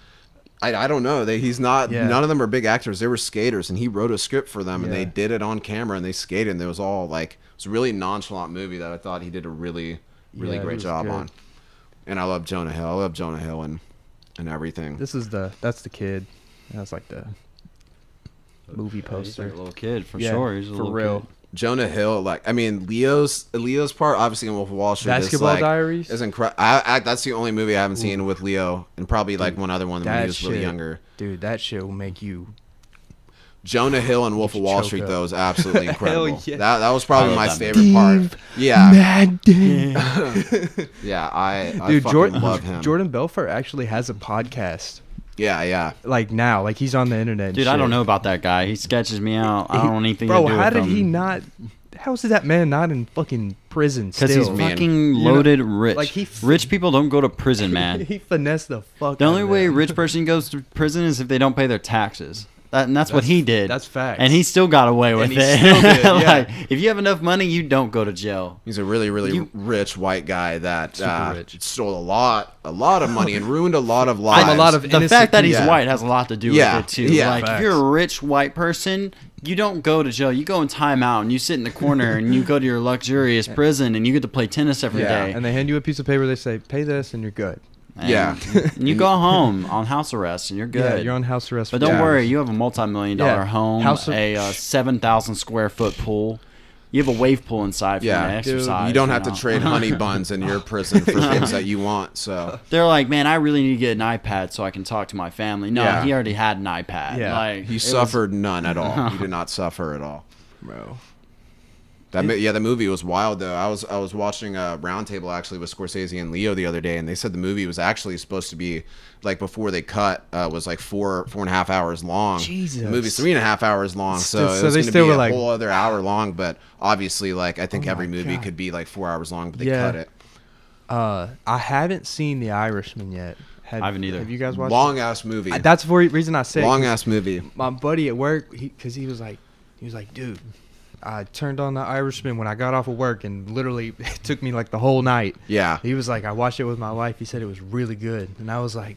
Speaker 4: I, I don't know. They, he's not.
Speaker 2: Yeah.
Speaker 4: None of them are big actors. They were skaters, and he wrote a script for them, and they
Speaker 2: Yeah.
Speaker 4: did it on camera, and they skated. And it was all like it was a really nonchalant movie that I thought he did a really, really
Speaker 2: Yeah, it
Speaker 4: great
Speaker 2: was
Speaker 4: job
Speaker 2: good.
Speaker 4: on. And I love Jonah Hill. I love Jonah Hill and and everything.
Speaker 2: This is the that's the kid. And That's like the movie
Speaker 3: Yeah, he's like
Speaker 2: poster.
Speaker 3: a little kid for
Speaker 2: Yeah,
Speaker 3: sure. He's a
Speaker 2: for
Speaker 3: little
Speaker 2: real.
Speaker 3: kid.
Speaker 4: Jonah Hill, like I mean, Leo's Leo's part obviously in Wolf of Wall Street.
Speaker 2: Basketball
Speaker 4: is, like,
Speaker 2: Diaries?
Speaker 4: is incredible. I, I, that's the only movie I haven't seen with Leo, and probably like one other one when he
Speaker 2: That
Speaker 4: was really
Speaker 2: shit,
Speaker 4: younger.
Speaker 2: dude. That shit will make you.
Speaker 4: Jonah Hill and Wolf of Wall
Speaker 2: choke
Speaker 4: Street
Speaker 2: up.
Speaker 4: though is absolutely incredible.
Speaker 2: yeah.
Speaker 4: That that was probably
Speaker 3: I love
Speaker 4: my
Speaker 3: that
Speaker 4: favorite part. Yeah,
Speaker 2: Mad
Speaker 4: yeah. I, I
Speaker 2: dude.
Speaker 4: fucking
Speaker 2: Jordan
Speaker 4: love him.
Speaker 2: Jordan Belfort actually has a podcast.
Speaker 4: Yeah, yeah.
Speaker 2: Like now, like he's on the internet. and
Speaker 3: Dude, I
Speaker 2: shit.
Speaker 3: don't know about that guy. He sketches me out. I
Speaker 2: He-
Speaker 3: don't want anything
Speaker 2: Bro,
Speaker 3: to do
Speaker 2: how
Speaker 3: with
Speaker 2: did
Speaker 3: him.
Speaker 2: he not? How is that man not in fucking prison still?
Speaker 3: Because he's
Speaker 4: Man.
Speaker 3: fucking
Speaker 2: You know,
Speaker 3: loaded rich.
Speaker 2: like, he f-
Speaker 3: rich people don't go to prison, man.
Speaker 2: he finessed the fuck.
Speaker 3: The
Speaker 2: out
Speaker 3: only
Speaker 2: of
Speaker 3: way a
Speaker 2: that.
Speaker 3: rich person goes to prison is if they don't pay their taxes. That, and that's, what
Speaker 2: That's-
Speaker 3: he did.
Speaker 2: that's facts.
Speaker 3: And he still got away with
Speaker 4: he
Speaker 3: it.
Speaker 4: still did, yeah.
Speaker 3: like, if you have enough money, you don't go to jail.
Speaker 4: He's a really, really
Speaker 3: You-
Speaker 4: rich white guy that uh,
Speaker 2: rich.
Speaker 4: stole a lot, a lot of money, and ruined a lot of lives.
Speaker 2: From a lot of
Speaker 3: the
Speaker 2: innocent
Speaker 3: fact that he's
Speaker 4: people.
Speaker 3: white has a lot to do
Speaker 4: Yeah,
Speaker 3: with it too.
Speaker 4: yeah.
Speaker 3: like if
Speaker 2: Facts.
Speaker 3: you're a rich white person, you don't go to jail. You go in timeout and you sit in the corner and you go to your luxurious prison and you get to play tennis every day.
Speaker 4: Yeah,
Speaker 2: and they hand you a piece of paper. They say, "Pay this, and you're good."
Speaker 3: And
Speaker 4: Yeah.
Speaker 3: you go home on house arrest and you're good.
Speaker 2: Yeah, you're on house arrest.
Speaker 3: But
Speaker 2: for
Speaker 3: don't
Speaker 2: two
Speaker 3: worry,
Speaker 2: hours.
Speaker 3: you have a multi-million dollar
Speaker 2: Yeah.
Speaker 3: home,
Speaker 2: House of-
Speaker 3: a uh, seven thousand square foot pool. You have a wave pool inside for
Speaker 4: Yeah,
Speaker 3: you to
Speaker 4: dude,
Speaker 3: exercise.
Speaker 4: you don't have
Speaker 3: know.
Speaker 4: to trade honey buns in your prison for things that you want. So
Speaker 3: They're like, man, I really need to get an iPad so I can talk to my family. No,
Speaker 4: Yeah.
Speaker 3: he already had an iPad.
Speaker 2: Yeah.
Speaker 3: like,
Speaker 4: he
Speaker 3: it
Speaker 4: suffered none at all. He did not suffer at all.
Speaker 2: bro.
Speaker 4: That mi- yeah, the movie was wild though. I was I was watching a roundtable actually with Scorsese and Leo the other day, and they said the movie was actually supposed to be like before they cut uh, was like four four and a half hours long.
Speaker 2: Jesus.
Speaker 4: the movie's three and a half hours long, so,
Speaker 2: Still-
Speaker 4: it
Speaker 2: so
Speaker 4: was
Speaker 2: they
Speaker 4: going to
Speaker 2: still
Speaker 4: be
Speaker 2: were
Speaker 4: a
Speaker 2: like- Oh
Speaker 4: whole other hour long. But obviously, like I think every movie
Speaker 2: God.
Speaker 4: could be like four hours long, but they
Speaker 2: Yeah.
Speaker 4: cut it
Speaker 2: Uh, I haven't seen The Irishman yet. Have,
Speaker 3: I haven't either.
Speaker 2: Have you guys watched?
Speaker 4: long ass movie,
Speaker 2: It? I- That's the re- reason I said it, 'cause
Speaker 4: long ass movie.
Speaker 2: my buddy at work because he, was like he was like dude i turned on the irishman when i got off of work and literally it took me like the whole night
Speaker 4: Yeah.
Speaker 2: he was like i watched it with my wife he said it was really good and i was like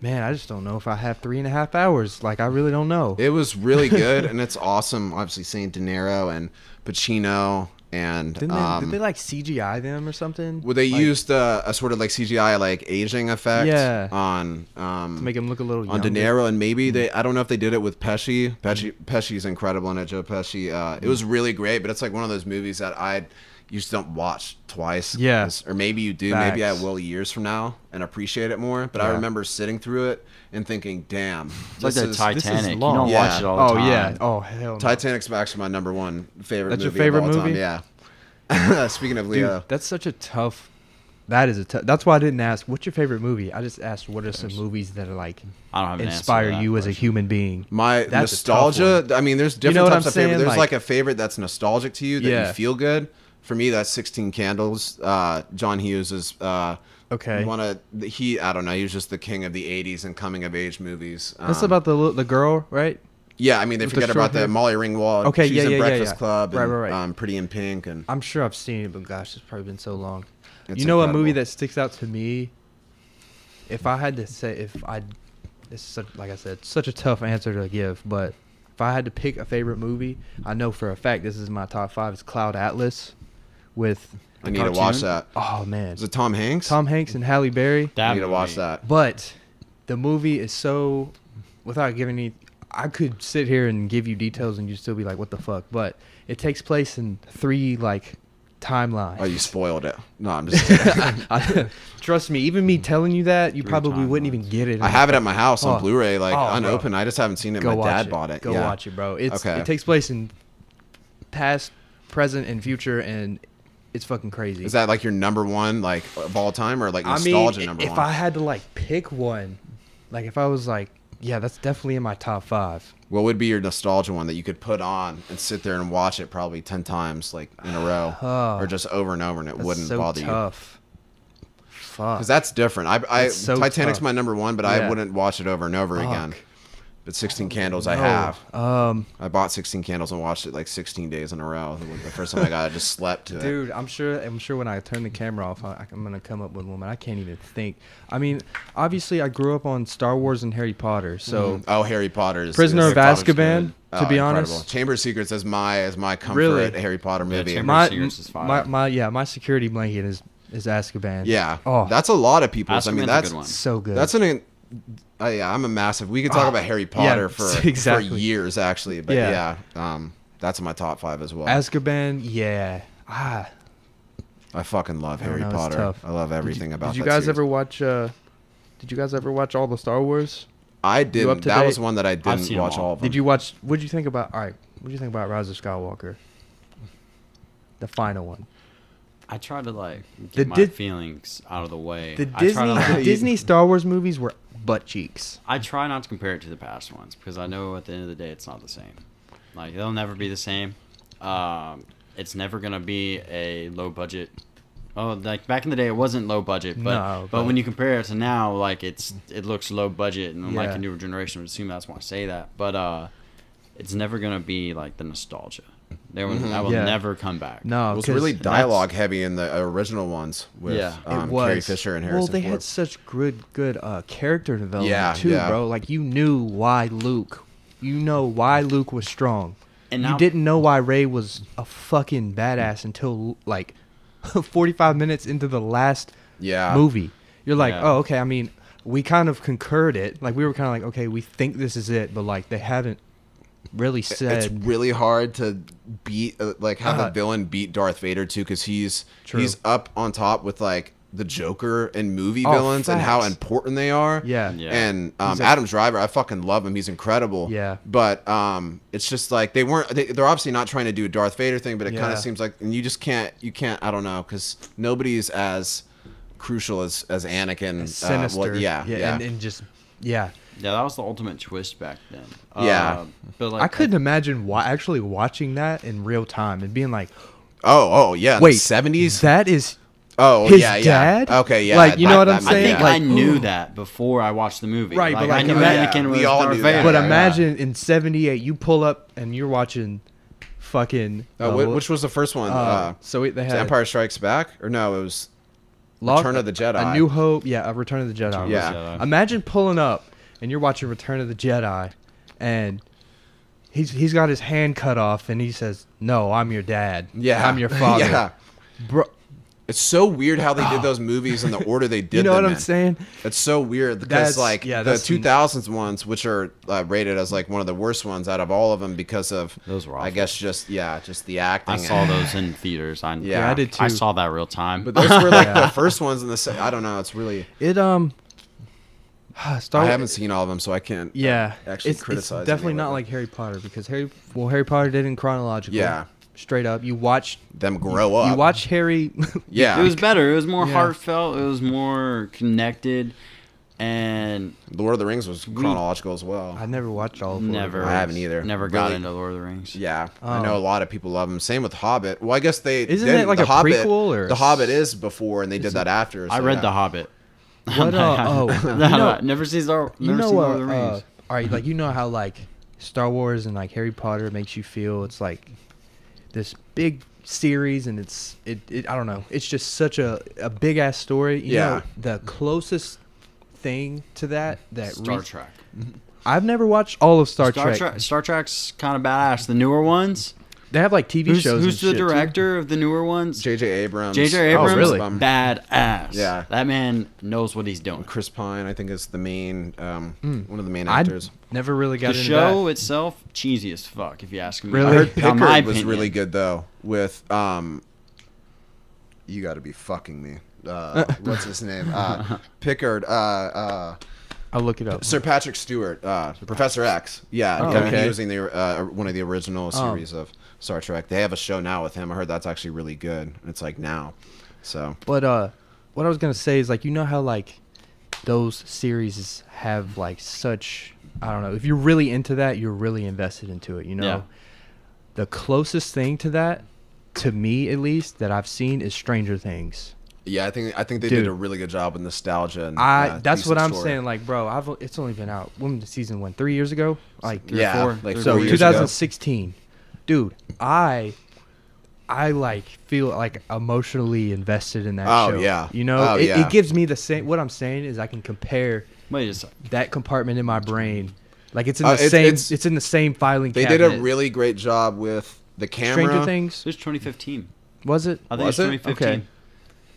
Speaker 2: man i just don't know if i have three and a half hours like i really don't know
Speaker 4: It was really good, and it's awesome. Obviously, seeing De Niro and Pacino and
Speaker 2: didn't they,
Speaker 4: um,
Speaker 2: did they like cgi them or something
Speaker 4: Well, they
Speaker 2: Like,
Speaker 4: used uh, a sort of like CGI like aging effect
Speaker 2: Yeah.
Speaker 4: on um,
Speaker 2: to make him look a little
Speaker 4: on De
Speaker 2: younger. Mm-hmm.
Speaker 4: Niro, and maybe they I don't know if they did it with Pesci. Pesci Pesci's incredible in it. Joe Pesci. Uh, it
Speaker 2: Mm-hmm.
Speaker 4: was really great, but it's like one of those movies that I you just don't watch twice.
Speaker 2: Yeah.
Speaker 4: 'Cause- or maybe you do. Maybe I
Speaker 2: Facts.
Speaker 4: will years from now and appreciate it more. But I
Speaker 2: Yeah.
Speaker 4: remember sitting through it and thinking, "Damn,
Speaker 3: was like
Speaker 4: this
Speaker 3: the
Speaker 4: is-
Speaker 2: is
Speaker 3: Titanic. You
Speaker 2: long.
Speaker 3: don't
Speaker 4: Yeah.
Speaker 3: watch it all the
Speaker 2: oh
Speaker 3: time.
Speaker 2: yeah oh hell no.
Speaker 4: Titanic's actually my number one favorite.
Speaker 2: That's your
Speaker 4: movie of
Speaker 2: favorite
Speaker 4: all time,
Speaker 2: movie?
Speaker 4: Yeah. Speaking of
Speaker 2: Dude,
Speaker 4: Leo,
Speaker 2: that's such a tough. That is a tough. That's why I didn't ask. What's your favorite movie? I just asked. What are some movies that are like
Speaker 3: I don't have an answer to
Speaker 2: inspire
Speaker 3: that
Speaker 2: you as a human being?
Speaker 4: My
Speaker 2: That's a tough
Speaker 4: nostalgia. I mean, there's different
Speaker 2: know what
Speaker 4: types
Speaker 2: I'm
Speaker 4: of favorite.
Speaker 2: saying?
Speaker 4: There's
Speaker 2: Like-
Speaker 4: like, a favorite that's nostalgic to you that
Speaker 2: Yeah.
Speaker 4: you feel good. For me, that's 16 Candles. Uh, John Hughes is uh,
Speaker 2: Okay.
Speaker 4: One of the- he, I don't know. He was just the king of the 80s and coming of age movies.
Speaker 2: That's
Speaker 4: Um,
Speaker 2: about the li- the girl, right?
Speaker 4: yeah. I mean, they
Speaker 2: with the
Speaker 4: forget
Speaker 2: short
Speaker 4: about
Speaker 2: hair.
Speaker 4: the Molly Ringwald.
Speaker 2: Okay,
Speaker 4: She's
Speaker 2: yeah,
Speaker 4: in
Speaker 2: yeah, yeah,
Speaker 4: Breakfast
Speaker 2: yeah.
Speaker 4: Club.
Speaker 2: Right,
Speaker 4: and,
Speaker 2: right, right. Uh,
Speaker 4: Um, Pretty in Pink and
Speaker 2: I'm sure I've seen it, but gosh, it's probably been so long.
Speaker 4: It's
Speaker 2: you know, a movie
Speaker 4: incredible.
Speaker 2: that sticks out to me. If I had to say, if I, it's such, like I said, such a tough answer to give, but if I had to pick a favorite movie, I know for a fact this is my top five. It's Cloud Atlas, with
Speaker 4: I need to
Speaker 3: cartoon?
Speaker 4: watch that.
Speaker 2: oh man,
Speaker 4: Is it Tom Hanks?
Speaker 2: Tom Hanks and Halle Berry.
Speaker 4: I
Speaker 3: That
Speaker 4: need to watch
Speaker 3: movie.
Speaker 4: that.
Speaker 2: But the movie is so, without giving any, I could sit here and give you details and you'd still be like, what the fuck? But it takes place in three, like, timelines.
Speaker 4: Oh, you spoiled it. No, I'm just. kidding.
Speaker 2: I- trust me, even me telling you that, you
Speaker 3: Three
Speaker 2: probably wouldn't
Speaker 3: timelines.
Speaker 2: even get it.
Speaker 4: I have it at my house on
Speaker 2: Oh.
Speaker 4: Blu-ray, like
Speaker 2: Oh, bro.
Speaker 4: unopened. I just haven't seen it.
Speaker 2: Go
Speaker 4: my
Speaker 2: watch
Speaker 4: dad
Speaker 2: it.
Speaker 4: bought it.
Speaker 2: Go
Speaker 4: yeah.
Speaker 2: watch it, bro. It's,
Speaker 4: Okay.
Speaker 2: It takes place in past, present, and future, and it's fucking crazy.
Speaker 4: Is that like your number one like of all time or like
Speaker 2: I mean,
Speaker 4: nostalgia number
Speaker 2: if
Speaker 4: one?
Speaker 2: I had to like pick one, like if I was like, yeah, that's definitely in my top five.
Speaker 4: what would be your nostalgia one that you could put on and sit there and watch it probably ten times like in a row
Speaker 2: Oh.
Speaker 4: or just over and over and it
Speaker 2: That's
Speaker 4: wouldn't
Speaker 2: so
Speaker 4: bother you?
Speaker 2: tough. Fuck.
Speaker 4: Because that's different. I, I
Speaker 2: That's so
Speaker 4: Titanic's
Speaker 2: tough.
Speaker 4: my number one, but
Speaker 2: Yeah.
Speaker 4: I wouldn't watch it over and over again.
Speaker 2: Fuck. Oh,
Speaker 4: But 16 Candles, I
Speaker 2: No.
Speaker 4: have.
Speaker 2: Um,
Speaker 4: I bought 16 Candles and watched it like 16 days in a row. The the first time I got it, I just slept to it. Mm.
Speaker 2: dude, I'm sure. I'm sure when I turn the camera off, I, I'm gonna come up with one. but I can't even think. I mean, obviously, I grew up on Star Wars and Harry Potter, so
Speaker 4: Oh, Harry Potter is
Speaker 2: Prisoner
Speaker 4: is-
Speaker 2: of
Speaker 4: Potter's
Speaker 2: Azkaban,
Speaker 4: good.
Speaker 2: to be honest.
Speaker 4: Oh, Chamber of Secrets is my is my comfort
Speaker 2: Really?
Speaker 4: Harry Potter movie.
Speaker 3: Chamber-
Speaker 2: my,
Speaker 4: Yeah,
Speaker 3: Secrets is fire.
Speaker 2: my my yeah, my security blanket is is Azkaban. Oh,
Speaker 4: that's a lot of people. I
Speaker 3: Azkaban's a
Speaker 4: mean, that's
Speaker 3: good one.
Speaker 2: so good.
Speaker 4: that's an. Uh, yeah, I'm a massive. We could talk
Speaker 2: Ah,
Speaker 4: about Harry
Speaker 2: yeah,
Speaker 4: Potter for for
Speaker 2: exactly.
Speaker 4: years actually, but
Speaker 2: Yeah.
Speaker 4: yeah, um, that's in my top five as well.
Speaker 2: Azkaban. Yeah. Ah,
Speaker 4: I fucking love
Speaker 2: don't
Speaker 4: Harry
Speaker 2: know, it's
Speaker 4: Potter.
Speaker 2: tough.
Speaker 4: I love everything
Speaker 2: did,
Speaker 4: about.
Speaker 2: Did you
Speaker 4: that
Speaker 2: guys
Speaker 4: series.
Speaker 2: ever watch? uh Did you guys ever watch all the Star Wars?
Speaker 4: I did.
Speaker 2: up
Speaker 4: not
Speaker 2: to
Speaker 4: That
Speaker 2: date?
Speaker 4: was one that I didn't
Speaker 3: seen 'em
Speaker 4: watch
Speaker 3: all.
Speaker 4: all of them.
Speaker 2: Did you watch? What did you think about? All right, what did you think about Rise of Skywalker? The final one.
Speaker 3: I try to like
Speaker 2: The
Speaker 3: get my
Speaker 2: Dis-
Speaker 3: feelings out of the way.
Speaker 2: The
Speaker 3: I try
Speaker 2: Disney,
Speaker 3: to,
Speaker 2: the
Speaker 3: like-
Speaker 2: Disney Star Wars movies were butt cheeks.
Speaker 3: I try not to compare it to the past ones because I know at the end of the day it's not the same. Like they'll never be the same. Um, it's never gonna be a low budget. Oh, like back in the day it wasn't low budget, but
Speaker 2: No,
Speaker 3: but
Speaker 2: but-
Speaker 3: when you compare it to now, like it's it looks low budget, and like
Speaker 2: Yeah.
Speaker 3: a newer generation would assume that's why I say that. But uh, it's never gonna be like the nostalgia. There will, that will
Speaker 2: Mm-hmm. Yeah.
Speaker 3: never come back.
Speaker 2: No,
Speaker 4: It was
Speaker 2: 'cause-
Speaker 4: really
Speaker 2: It
Speaker 4: dialogue heavy in the original ones with
Speaker 3: Yeah. It
Speaker 4: um,
Speaker 2: was.
Speaker 4: Carrie Fisher and Harrison
Speaker 2: Well, they
Speaker 4: Ford.
Speaker 2: had such good good uh, character development
Speaker 4: Yeah,
Speaker 2: too,
Speaker 4: yeah.
Speaker 2: bro. Like you knew why Luke, you know why Luke was strong,
Speaker 3: And
Speaker 2: and you
Speaker 3: now-
Speaker 2: didn't know why Ray was a fucking badass until like forty five minutes into the last
Speaker 4: yeah.
Speaker 2: movie. You're like,
Speaker 3: Yeah.
Speaker 2: oh, okay. I mean, we kind of concurred it. Like we were kind of like, okay, we think this is it, but like they haven't really
Speaker 4: It's uh,
Speaker 2: said.
Speaker 4: really hard to beat, uh, like, have
Speaker 2: Uh,
Speaker 4: a villain beat Darth Vader too, because he's
Speaker 2: True.
Speaker 4: he's up on top with like the Joker and movie
Speaker 2: Oh,
Speaker 4: villains and how
Speaker 2: facts.
Speaker 4: important they are.
Speaker 2: yeah.
Speaker 3: Yeah.
Speaker 4: And um,
Speaker 2: He's a-
Speaker 4: Adam Driver, I fucking love him. He's incredible.
Speaker 2: Yeah.
Speaker 4: But um, it's just like they weren't. They, they're obviously not trying to do a Darth Vader thing, but it kind
Speaker 2: Yeah.
Speaker 4: of seems like, and you just can't. You can't. I don't know, because nobody's as crucial as as Anakin. uh, well,
Speaker 2: Sinister.
Speaker 4: yeah. Yeah.
Speaker 2: And, and just yeah.
Speaker 3: Yeah, that was the ultimate twist back then.
Speaker 4: Yeah.
Speaker 3: Uh, but like
Speaker 2: I couldn't imagine wa- actually watching that in real time and being like,
Speaker 4: oh. Oh. Yeah. in the
Speaker 2: wait,
Speaker 4: Seventies.
Speaker 2: That is
Speaker 4: Oh,
Speaker 2: his
Speaker 4: yeah, yeah.
Speaker 2: dad?
Speaker 4: Okay, yeah.
Speaker 2: Like, you know what I'm
Speaker 4: might-
Speaker 3: I
Speaker 2: saying?
Speaker 3: think
Speaker 4: yeah.
Speaker 3: I
Speaker 2: like-
Speaker 3: knew that before I watched the movie.
Speaker 2: Right, but, like,
Speaker 3: I knew
Speaker 2: ima-
Speaker 3: Anakin was
Speaker 4: we all
Speaker 3: Darth
Speaker 4: knew that.
Speaker 3: Vader.
Speaker 2: But
Speaker 4: Yeah,
Speaker 2: imagine in '78, you pull up and you're watching, fucking.
Speaker 4: Uh, wh- which was the first one?
Speaker 2: uh,
Speaker 4: Uh,
Speaker 2: so it, they
Speaker 4: was
Speaker 2: had
Speaker 4: Empire Strikes Back, or no? It was
Speaker 2: Lost-
Speaker 4: Return of the Jedi.
Speaker 2: A New Hope, yeah, a Return of the Jedi.
Speaker 4: Yeah.
Speaker 3: Jedi.
Speaker 2: Imagine pulling up and you're watching Return of the Jedi, and he's he's got his hand cut off and he says, "No, I'm your dad.
Speaker 4: yeah.
Speaker 2: I'm your father."
Speaker 4: yeah,
Speaker 2: Bro,
Speaker 4: it's so weird how they did those movies in the order they did.
Speaker 2: you know what
Speaker 4: them
Speaker 2: I'm
Speaker 4: in.
Speaker 2: saying?
Speaker 4: It's so weird because
Speaker 2: That's-
Speaker 4: like
Speaker 2: yeah,
Speaker 4: the
Speaker 2: that's-
Speaker 4: 2000s ones, which are uh, rated as like one of the worst ones out of all of them because of
Speaker 3: Those were
Speaker 4: I
Speaker 3: awful.
Speaker 4: guess just yeah, just the acting.
Speaker 3: I saw those in theaters. I,
Speaker 4: Yeah, I
Speaker 2: did
Speaker 3: I
Speaker 2: too.
Speaker 3: saw that real time.
Speaker 4: But those were like the first ones in the. Se- I don't know. It's really.
Speaker 2: It um, Star
Speaker 4: I haven't seen all of them, so I can't. uh,
Speaker 2: Yeah,
Speaker 4: actually
Speaker 2: it's,
Speaker 4: criticize any
Speaker 2: It's definitely
Speaker 4: of
Speaker 2: not
Speaker 4: it.
Speaker 2: like Harry Potter because Harry. Well, Harry Potter did in chronological.
Speaker 4: Yeah.
Speaker 2: straight up. You watched.
Speaker 4: them grow up.
Speaker 2: You watch Harry.
Speaker 4: Yeah,
Speaker 3: it was better. It was more
Speaker 2: Yeah.
Speaker 3: heartfelt. It was more connected, and
Speaker 4: Lord of the Rings was chronological as well.
Speaker 2: I never watched all of Lord of the
Speaker 3: never.
Speaker 4: I haven't either.
Speaker 3: Never got
Speaker 4: Really?
Speaker 3: into Lord of the Rings.
Speaker 4: Yeah, I
Speaker 2: Oh.
Speaker 4: know a lot of people love them. Same with Hobbit. Well, I guess they
Speaker 2: Isn't
Speaker 4: they-
Speaker 2: it like
Speaker 4: the
Speaker 2: a prequel or-
Speaker 4: the Hobbit is before, and they did that after.
Speaker 3: I
Speaker 4: so
Speaker 3: read
Speaker 4: yeah.
Speaker 3: The Hobbit.
Speaker 2: Rings. What? Uh, oh,
Speaker 3: No,
Speaker 2: you
Speaker 3: no,
Speaker 2: know,
Speaker 3: never seen Star.
Speaker 2: you
Speaker 3: never
Speaker 2: know
Speaker 3: seen
Speaker 2: what?
Speaker 3: Lord of the
Speaker 2: uh,
Speaker 3: Rings.
Speaker 2: all right, like you know how like Star Wars and like Harry Potter makes you feel it's like this big series and it's it, it I don't know it's just such a a big ass story. You
Speaker 4: Yeah.
Speaker 2: know, the closest thing to that that
Speaker 3: Star
Speaker 2: re-
Speaker 3: Trek.
Speaker 2: I've never watched all of Star,
Speaker 3: Star
Speaker 2: Trek.
Speaker 3: Trek. Star Trek's kind of badass. The newer ones.
Speaker 2: They have like TV
Speaker 3: Who's,
Speaker 2: shows.
Speaker 3: who's
Speaker 2: and
Speaker 3: the
Speaker 2: shit, too.
Speaker 3: director of the newer ones?
Speaker 4: J.J. Abrams.
Speaker 3: J.J.
Speaker 4: Oh,
Speaker 3: Abrams,
Speaker 2: really?
Speaker 4: um,
Speaker 3: badass.
Speaker 4: Yeah.
Speaker 3: that man knows what he's doing.
Speaker 4: Chris Pine, I think, is the main um,
Speaker 2: Hmm.
Speaker 4: one of the main
Speaker 2: I
Speaker 4: actors.
Speaker 2: never really got
Speaker 3: The
Speaker 2: into
Speaker 3: show
Speaker 2: that.
Speaker 3: itself, cheesy as fuck. If you ask me,
Speaker 2: Really?
Speaker 4: I heard
Speaker 3: Now, my
Speaker 4: Pickard was
Speaker 3: opinion.
Speaker 4: really good though. With um, you got to be fucking me. Uh, what's his name? Uh, Pickard. Uh, uh,
Speaker 2: I'll look it up.
Speaker 4: Sir Patrick Stewart, uh, Professor X. Yeah,
Speaker 2: Oh,
Speaker 4: I mean,
Speaker 2: okay.
Speaker 4: uh,
Speaker 2: Oh.
Speaker 4: he was in the uh, one of the original series of Star Trek. They have a show now with him. I heard that's actually really good. And It's like now, so
Speaker 2: But uh, what I was gonna say is like you know how like those series have like such I don't know if you're really into that you're really invested into it you know.
Speaker 3: Yeah.
Speaker 2: The closest thing to that, to me at least, that I've seen is Stranger Things.
Speaker 4: yeah, I think I think they
Speaker 2: Dude.
Speaker 4: did a really good job with nostalgia. And,
Speaker 2: I
Speaker 4: uh,
Speaker 2: that's what
Speaker 4: decent
Speaker 2: I'm
Speaker 4: story.
Speaker 2: saying. Like, bro, I've it's only been out when did season one three years ago. Like,
Speaker 3: Three or
Speaker 4: yeah,
Speaker 3: four-
Speaker 4: like
Speaker 3: three or
Speaker 4: four
Speaker 2: so
Speaker 3: four
Speaker 4: years
Speaker 3: years
Speaker 4: ago.
Speaker 2: 2016, dude. I I like feel like emotionally invested in that
Speaker 4: Oh,
Speaker 2: show.
Speaker 4: yeah.
Speaker 2: you know,
Speaker 4: Oh,
Speaker 2: it,
Speaker 4: yeah.
Speaker 2: it gives me the same. What I'm saying is I can compare
Speaker 3: Wait a second.
Speaker 2: that compartment in my brain. Like it's in
Speaker 4: Uh,
Speaker 2: the
Speaker 4: it's-
Speaker 2: same. It's,
Speaker 4: it's-
Speaker 2: in the same filing.
Speaker 4: They
Speaker 2: cabinet.
Speaker 4: did a really great job with the camera.
Speaker 2: Stranger Things.
Speaker 3: It's 2015.
Speaker 2: Was it?
Speaker 3: I think
Speaker 4: Was
Speaker 3: it's
Speaker 4: it?
Speaker 3: 2015.
Speaker 2: Okay.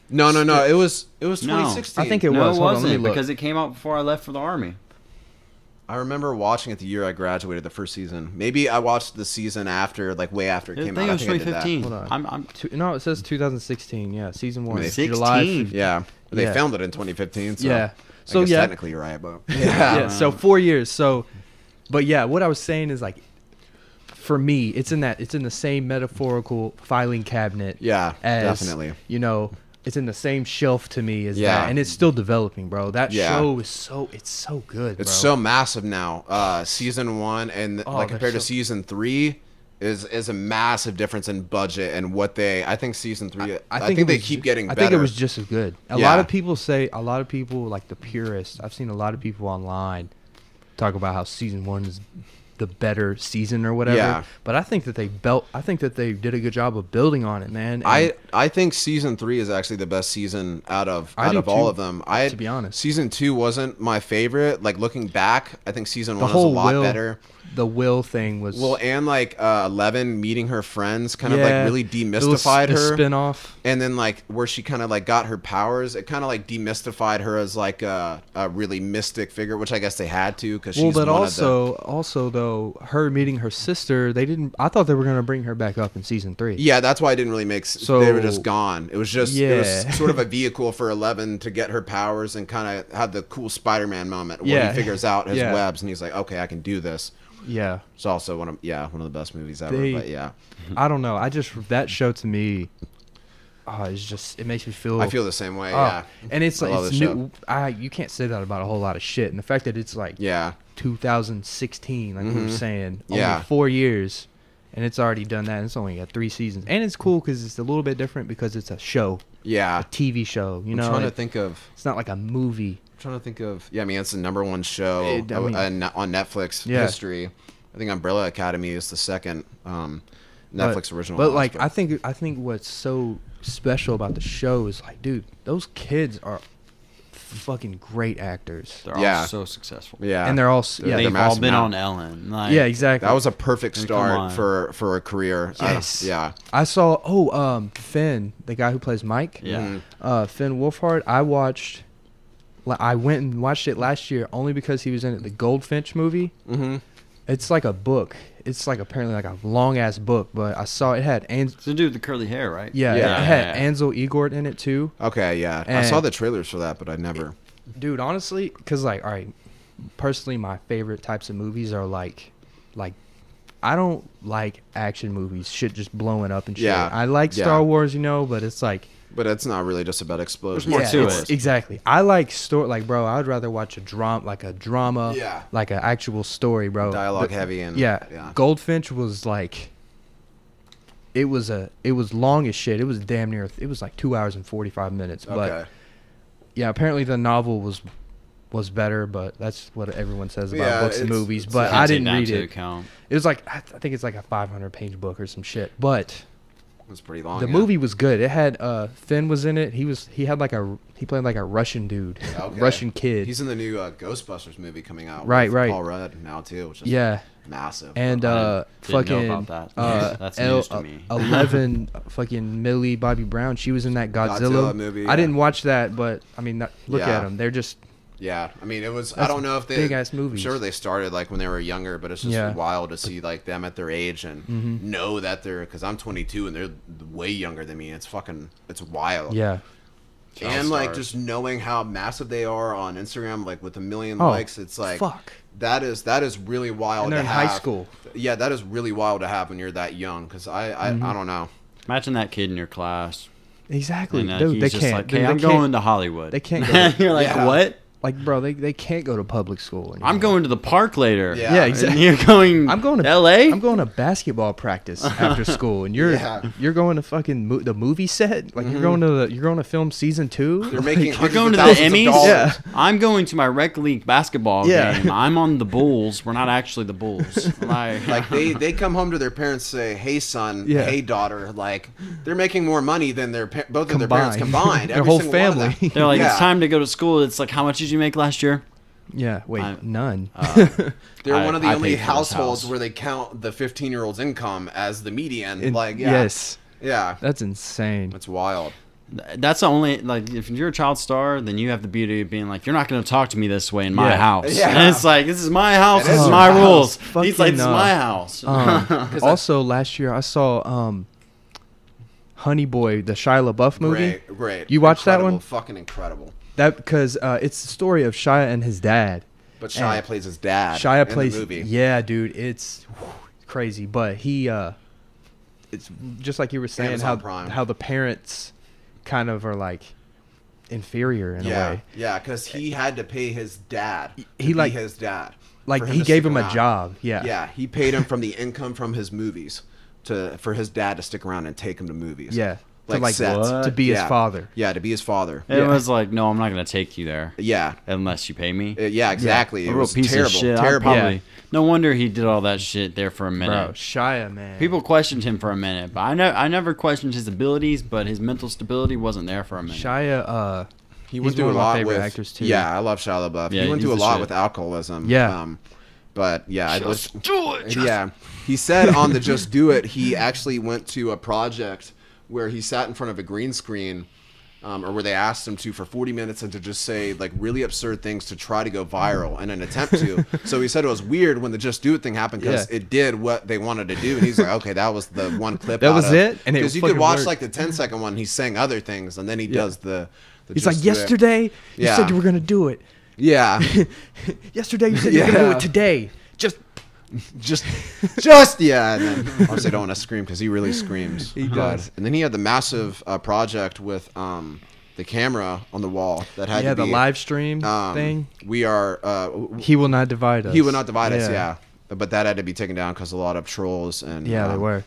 Speaker 4: No, no, no. It was it was
Speaker 3: No.
Speaker 4: 2016.
Speaker 2: I think it
Speaker 3: no,
Speaker 2: was. Hold
Speaker 3: it
Speaker 2: on, let
Speaker 3: wasn't
Speaker 2: me look.
Speaker 3: because it came out before I left for the army.
Speaker 4: I remember watching it the year I graduated, the first season. Maybe I watched the season after, like way after it
Speaker 3: I
Speaker 4: came
Speaker 3: think
Speaker 4: out.
Speaker 3: it was
Speaker 4: I think I did that.
Speaker 3: 2015.
Speaker 2: Hold on.
Speaker 3: I'm, I'm,
Speaker 2: Two, no, it says 2016. Yeah, season one.
Speaker 4: Wait,
Speaker 2: July
Speaker 3: 16?
Speaker 2: 15th.
Speaker 4: Yeah, they
Speaker 2: Yeah.
Speaker 4: filmed it in 2015. So
Speaker 2: Yeah.
Speaker 4: I
Speaker 2: So,
Speaker 4: guess
Speaker 2: yeah.
Speaker 4: technically you're right, but
Speaker 2: yeah.
Speaker 4: yeah, Mm.
Speaker 2: So four years. So, but yeah, what I was saying is like, for me, it's in that it's in the same metaphorical filing cabinet.
Speaker 4: Yeah,
Speaker 2: as,
Speaker 4: definitely.
Speaker 2: You know, it's in the same shelf to me as
Speaker 4: Yeah.
Speaker 2: that, and it's still developing, bro. That
Speaker 4: Yeah.
Speaker 2: show is so it's so good.
Speaker 4: it's
Speaker 2: bro.
Speaker 4: so massive now. Uh, season one and
Speaker 2: Oh,
Speaker 4: like compared
Speaker 2: they're
Speaker 4: to
Speaker 2: so-
Speaker 4: season three. Is, is a massive difference in budget and what they I think season three I, think,
Speaker 2: it
Speaker 4: they
Speaker 2: was
Speaker 4: keep
Speaker 2: ju-
Speaker 4: getting
Speaker 2: I
Speaker 4: better.
Speaker 2: think it was just as good. A
Speaker 4: Yeah.
Speaker 2: lot of people say, a lot of people like the purists. I've seen a lot of people online talk about how season one is the better season or whatever.
Speaker 4: Yeah.
Speaker 2: But I think that they built. I think that they did a good job of building on it, man. And
Speaker 4: I I think season three is actually the best season out of
Speaker 2: I
Speaker 4: out
Speaker 2: do
Speaker 4: of all
Speaker 2: too,
Speaker 4: of them. I
Speaker 2: to be honest.
Speaker 4: season two wasn't my favorite. Like looking back, I think season
Speaker 2: the
Speaker 4: one
Speaker 2: whole
Speaker 4: is a lot
Speaker 2: will,
Speaker 4: better.
Speaker 2: The will thing was
Speaker 4: Well, and like uh, Eleven meeting her friends, kind of like really demystified her.
Speaker 2: Spin off.
Speaker 4: and then like where she kind of like got her powers, it kind of like demystified her as like a, a really mystic figure, which I guess they had to because she's
Speaker 2: Well, but
Speaker 4: one of
Speaker 2: also, also though, her meeting her sister, they didn't. I thought they were gonna bring her back up in season three.
Speaker 4: the yeah. That's why it didn't really make sense. they were
Speaker 2: So-
Speaker 4: just gone. It was just it
Speaker 2: Yeah.
Speaker 4: was sort of a vehicle for Eleven to get her powers and kind of have the cool Spider-Man moment where
Speaker 2: Yeah.
Speaker 4: he figures out his
Speaker 2: Yeah.
Speaker 4: webs and he's like, okay, I can do this.
Speaker 2: Yeah.
Speaker 4: It's also one of yeah one of the best movies ever.
Speaker 2: They-
Speaker 4: but yeah,
Speaker 2: I don't know. I just that show to me, oh, it's just it makes me feel.
Speaker 4: I feel the same way.
Speaker 2: oh.
Speaker 4: yeah,
Speaker 2: And it's
Speaker 4: I
Speaker 2: like
Speaker 4: love
Speaker 2: it's
Speaker 4: this show.
Speaker 2: new. I you can't say that about a whole lot of shit. And the fact that it's like
Speaker 4: yeah. Mm-hmm.
Speaker 2: 2016, like we were saying,
Speaker 4: Yeah.
Speaker 2: only four years, and it's already done that. And it's only got three seasons, and it's cool because it's a little bit different because it's a show,
Speaker 4: Yeah.
Speaker 2: a TV show. You
Speaker 4: I'm
Speaker 2: know,
Speaker 4: trying to
Speaker 2: It-
Speaker 4: think of.
Speaker 2: it's not like a movie.
Speaker 4: I'm trying to think of. Yeah, I mean, it's the number one show
Speaker 2: It- I
Speaker 4: of-
Speaker 2: mean-
Speaker 4: uh, ne- on Netflix
Speaker 2: Yeah.
Speaker 4: history. I think Umbrella Academy is the second um,
Speaker 2: but-
Speaker 4: Netflix original.
Speaker 2: But
Speaker 4: one,
Speaker 2: like, I think I think what's so special about the show is like, dude, those kids are fucking great actors.
Speaker 3: they're all
Speaker 4: Yeah.
Speaker 3: so successful.
Speaker 4: yeah,
Speaker 2: and they're all s- yeah,
Speaker 4: they're
Speaker 3: They've all
Speaker 4: massive
Speaker 3: been
Speaker 4: now.
Speaker 3: on Ellen. Like,
Speaker 2: Yeah, exactly.
Speaker 4: That was a perfect
Speaker 3: Come
Speaker 4: start
Speaker 3: on.
Speaker 4: for for a career. Uh,
Speaker 2: Yes.
Speaker 4: yeah.
Speaker 2: I saw. Oh, um, Finn, the guy who plays Mike.
Speaker 3: Yeah.
Speaker 4: Mhm.
Speaker 2: Uh, Finn Wolfhard. I watched. li- I went and watched it last year only because he was in it. The Goldfinch movie.
Speaker 4: Mm-hmm.
Speaker 2: It's like a book. It's like apparently like a long ass book, but I saw it had Anz-
Speaker 3: It's the dude with the curly hair, right?
Speaker 2: yeah,
Speaker 4: Yeah.
Speaker 2: it had Ansel Elgort in it too.
Speaker 4: Okay. Yeah. I
Speaker 2: And-
Speaker 4: saw the trailers for that, but I never.
Speaker 2: dude honestly because like all right personally my favorite types of movies are like like i don't like action movies shit just blowing up and shit
Speaker 4: Yeah,
Speaker 2: i like
Speaker 4: yeah.
Speaker 2: star wars you know but it's like
Speaker 4: But it's not really just about explosions.
Speaker 3: more
Speaker 2: yeah,
Speaker 3: to
Speaker 2: it's-
Speaker 3: it.
Speaker 2: exactly i like story like bro i'd rather watch a drama like a drama
Speaker 4: Yeah.
Speaker 2: like an actual story bro
Speaker 4: Dialogue
Speaker 2: But-
Speaker 4: heavy and
Speaker 2: yeah,
Speaker 4: yeah.
Speaker 2: goldfinch was like it was a it was long as shit it was damn near it was like two hours and 45 minutes but
Speaker 4: Okay.
Speaker 2: yeah, apparently the novel was was better, but that's what everyone says about
Speaker 4: Yeah,
Speaker 2: books and
Speaker 4: it's-
Speaker 2: movies.
Speaker 4: it's
Speaker 2: But
Speaker 4: not
Speaker 2: I
Speaker 3: Take
Speaker 2: didn't
Speaker 3: that
Speaker 2: read
Speaker 3: into
Speaker 2: it.
Speaker 3: Account.
Speaker 2: It was like I, th- I think it's like a 500 page book or some shit. But
Speaker 4: It's pretty
Speaker 3: Oh,
Speaker 4: long.
Speaker 2: the
Speaker 4: yeah.
Speaker 2: movie was good. It had uh, Finn was in it. He was he had like a he played like a Russian dude,
Speaker 4: Okay.
Speaker 2: Russian kid.
Speaker 4: He's in the new uh, Ghostbusters movie coming out.
Speaker 2: Right,
Speaker 4: with
Speaker 2: right.
Speaker 4: Paul Rudd now too, which is
Speaker 2: yeah,
Speaker 4: massive.
Speaker 2: and
Speaker 3: I
Speaker 2: uh,
Speaker 3: didn't know
Speaker 2: fucking
Speaker 3: about that.
Speaker 2: uh,
Speaker 3: That's
Speaker 2: El-
Speaker 3: news to me.
Speaker 2: eleven uh, fucking Millie Bobby Brown. She was in that Godzilla,
Speaker 4: Godzilla movie,
Speaker 2: I
Speaker 4: yeah.
Speaker 2: didn't watch that, but I mean, that, look
Speaker 4: Yeah.
Speaker 2: at them. They're just
Speaker 4: Yeah, I mean, it was. I
Speaker 2: That's
Speaker 4: don't know if they
Speaker 2: big-ass movies.
Speaker 4: I'm sure they started like when they were younger, but it's just
Speaker 2: Yeah. Mm-hmm.
Speaker 4: wild to see like them at their age and know that they're because I'm 22 and they're way younger than me. It's fucking. It's wild.
Speaker 2: yeah.
Speaker 4: and like
Speaker 3: stars.
Speaker 4: just knowing how massive they are on Instagram, like with a million
Speaker 2: Oh,
Speaker 4: likes, it's like
Speaker 2: fuck.
Speaker 4: That is that is really wild.
Speaker 2: And they're
Speaker 4: to
Speaker 2: in high
Speaker 4: have.
Speaker 2: school.
Speaker 4: Yeah, that is really wild to have when you're that young. Because I I,
Speaker 2: Mm-hmm.
Speaker 4: I don't know.
Speaker 3: Imagine that kid in your class.
Speaker 2: Exactly,
Speaker 3: And uh,
Speaker 2: dude.
Speaker 3: he's
Speaker 2: They
Speaker 3: just
Speaker 2: can't.
Speaker 3: like,
Speaker 2: dude,
Speaker 3: hey,
Speaker 2: they
Speaker 3: I'm
Speaker 2: can't-
Speaker 3: going to Hollywood.
Speaker 2: they can't go
Speaker 3: You're like,
Speaker 4: Yeah.
Speaker 3: what?
Speaker 2: Like, bro, they, they can't go to public school anymore.
Speaker 3: I'm going to the park later.
Speaker 4: Yeah.
Speaker 2: Yeah,
Speaker 4: And
Speaker 3: And
Speaker 2: exactly.
Speaker 3: you're going.
Speaker 2: I'm going to
Speaker 3: L.A.
Speaker 2: I'm going to basketball practice after school, and you're
Speaker 4: Yeah. Mm-hmm.
Speaker 2: you're going to fucking mo- the movie set. Like you're going to the you're going to film season two.
Speaker 4: They're making.
Speaker 3: We're
Speaker 4: hundreds
Speaker 3: going
Speaker 4: of
Speaker 3: to the
Speaker 4: thousands of
Speaker 3: Emmys.
Speaker 4: dollars.
Speaker 2: Yeah.
Speaker 3: I'm going to my rec league basketball
Speaker 2: Yeah.
Speaker 3: game. I'm on the Bulls. We're not actually the Bulls. Like,
Speaker 4: Like they, they come home to their parents say, "Hey son,
Speaker 2: Yeah.
Speaker 4: hey daughter." Like they're making more money than their pa- both of their parents
Speaker 2: combined,
Speaker 4: combined.
Speaker 2: their
Speaker 4: every
Speaker 2: whole
Speaker 4: single one of them.
Speaker 2: family.
Speaker 3: they're like,
Speaker 4: Yeah.
Speaker 3: it's time to go to school. It's like, how much did you make last year?
Speaker 2: yeah, wait,
Speaker 3: I'm-
Speaker 2: none.
Speaker 4: uh, They're
Speaker 3: I-
Speaker 4: one of the
Speaker 3: I
Speaker 4: only
Speaker 3: paid for this
Speaker 4: households
Speaker 3: house.
Speaker 4: where they count the 15 year old's income as the median.
Speaker 2: And-
Speaker 4: like, yeah.
Speaker 2: yes,
Speaker 4: Yeah.
Speaker 2: that's insane.
Speaker 4: It's wild.
Speaker 3: Th- That's the only like if you're a child star, then you have the beauty of being like, you're not going to talk to me this way in my
Speaker 2: Yeah.
Speaker 3: house.
Speaker 4: Yeah.
Speaker 3: And it's like, this is my house.
Speaker 4: It
Speaker 3: This
Speaker 4: is
Speaker 3: is
Speaker 4: your
Speaker 3: my
Speaker 4: house.
Speaker 3: rules. He's
Speaker 2: Fucking,
Speaker 3: like, this is
Speaker 2: uh,
Speaker 3: my house.
Speaker 2: Um, also, last year I saw um, Honey Boy, the Shia LaBeouf movie.
Speaker 4: Great. Great.
Speaker 2: You watched that
Speaker 4: Incredible,
Speaker 2: one?
Speaker 4: Fucking incredible.
Speaker 2: That because uh, it's the story of Shia and his dad.
Speaker 4: But Shia
Speaker 2: And-
Speaker 4: plays his dad. in
Speaker 2: Shia
Speaker 4: the
Speaker 2: plays.
Speaker 4: movie.
Speaker 2: Yeah, dude, it's whew, crazy. But he, uh, it's just like you were saying
Speaker 4: Amazon
Speaker 2: how
Speaker 4: Prime.
Speaker 2: how the parents kind of are like inferior in a
Speaker 4: Yeah.
Speaker 2: way.
Speaker 4: Yeah. Because he had to pay his dad. to
Speaker 2: He, like-
Speaker 4: be his dad.
Speaker 2: Like
Speaker 4: for
Speaker 2: he
Speaker 4: to
Speaker 2: gave
Speaker 4: stick
Speaker 2: him a
Speaker 4: around.
Speaker 2: job. Yeah.
Speaker 4: Yeah. He paid him from the income from his movies to for his dad to stick around and take him to movies.
Speaker 2: Yeah.
Speaker 4: Like,
Speaker 2: to like
Speaker 4: sets.
Speaker 2: to be
Speaker 4: Yeah.
Speaker 2: his father.
Speaker 4: Yeah. To be his father.
Speaker 3: it
Speaker 2: yeah.
Speaker 3: was like, no, I'm not going to take you there
Speaker 4: Yeah.
Speaker 3: unless you pay me.
Speaker 4: Uh, Yeah, exactly.
Speaker 3: A
Speaker 4: It
Speaker 3: real
Speaker 4: was
Speaker 3: piece
Speaker 4: terrible.
Speaker 3: of shit. I
Speaker 4: Terrible.
Speaker 3: probably- No wonder he did all that shit there for a
Speaker 2: Bro,
Speaker 3: minute.
Speaker 2: Shia man.
Speaker 3: People questioned him for a minute, but I know I never questioned his abilities, but his mental stability wasn't there for a minute.
Speaker 2: Shia. Uh,
Speaker 4: He
Speaker 2: he's
Speaker 4: went through
Speaker 2: one
Speaker 4: a
Speaker 2: of my
Speaker 4: lot
Speaker 2: favorite
Speaker 4: with
Speaker 2: actors too.
Speaker 4: Yeah, I love Shia LaBeouf.
Speaker 3: Yeah,
Speaker 4: he went
Speaker 3: he's
Speaker 4: through a
Speaker 3: the
Speaker 4: lot
Speaker 3: shit.
Speaker 4: with alcoholism.
Speaker 2: Yeah.
Speaker 4: Um, but yeah, I was,
Speaker 3: do it.
Speaker 4: yeah, he said on the Just Do It, he actually went to a project where he sat in front of a green screen. Um, or where they asked him to for 40 minutes and to just say like really absurd things to try to go viral in an attempt to. so he said it was weird when the Just Do It thing happened because
Speaker 2: Yeah.
Speaker 4: it did what they wanted to do. And he's like, okay, that was the one clip.
Speaker 2: That
Speaker 4: out
Speaker 2: was
Speaker 4: of-
Speaker 2: it? And it
Speaker 4: because you could
Speaker 2: fucking
Speaker 4: watch
Speaker 2: worked.
Speaker 4: like the 10 second one. He's saying other things and then he does the. the
Speaker 2: He's
Speaker 4: Just
Speaker 2: like
Speaker 4: Do It.
Speaker 2: yesterday. You
Speaker 4: Yeah.
Speaker 2: said you were gonna do it.
Speaker 4: Yeah.
Speaker 2: Yesterday you said you were gonna do
Speaker 4: Yeah.
Speaker 2: it. Today, just
Speaker 4: just just yeah and then, obviously I don't want to scream because he really screams he
Speaker 2: does.
Speaker 4: and then he had the massive uh, project with um the camera on the wall that had
Speaker 2: yeah.
Speaker 4: to
Speaker 2: The
Speaker 4: be,
Speaker 2: live stream
Speaker 4: um,
Speaker 2: thing.
Speaker 4: we are uh w-
Speaker 2: He will not divide us.
Speaker 4: he would not divide us yeah but that had to be taken down because a lot of trolls and
Speaker 2: Yeah, they
Speaker 4: um,
Speaker 2: were.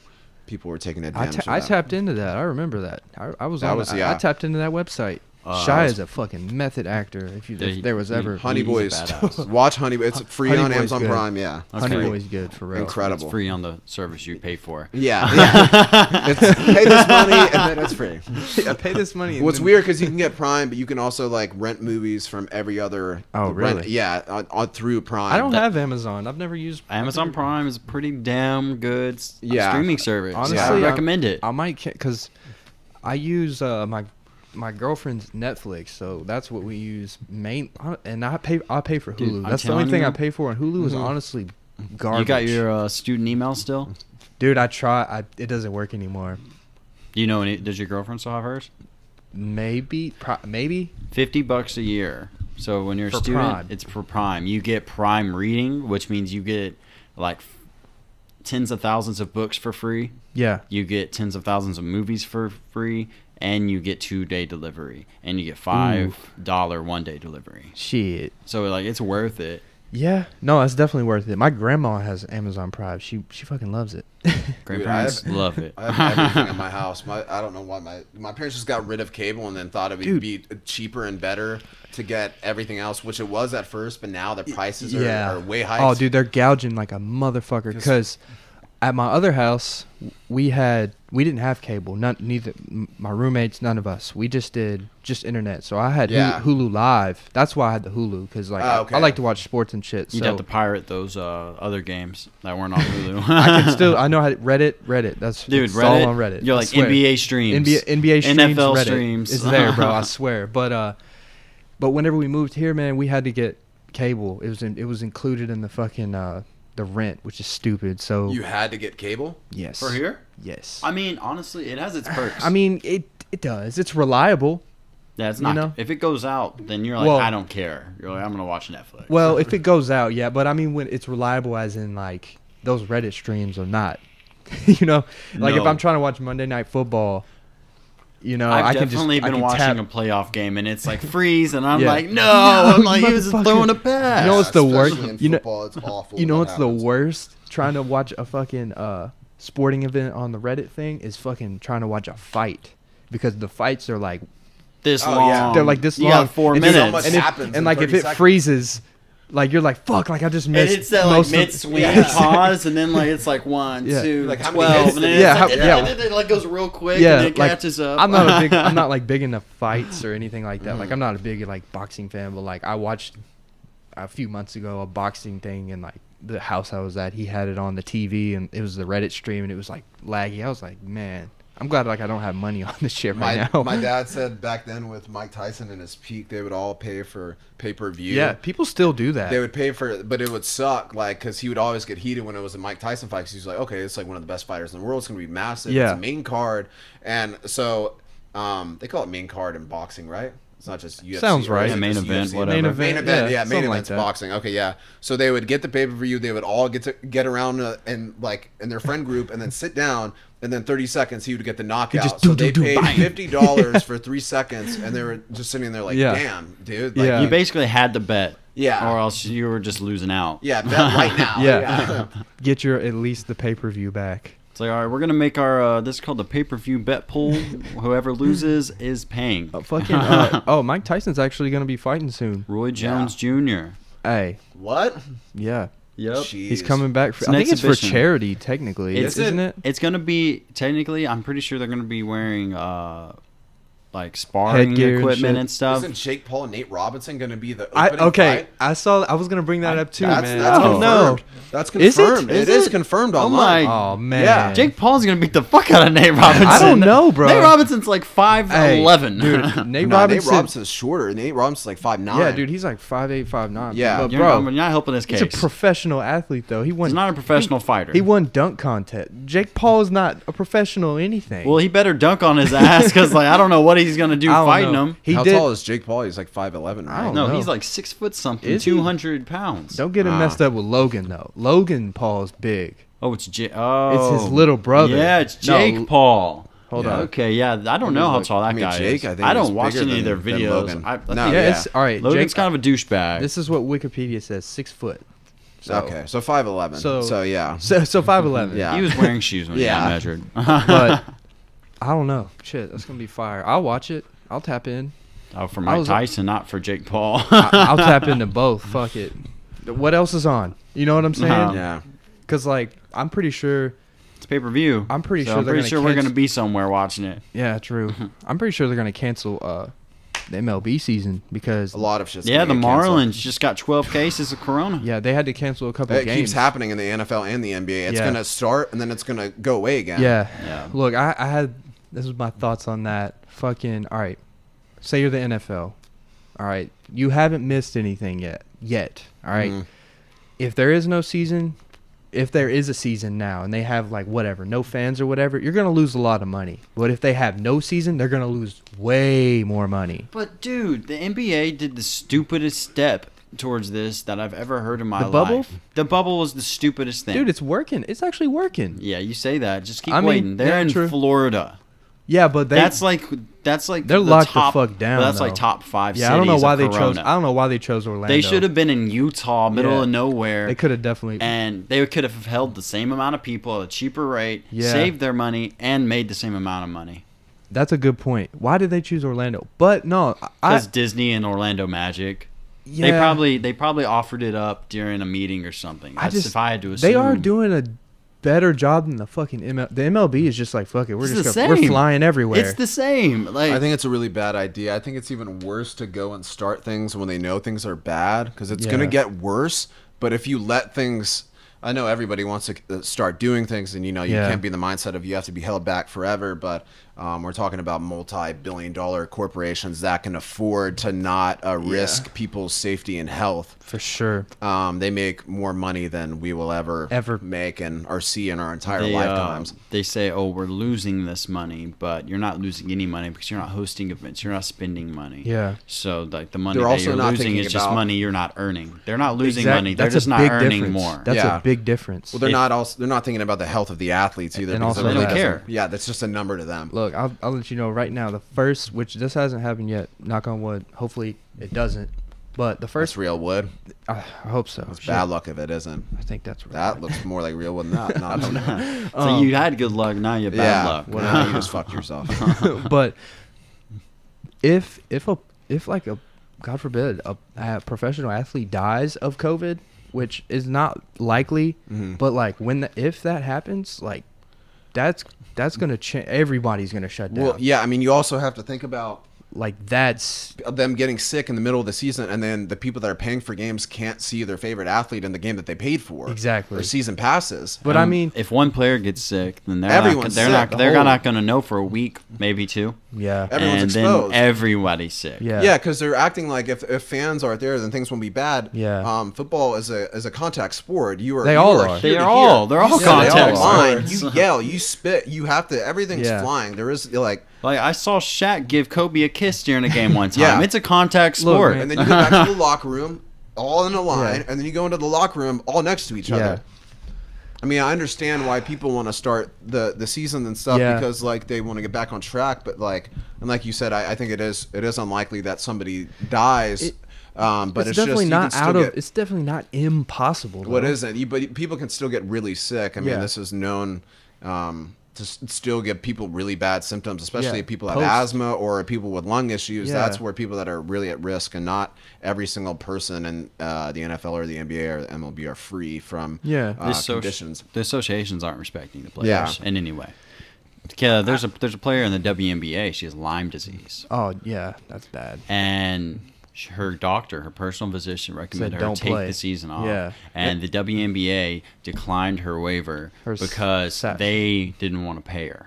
Speaker 4: people were taking
Speaker 2: I,
Speaker 4: advantage
Speaker 2: ta-
Speaker 4: of
Speaker 2: I
Speaker 4: that.
Speaker 2: tapped into that. I remember that. I, I was
Speaker 4: That
Speaker 2: on.
Speaker 4: was-
Speaker 2: I- I,
Speaker 4: yeah.
Speaker 2: tapped into that website.
Speaker 3: Uh, I
Speaker 2: Shy
Speaker 3: was-
Speaker 2: is a fucking method actor. If you
Speaker 3: Yeah, he-
Speaker 2: if there was
Speaker 3: he-
Speaker 2: ever
Speaker 4: honey
Speaker 3: He's a
Speaker 4: boys
Speaker 3: badass.
Speaker 4: watch honey it's free
Speaker 2: Honey
Speaker 4: on
Speaker 2: Boy's
Speaker 4: amazon
Speaker 2: good.
Speaker 4: prime yeah
Speaker 2: Honey
Speaker 3: great.
Speaker 2: Boy's good for real.
Speaker 4: incredible
Speaker 3: It's free on the service you pay for.
Speaker 4: yeah, yeah. it's pay this money and then it's free
Speaker 2: Yeah, pay this money.
Speaker 4: What's weird because you can get Prime, but you can also like rent movies from every other.
Speaker 2: Oh,
Speaker 4: rent-
Speaker 2: really?
Speaker 4: yeah, on, on through Prime.
Speaker 2: I don't have Amazon. I've never used
Speaker 3: Amazon Prime is a pretty damn good s-
Speaker 4: Yeah.
Speaker 3: streaming service.
Speaker 2: Honestly,
Speaker 3: I
Speaker 2: I'm-
Speaker 3: recommend it.
Speaker 2: I might because I use uh, my my girlfriend's Netflix, so that's what we use main. uh, And I pay I pay for Hulu.
Speaker 3: Dude, I'm
Speaker 2: that's the only
Speaker 3: telling
Speaker 2: thing
Speaker 3: you. Mm-hmm.
Speaker 2: I pay for on Hulu is honestly garbage.
Speaker 3: you got your uh, student email still?
Speaker 2: dude. I try. I, it doesn't work anymore.
Speaker 3: Do you know any? Does your girlfriend still have hers?
Speaker 2: Maybe pro, maybe
Speaker 3: Fifty bucks a year. So when you're a
Speaker 2: For
Speaker 3: student,
Speaker 2: Prime.
Speaker 3: it's for Prime. You get Prime reading, which means you get like f- tens of thousands of books for free.
Speaker 2: yeah.
Speaker 3: You get tens of thousands of movies for free, and you get two day delivery, and you get five dollar one day delivery.
Speaker 2: Shit.
Speaker 3: So like it's worth it.
Speaker 2: Yeah, no, that's definitely worth it. My grandma has Amazon Prime. She she fucking loves it.
Speaker 3: Grandparents
Speaker 4: Dude, I have-
Speaker 3: love it.
Speaker 4: I have everything in my house. My I don't know why my my parents just got rid of cable and then thought it would be cheaper and better to get everything else, which it was at first, but now the prices are,
Speaker 2: yeah,
Speaker 4: are way high.
Speaker 2: Oh, dude, they're gouging like a motherfucker. Because at my other house, we had we didn't have cable. None, neither m- my roommates, none of us. We just did just internet. So I had Hulu-
Speaker 4: Yeah.
Speaker 2: Hulu Live. That's why I had the Hulu because like
Speaker 4: Oh,
Speaker 2: I-
Speaker 4: okay.
Speaker 2: I, like to watch sports and shit.
Speaker 3: You'd
Speaker 2: so
Speaker 3: have to pirate those uh, other games that weren't on Hulu.
Speaker 2: I can still I know how to, Reddit. Reddit. That's
Speaker 3: Dude,
Speaker 2: it's all
Speaker 3: Reddit,
Speaker 2: on Reddit.
Speaker 3: you're
Speaker 2: I
Speaker 3: like
Speaker 2: swear.
Speaker 3: NBA streams,
Speaker 2: NBA, NBA streams,
Speaker 3: NFL
Speaker 2: Reddit
Speaker 3: streams.
Speaker 2: is there, bro. I swear. But uh, but whenever we moved here, man, we had to get cable. It was in, it was included in the fucking uh the rent, which is stupid. So
Speaker 4: you had to get cable.
Speaker 2: yes,
Speaker 3: For here?
Speaker 2: yes.
Speaker 3: I mean, honestly, it has its perks.
Speaker 2: I mean, it it does. It's reliable.
Speaker 3: Yeah, it's
Speaker 2: You
Speaker 3: not.
Speaker 2: know?
Speaker 3: If it goes out, then you're like,
Speaker 2: Well-
Speaker 3: I don't care. You're like, I'm gonna watch Netflix.
Speaker 2: Well, if it goes out, yeah, but I mean when it's reliable as in like those Reddit streams are not. you know, like if
Speaker 3: No.
Speaker 2: I'm trying to watch Monday Night Football, you know,
Speaker 3: I've
Speaker 2: I can just
Speaker 3: definitely
Speaker 2: I
Speaker 3: been
Speaker 2: can
Speaker 3: watching
Speaker 2: tap-
Speaker 3: a playoff game and it's like freeze, and I'm
Speaker 2: Yeah.
Speaker 3: like, no, I'm like, he was
Speaker 2: motherfucker.
Speaker 3: just throwing a pass.
Speaker 2: You know what's the worst?
Speaker 4: Especially in
Speaker 2: You know,
Speaker 4: football, it's awful
Speaker 2: you know
Speaker 4: when
Speaker 2: what's
Speaker 4: that
Speaker 2: the
Speaker 4: happens.
Speaker 2: worst? Trying to watch a fucking uh, sporting event on the Reddit thing is fucking trying to watch a fight because the fights are like
Speaker 3: this
Speaker 4: Oh,
Speaker 3: long.
Speaker 4: yeah.
Speaker 2: they're like this
Speaker 3: you
Speaker 2: long.
Speaker 3: Got four
Speaker 2: and
Speaker 3: minutes.
Speaker 2: if-
Speaker 4: much
Speaker 2: and, if-
Speaker 4: happens
Speaker 2: and
Speaker 4: in
Speaker 2: like if
Speaker 4: 30
Speaker 2: it
Speaker 4: seconds.
Speaker 2: freezes, like you're like fuck, like I just
Speaker 3: and
Speaker 2: missed.
Speaker 3: it's that like
Speaker 2: most of-
Speaker 3: mid swing
Speaker 4: Yeah.
Speaker 3: pause, and then like it's like one,
Speaker 2: Yeah.
Speaker 3: two,
Speaker 4: Like, how many
Speaker 3: twelve, and
Speaker 4: hits did
Speaker 3: then
Speaker 4: he
Speaker 2: Yeah,
Speaker 3: it's
Speaker 2: how-
Speaker 3: like,
Speaker 2: yeah.
Speaker 3: and then it like goes real quick,
Speaker 2: yeah,
Speaker 3: and then it
Speaker 2: like,
Speaker 3: catches up.
Speaker 2: I'm not a big, I'm not like big into fights or anything like that. Like I'm not a big like boxing fan, but like I watched a few months ago a boxing thing and like the house I was at, he had it on the TV and it was the Reddit stream and it was like laggy. I was like, man, I'm glad like I don't have money on this shit
Speaker 4: My,
Speaker 2: right now.
Speaker 4: my dad said back then with Mike Tyson in his peak, they would all pay for pay per view.
Speaker 2: yeah, people still do that.
Speaker 4: They would pay for, but it would suck, like, because he would always get heated when it was a Mike Tyson fight. Because he was like, okay, it's like one of the best fighters in the world. It's gonna be massive.
Speaker 2: Yeah.
Speaker 4: It's a main card, and so um, they call it main card in boxing, right? It's not just UFC.
Speaker 2: Sounds right.
Speaker 4: Is it
Speaker 2: Yeah,
Speaker 3: main
Speaker 4: just
Speaker 3: event,
Speaker 4: UFC?
Speaker 3: whatever. Main
Speaker 4: Main
Speaker 2: event, yeah,
Speaker 4: event, yeah, main
Speaker 2: something like
Speaker 4: event's
Speaker 2: that.
Speaker 4: boxing. Okay, yeah. So they would get the pay per view. They would all get to get around uh, and like in their friend group, and then sit down. And then 30 seconds, he would get the knockout.
Speaker 2: just
Speaker 4: so
Speaker 2: do,
Speaker 4: they
Speaker 2: do, do,
Speaker 4: paid
Speaker 2: bang.
Speaker 4: $50 for three seconds, and they were just sitting there like,
Speaker 2: Yeah.
Speaker 4: damn, dude. Like,
Speaker 2: Yeah.
Speaker 4: you
Speaker 3: You basically had to bet,
Speaker 4: Yeah.
Speaker 3: or else you were just losing out.
Speaker 4: yeah, bet right now.
Speaker 2: Oh, yeah, get your at least the pay per view back.
Speaker 3: It's like, all right, we're gonna make our uh, this is called the pay per view bet pool. Whoever loses is paying.
Speaker 2: Uh, fucking uh, oh, Mike Tyson's actually gonna be fighting soon.
Speaker 3: Roy Jones Jr.
Speaker 2: Hey,
Speaker 4: What?
Speaker 2: yeah,
Speaker 3: Yep.
Speaker 2: he's
Speaker 4: Jeez.
Speaker 2: coming back. For,
Speaker 3: It's
Speaker 2: I
Speaker 3: an
Speaker 2: think it's for
Speaker 3: exhibition.
Speaker 2: charity technically,
Speaker 3: It's-
Speaker 2: isn't it?
Speaker 3: It's gonna be technically. I'm pretty sure they're gonna be wearing uh, like sparring
Speaker 2: Headgear and
Speaker 3: equipment and,
Speaker 2: shit.
Speaker 3: stuff.
Speaker 4: Isn't Jake Paul and Nate Robinson going to be the
Speaker 2: Um, I
Speaker 4: opening
Speaker 2: okay.
Speaker 4: Fight?
Speaker 2: I saw. I was gonna bring that up too,
Speaker 4: That's,
Speaker 2: man. Oh,
Speaker 4: that's
Speaker 2: I don't know.
Speaker 4: confirmed. That's
Speaker 2: Is it?
Speaker 4: confirmed.
Speaker 2: Is
Speaker 4: it is
Speaker 2: it?
Speaker 4: confirmed
Speaker 3: Oh
Speaker 4: online.
Speaker 3: my-
Speaker 2: Oh man.
Speaker 4: Yeah.
Speaker 3: Jake Paul's gonna beat the fuck out of Nate Robinson.
Speaker 2: know, bro.
Speaker 3: Nate Robinson's like five
Speaker 2: Hey,
Speaker 3: eleven.
Speaker 2: dude. Nate
Speaker 4: Nah,
Speaker 2: Robinson.
Speaker 4: Nate Robinson's shorter. Nate Robinson's like five nine.
Speaker 2: Yeah, dude. He's like five eight, five nine.
Speaker 4: Yeah.
Speaker 2: but
Speaker 3: you're,
Speaker 2: bro,
Speaker 3: not, you're not helping this
Speaker 2: he's
Speaker 3: case.
Speaker 2: a professional athlete though. He won.
Speaker 3: He's not a professional fighter.
Speaker 2: He won dunk contest. Jake Paul is not a professional anything.
Speaker 3: well, he better dunk on his ass because like I don't know what he's gonna do
Speaker 2: I don't
Speaker 3: fighting
Speaker 2: know.
Speaker 3: him.
Speaker 2: He
Speaker 4: How
Speaker 2: did.
Speaker 4: tall is Jake Paul? He's like five eleven,
Speaker 2: I
Speaker 4: right?
Speaker 2: don't
Speaker 3: No,
Speaker 2: know.
Speaker 3: he's like six foot something,
Speaker 2: Is he?
Speaker 3: two hundred pounds.
Speaker 2: Don't get him
Speaker 4: Ah.
Speaker 2: messed up with Logan though. Logan Paul's big.
Speaker 3: Oh, it's J- oh,
Speaker 2: It's his little brother.
Speaker 3: Yeah, it's
Speaker 2: No,
Speaker 3: Jake
Speaker 2: l-
Speaker 3: Paul.
Speaker 2: Hold
Speaker 3: Yeah,
Speaker 2: on.
Speaker 3: Okay, yeah, I don't know how
Speaker 4: look-
Speaker 3: tall that
Speaker 4: I mean,
Speaker 3: guy
Speaker 4: Jake,
Speaker 3: is.
Speaker 4: I
Speaker 3: I,
Speaker 4: think
Speaker 3: don't
Speaker 4: he's
Speaker 3: watch
Speaker 4: bigger
Speaker 3: any of their
Speaker 4: than- than
Speaker 3: videos.
Speaker 4: Logan.
Speaker 3: I, I
Speaker 4: No,
Speaker 3: think
Speaker 2: Yeah,
Speaker 4: yeah.
Speaker 2: it's all right.
Speaker 3: Logan's
Speaker 2: Jake,
Speaker 3: kind of a douchebag.
Speaker 2: This is what Wikipedia says: six foot. So,
Speaker 4: okay, so five eleven.
Speaker 2: So-
Speaker 4: So, yeah,
Speaker 2: So so five eleven.
Speaker 4: Yeah.
Speaker 3: He was wearing shoes when
Speaker 4: Yeah.
Speaker 3: he got measured. oh,
Speaker 2: but I don't know. Shit, that's gonna be fire. I'll watch it. I'll tap in.
Speaker 3: Oh, for
Speaker 2: I
Speaker 3: Mike
Speaker 2: was-
Speaker 3: Tyson, not for Jake Paul.
Speaker 2: I, I'll tap into both. Fuck it. What else is on? You know what I'm
Speaker 3: No.
Speaker 2: saying?
Speaker 4: yeah.
Speaker 2: Because like I'm pretty sure.
Speaker 3: it's pay per view.
Speaker 2: I'm pretty sure
Speaker 3: I'm
Speaker 2: they're
Speaker 3: pretty
Speaker 2: gonna
Speaker 3: sure we're
Speaker 2: catch-
Speaker 3: gonna be somewhere watching it.
Speaker 2: Yeah, true. I'm pretty sure they're gonna cancel uh the MLB season because
Speaker 4: A lot of shit's
Speaker 3: yeah, the
Speaker 4: gonna get canceled.
Speaker 3: Marlins just got 12 cases of Corona.
Speaker 2: yeah they had to cancel a couple
Speaker 4: It
Speaker 2: games.
Speaker 4: keeps happening in the NFL and the NBA. It's
Speaker 2: Yeah.
Speaker 4: gonna start and then it's gonna go away again.
Speaker 2: Yeah.
Speaker 3: Yeah.
Speaker 2: Look, I, I had this was my thoughts on that. Fucking all right. Say you're the NFL. All right. You haven't missed anything yet. Yet. All right?
Speaker 3: Mm-hmm.
Speaker 4: Mhm.
Speaker 2: If there is no season, if there is a season now and they have like whatever, no fans or whatever, you're going to lose a lot of money. But if they have no season, they're going to lose way more money.
Speaker 3: But dude, the NBA did the stupidest step towards this that I've ever heard in my
Speaker 2: The bubble?
Speaker 3: life. The bubble was the stupidest thing.
Speaker 2: Dude, it's working. It's actually working.
Speaker 3: yeah, you say that. Just keep
Speaker 2: I mean,
Speaker 3: waiting. They're
Speaker 2: yeah,
Speaker 3: in
Speaker 2: true.
Speaker 3: Florida.
Speaker 2: Yeah, but they
Speaker 3: that's like that's like
Speaker 2: They're
Speaker 3: the
Speaker 2: locked the
Speaker 3: top,
Speaker 2: fuck down,
Speaker 3: That's
Speaker 2: though.
Speaker 3: like top five.
Speaker 2: Yeah, I don't know
Speaker 3: cities
Speaker 2: why
Speaker 3: of
Speaker 2: they chose
Speaker 3: Corona.
Speaker 2: I don't know why they chose Orlando.
Speaker 3: They should have been in Utah, middle
Speaker 2: Yeah.
Speaker 3: of nowhere.
Speaker 2: They could have definitely
Speaker 3: and they could have held the same amount of people at a cheaper rate,
Speaker 2: Yeah.
Speaker 3: saved their money, and made the same amount of money.
Speaker 2: That's a good point. Why did they choose Orlando? But no, I
Speaker 3: Because Disney and Orlando Magic,
Speaker 2: yeah,
Speaker 3: they probably they probably offered it up during a meeting or something.
Speaker 2: I
Speaker 3: That's
Speaker 2: just
Speaker 3: if I had to assume.
Speaker 2: they are doing a better job than the fucking ML. The MLB is just like fuck it. We're
Speaker 3: It's
Speaker 2: just
Speaker 3: the
Speaker 2: gonna, we're
Speaker 3: same.
Speaker 2: flying everywhere.
Speaker 3: It's the same. Like
Speaker 4: I think it's a really bad idea. I think it's even worse to go and start things when they know things are bad because it's going
Speaker 2: Yeah.
Speaker 4: to get worse. But if you let things, I know everybody wants to uh, start doing things, and you know you
Speaker 2: Yeah.
Speaker 4: can't be in the mindset of you have to be held back forever. But Um, we're talking about multi-billion-dollar corporations that can afford to not uh, risk people's safety and health.
Speaker 2: for sure.
Speaker 4: Um, they make more money than we will ever
Speaker 2: Ever.
Speaker 4: make and or see in our entire
Speaker 3: They, uh,
Speaker 4: lifetimes.
Speaker 3: they say, "Oh, we're losing this money," but you're not losing any money because you're not hosting events, you're not spending money.
Speaker 2: Yeah.
Speaker 3: So like the money
Speaker 4: They're
Speaker 3: that
Speaker 4: also
Speaker 3: you're
Speaker 4: not
Speaker 3: losing
Speaker 4: thinking
Speaker 3: is just
Speaker 4: about-
Speaker 3: money you're not earning. They're not losing
Speaker 2: Exact-
Speaker 3: money. They're
Speaker 2: that's a
Speaker 3: just not
Speaker 2: big
Speaker 3: earning
Speaker 2: difference.
Speaker 3: more.
Speaker 2: That's
Speaker 4: Yeah.
Speaker 2: a big difference.
Speaker 4: well, they're
Speaker 3: if-
Speaker 4: not also they're not thinking about the health of the athletes either.
Speaker 2: And
Speaker 4: because
Speaker 2: also
Speaker 4: that
Speaker 2: they don't
Speaker 4: doesn't-
Speaker 3: care.
Speaker 4: Yeah, that's just a number to them.
Speaker 2: Look, I'll, I'll let you know right now. The first, which this hasn't happened yet, knock on wood. Hopefully it doesn't. But the
Speaker 4: First
Speaker 2: first,
Speaker 4: real wood.
Speaker 2: I, I hope so.
Speaker 4: It's
Speaker 2: Shit,
Speaker 4: bad luck if it isn't.
Speaker 2: I think that's right.
Speaker 4: That looks more like real wood than that. Not
Speaker 3: so you
Speaker 2: um,
Speaker 3: had good luck, now you have bad
Speaker 4: yeah,
Speaker 3: luck.
Speaker 4: Well, you just fucked yourself.
Speaker 2: but if if a if like a God forbid a, a professional athlete dies of COVID, which is not likely,
Speaker 4: Mm-hmm.
Speaker 2: but like when the, if that happens, like that's that's gonna change. Everybody's gonna shut down.
Speaker 4: well, yeah. I mean, you also have to think about
Speaker 2: Like that's
Speaker 4: them getting sick in the middle of the season, and then the people that are paying for games can't see their favorite athlete in the game that they paid for.
Speaker 2: Exactly.
Speaker 4: Or season passes.
Speaker 2: But I mean,
Speaker 3: if one player gets sick, then they're
Speaker 4: Everyone's
Speaker 3: not, they're
Speaker 4: sick,
Speaker 3: not
Speaker 4: the
Speaker 3: they're
Speaker 4: whole-
Speaker 3: not going to know for a week, maybe two.
Speaker 2: yeah,
Speaker 4: Everyone's
Speaker 3: and
Speaker 4: exposed.
Speaker 3: then everybody's sick.
Speaker 2: yeah,
Speaker 4: Yeah, because they're acting like if, if fans aren't there, then things won't be bad.
Speaker 2: Yeah.
Speaker 4: Um, football is a is a contact sport. You are.
Speaker 2: They
Speaker 4: you
Speaker 2: all are.
Speaker 4: are. here
Speaker 3: They
Speaker 4: to
Speaker 3: are all-
Speaker 4: hear.
Speaker 3: they're all
Speaker 4: Yeah, they
Speaker 3: contact
Speaker 4: line.
Speaker 3: sports.
Speaker 4: You yell. You spit. You have to. Everything's
Speaker 2: Yeah.
Speaker 4: flying. There is like.
Speaker 3: Like I saw Shaq give Kobe a kiss during a game one time.
Speaker 4: Yeah.
Speaker 3: It's a contact
Speaker 2: Look,
Speaker 3: sport.
Speaker 2: man.
Speaker 4: And then you go back to the locker room, all in a line,
Speaker 2: Yeah.
Speaker 4: and then you go into the locker room, all next to each
Speaker 2: Yeah.
Speaker 4: other. I mean, I understand why people want to start the the season and stuff
Speaker 2: Yeah.
Speaker 4: because like they want to get back on track, but like and like you said, I, I think it is it is unlikely that somebody dies. um, but
Speaker 2: it's,
Speaker 4: it's,
Speaker 2: definitely
Speaker 4: just,
Speaker 2: not out of.
Speaker 4: Get,
Speaker 2: it's definitely not impossible.
Speaker 4: what
Speaker 2: though.
Speaker 4: is it? You, but people can still get really sick. I mean,
Speaker 2: Yeah.
Speaker 4: this is known um, to s- still give people really bad symptoms, especially
Speaker 2: Yeah,
Speaker 4: if people have
Speaker 2: post.
Speaker 4: asthma or people with lung issues.
Speaker 2: Yeah.
Speaker 4: That's where people that are really at risk, and not every single person in uh, the NFL or the NBA or the MLB are free from
Speaker 2: Yeah.
Speaker 4: uh,
Speaker 3: the, associ-
Speaker 4: conditions.
Speaker 3: the associations aren't respecting the players
Speaker 4: Yeah.
Speaker 3: in any way. Yeah, there's a there's a player in the WNBA. She has Lyme disease,
Speaker 2: Oh yeah, that's bad.
Speaker 3: and sh- her doctor, her personal physician, recommended her
Speaker 2: don't
Speaker 3: take
Speaker 2: play.
Speaker 3: the season off.
Speaker 2: Yeah.
Speaker 3: and the WNBA declined her waiver
Speaker 2: Her s-
Speaker 3: because
Speaker 2: sash.
Speaker 3: they didn't want to pay her.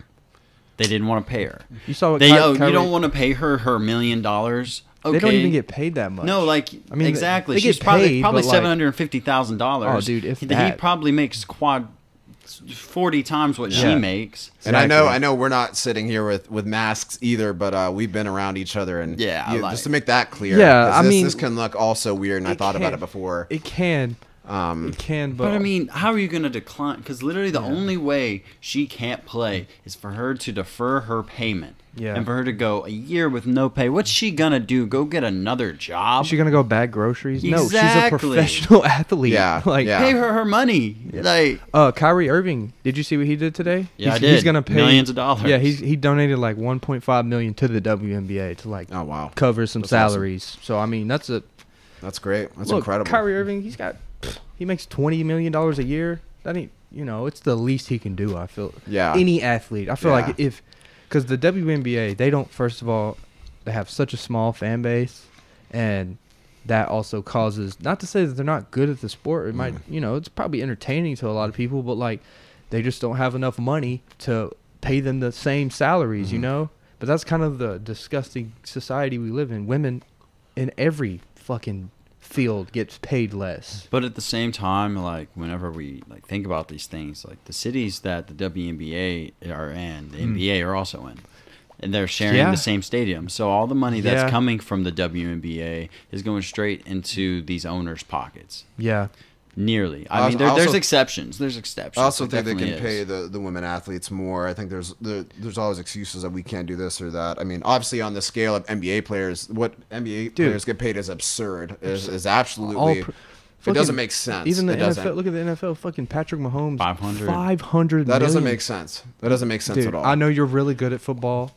Speaker 3: They didn't want to pay her.
Speaker 2: You saw what
Speaker 3: they
Speaker 2: Ky-
Speaker 3: oh,
Speaker 2: Kyrie-
Speaker 3: you don't want to pay her her million dollars. Okay.
Speaker 2: They don't even get paid that much.
Speaker 3: No,
Speaker 2: I
Speaker 3: like
Speaker 2: mean, they-
Speaker 3: exactly.
Speaker 2: they get
Speaker 3: She's probably
Speaker 2: paid,
Speaker 3: probably
Speaker 2: but, like-
Speaker 3: seven hundred and fifty thousand dollars.
Speaker 2: Oh, dude, if
Speaker 3: he,
Speaker 2: that.
Speaker 3: he probably makes quad forty times what
Speaker 2: Yeah.
Speaker 3: she makes.
Speaker 4: And I know,
Speaker 2: Exactly.
Speaker 4: I know, we're not sitting here with, with masks either, but uh, we've been around each other, and
Speaker 3: Yeah,
Speaker 4: you-
Speaker 3: like-
Speaker 4: just to make that clear,
Speaker 2: Yeah,
Speaker 4: 'cause
Speaker 2: I
Speaker 4: this,
Speaker 2: mean-
Speaker 4: this can look also weird, and I
Speaker 2: It
Speaker 4: thought about
Speaker 2: can-
Speaker 4: it before.
Speaker 2: It can.
Speaker 4: um,
Speaker 2: It can, but,
Speaker 3: But I mean, how are you going to decline? Because literally, the only way she can't play is for her to defer her payment.
Speaker 2: Yeah.
Speaker 3: And for her to go a year with no pay. What's she going to do? Go get another job?
Speaker 2: Is she gonna go bag groceries? No, she's a
Speaker 3: Exactly.
Speaker 2: professional athlete.
Speaker 4: Yeah,
Speaker 2: like
Speaker 4: yeah.
Speaker 3: pay her her money. Like,
Speaker 2: uh, Kyrie Irving. Did you see what he did today?
Speaker 3: Yeah, I
Speaker 2: he's, He's
Speaker 3: did.
Speaker 2: gonna pay
Speaker 3: Millions of dollars.
Speaker 2: Yeah, he's he donated like 1.5 million to the WNBA to like
Speaker 4: Oh, wow.
Speaker 2: cover some
Speaker 4: That's awesome.
Speaker 2: salaries. So I mean, that's a
Speaker 4: That's great. That's
Speaker 2: look,
Speaker 4: incredible.
Speaker 2: Kyrie Irving, he's got he makes 20 million dollars a year. That ain't you know, it's the least he can do. I feel.
Speaker 4: Yeah.
Speaker 2: Any athlete, I feel like
Speaker 4: Yeah.
Speaker 2: if because the WNBA, they don't first of all they have such a small fan base, and that also causes not to say that they're not good at the sport. It might you know it's probably entertaining to a lot of people, but like they just don't have enough money to pay them the same salaries, you know. But that's kind of the disgusting society we live in. Women in every fucking field gets paid less.
Speaker 3: But at the same time, like whenever we like think about these things, like the cities that the WNBA are in, the NBA are also in, and they're sharing
Speaker 2: Hmm. Yeah.
Speaker 3: the same stadium. So all the money that's
Speaker 2: Yeah.
Speaker 3: coming from the WNBA is going straight into these owners' pockets.
Speaker 2: Yeah.
Speaker 3: Nearly. I,
Speaker 4: I
Speaker 3: mean,
Speaker 4: also-
Speaker 3: there,
Speaker 4: I also-
Speaker 3: there's exceptions. There's exceptions.
Speaker 4: I also
Speaker 3: There
Speaker 4: think they can
Speaker 3: definitely is.
Speaker 4: pay the, the women athletes more. I think there's there, there's always excuses that we can't do this or that. I mean, obviously on the scale of NBA players, what NBA players get paid is absurd. Is, is absolutely
Speaker 2: pr-
Speaker 4: it doesn't
Speaker 2: fucking-
Speaker 4: make sense.
Speaker 2: Even the
Speaker 4: it
Speaker 2: NFL.
Speaker 4: doesn't.
Speaker 2: Look at the NFL. Fucking Patrick Mahomes.
Speaker 3: 500.
Speaker 2: 500
Speaker 4: that doesn't
Speaker 2: million.
Speaker 4: make sense. That doesn't make sense
Speaker 2: Dude,
Speaker 4: at all.
Speaker 2: I know you're really good at football.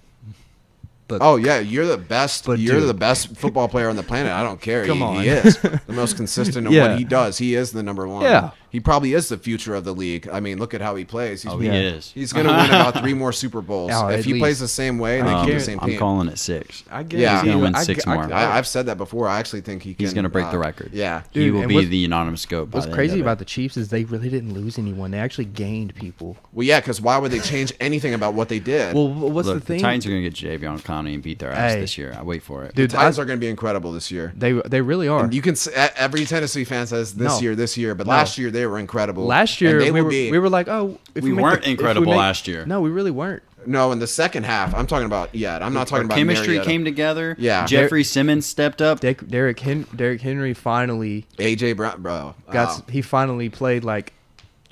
Speaker 4: Oh yeah, you're the best.
Speaker 2: But
Speaker 4: you're
Speaker 2: dude-
Speaker 4: the best football player on the planet. I don't care.
Speaker 2: Come
Speaker 4: he,
Speaker 2: on.
Speaker 4: he is the most consistent in
Speaker 2: Yeah.
Speaker 4: what he does. He is the number one.
Speaker 2: Yeah.
Speaker 4: He probably is the future of the league. I mean, look at how he plays. He's
Speaker 3: Oh,
Speaker 2: Yeah.
Speaker 3: he is.
Speaker 4: he's going to win about three more Super Bowls
Speaker 2: Oh, at
Speaker 4: if he
Speaker 2: least.
Speaker 4: plays the same way. They
Speaker 3: Um,
Speaker 4: keep the same
Speaker 3: I'm
Speaker 4: team.
Speaker 3: calling it six.
Speaker 4: I
Speaker 6: Yeah.
Speaker 4: guarantee
Speaker 6: He's
Speaker 3: gonna
Speaker 4: you-
Speaker 3: win
Speaker 4: I-
Speaker 3: six
Speaker 4: I-
Speaker 3: more.
Speaker 4: I, I've said that before. I actually think he can.
Speaker 3: He's going to break the
Speaker 4: uh,
Speaker 3: record.
Speaker 4: Yeah,
Speaker 3: he
Speaker 2: Dude,
Speaker 3: will
Speaker 2: and
Speaker 3: be
Speaker 2: what's-
Speaker 3: the anonymous goat. by
Speaker 2: What's
Speaker 3: the end
Speaker 2: crazy
Speaker 3: of
Speaker 2: about
Speaker 3: it.
Speaker 2: the Chiefs is they really didn't lose anyone. They actually gained people.
Speaker 4: Well, yeah, because why would they change anything about what they did?
Speaker 2: Well, wh- what's
Speaker 3: Look,
Speaker 2: the thing?
Speaker 3: Titans are going to get Javion Clowney and beat their ass
Speaker 2: Hey.
Speaker 3: this year. I wait for it.
Speaker 4: the
Speaker 2: Dude,
Speaker 4: Titans are going to be incredible this year.
Speaker 2: they they really are.
Speaker 4: And you can s- e- every Tennessee fan says this
Speaker 2: No.
Speaker 4: year, this year, but
Speaker 2: No.
Speaker 4: last year they were incredible.
Speaker 2: Last
Speaker 4: And
Speaker 2: year
Speaker 4: they
Speaker 2: we
Speaker 4: will
Speaker 2: were
Speaker 4: be-
Speaker 2: we were like, oh, if
Speaker 3: We
Speaker 2: make
Speaker 3: weren't
Speaker 2: if we
Speaker 3: incredible last year.
Speaker 2: No, we really weren't.
Speaker 4: no in the second half. I'm talking about yeah. I'm not talking about
Speaker 3: Chemistry
Speaker 4: Mariota.
Speaker 3: came together.
Speaker 4: Yeah.
Speaker 3: Jeffrey Simmons stepped up.
Speaker 2: Derek Derek, Hen- Derek Henry finally
Speaker 4: AJ Brown, bro. Oh.
Speaker 2: got
Speaker 4: Wow.
Speaker 2: s- he finally played like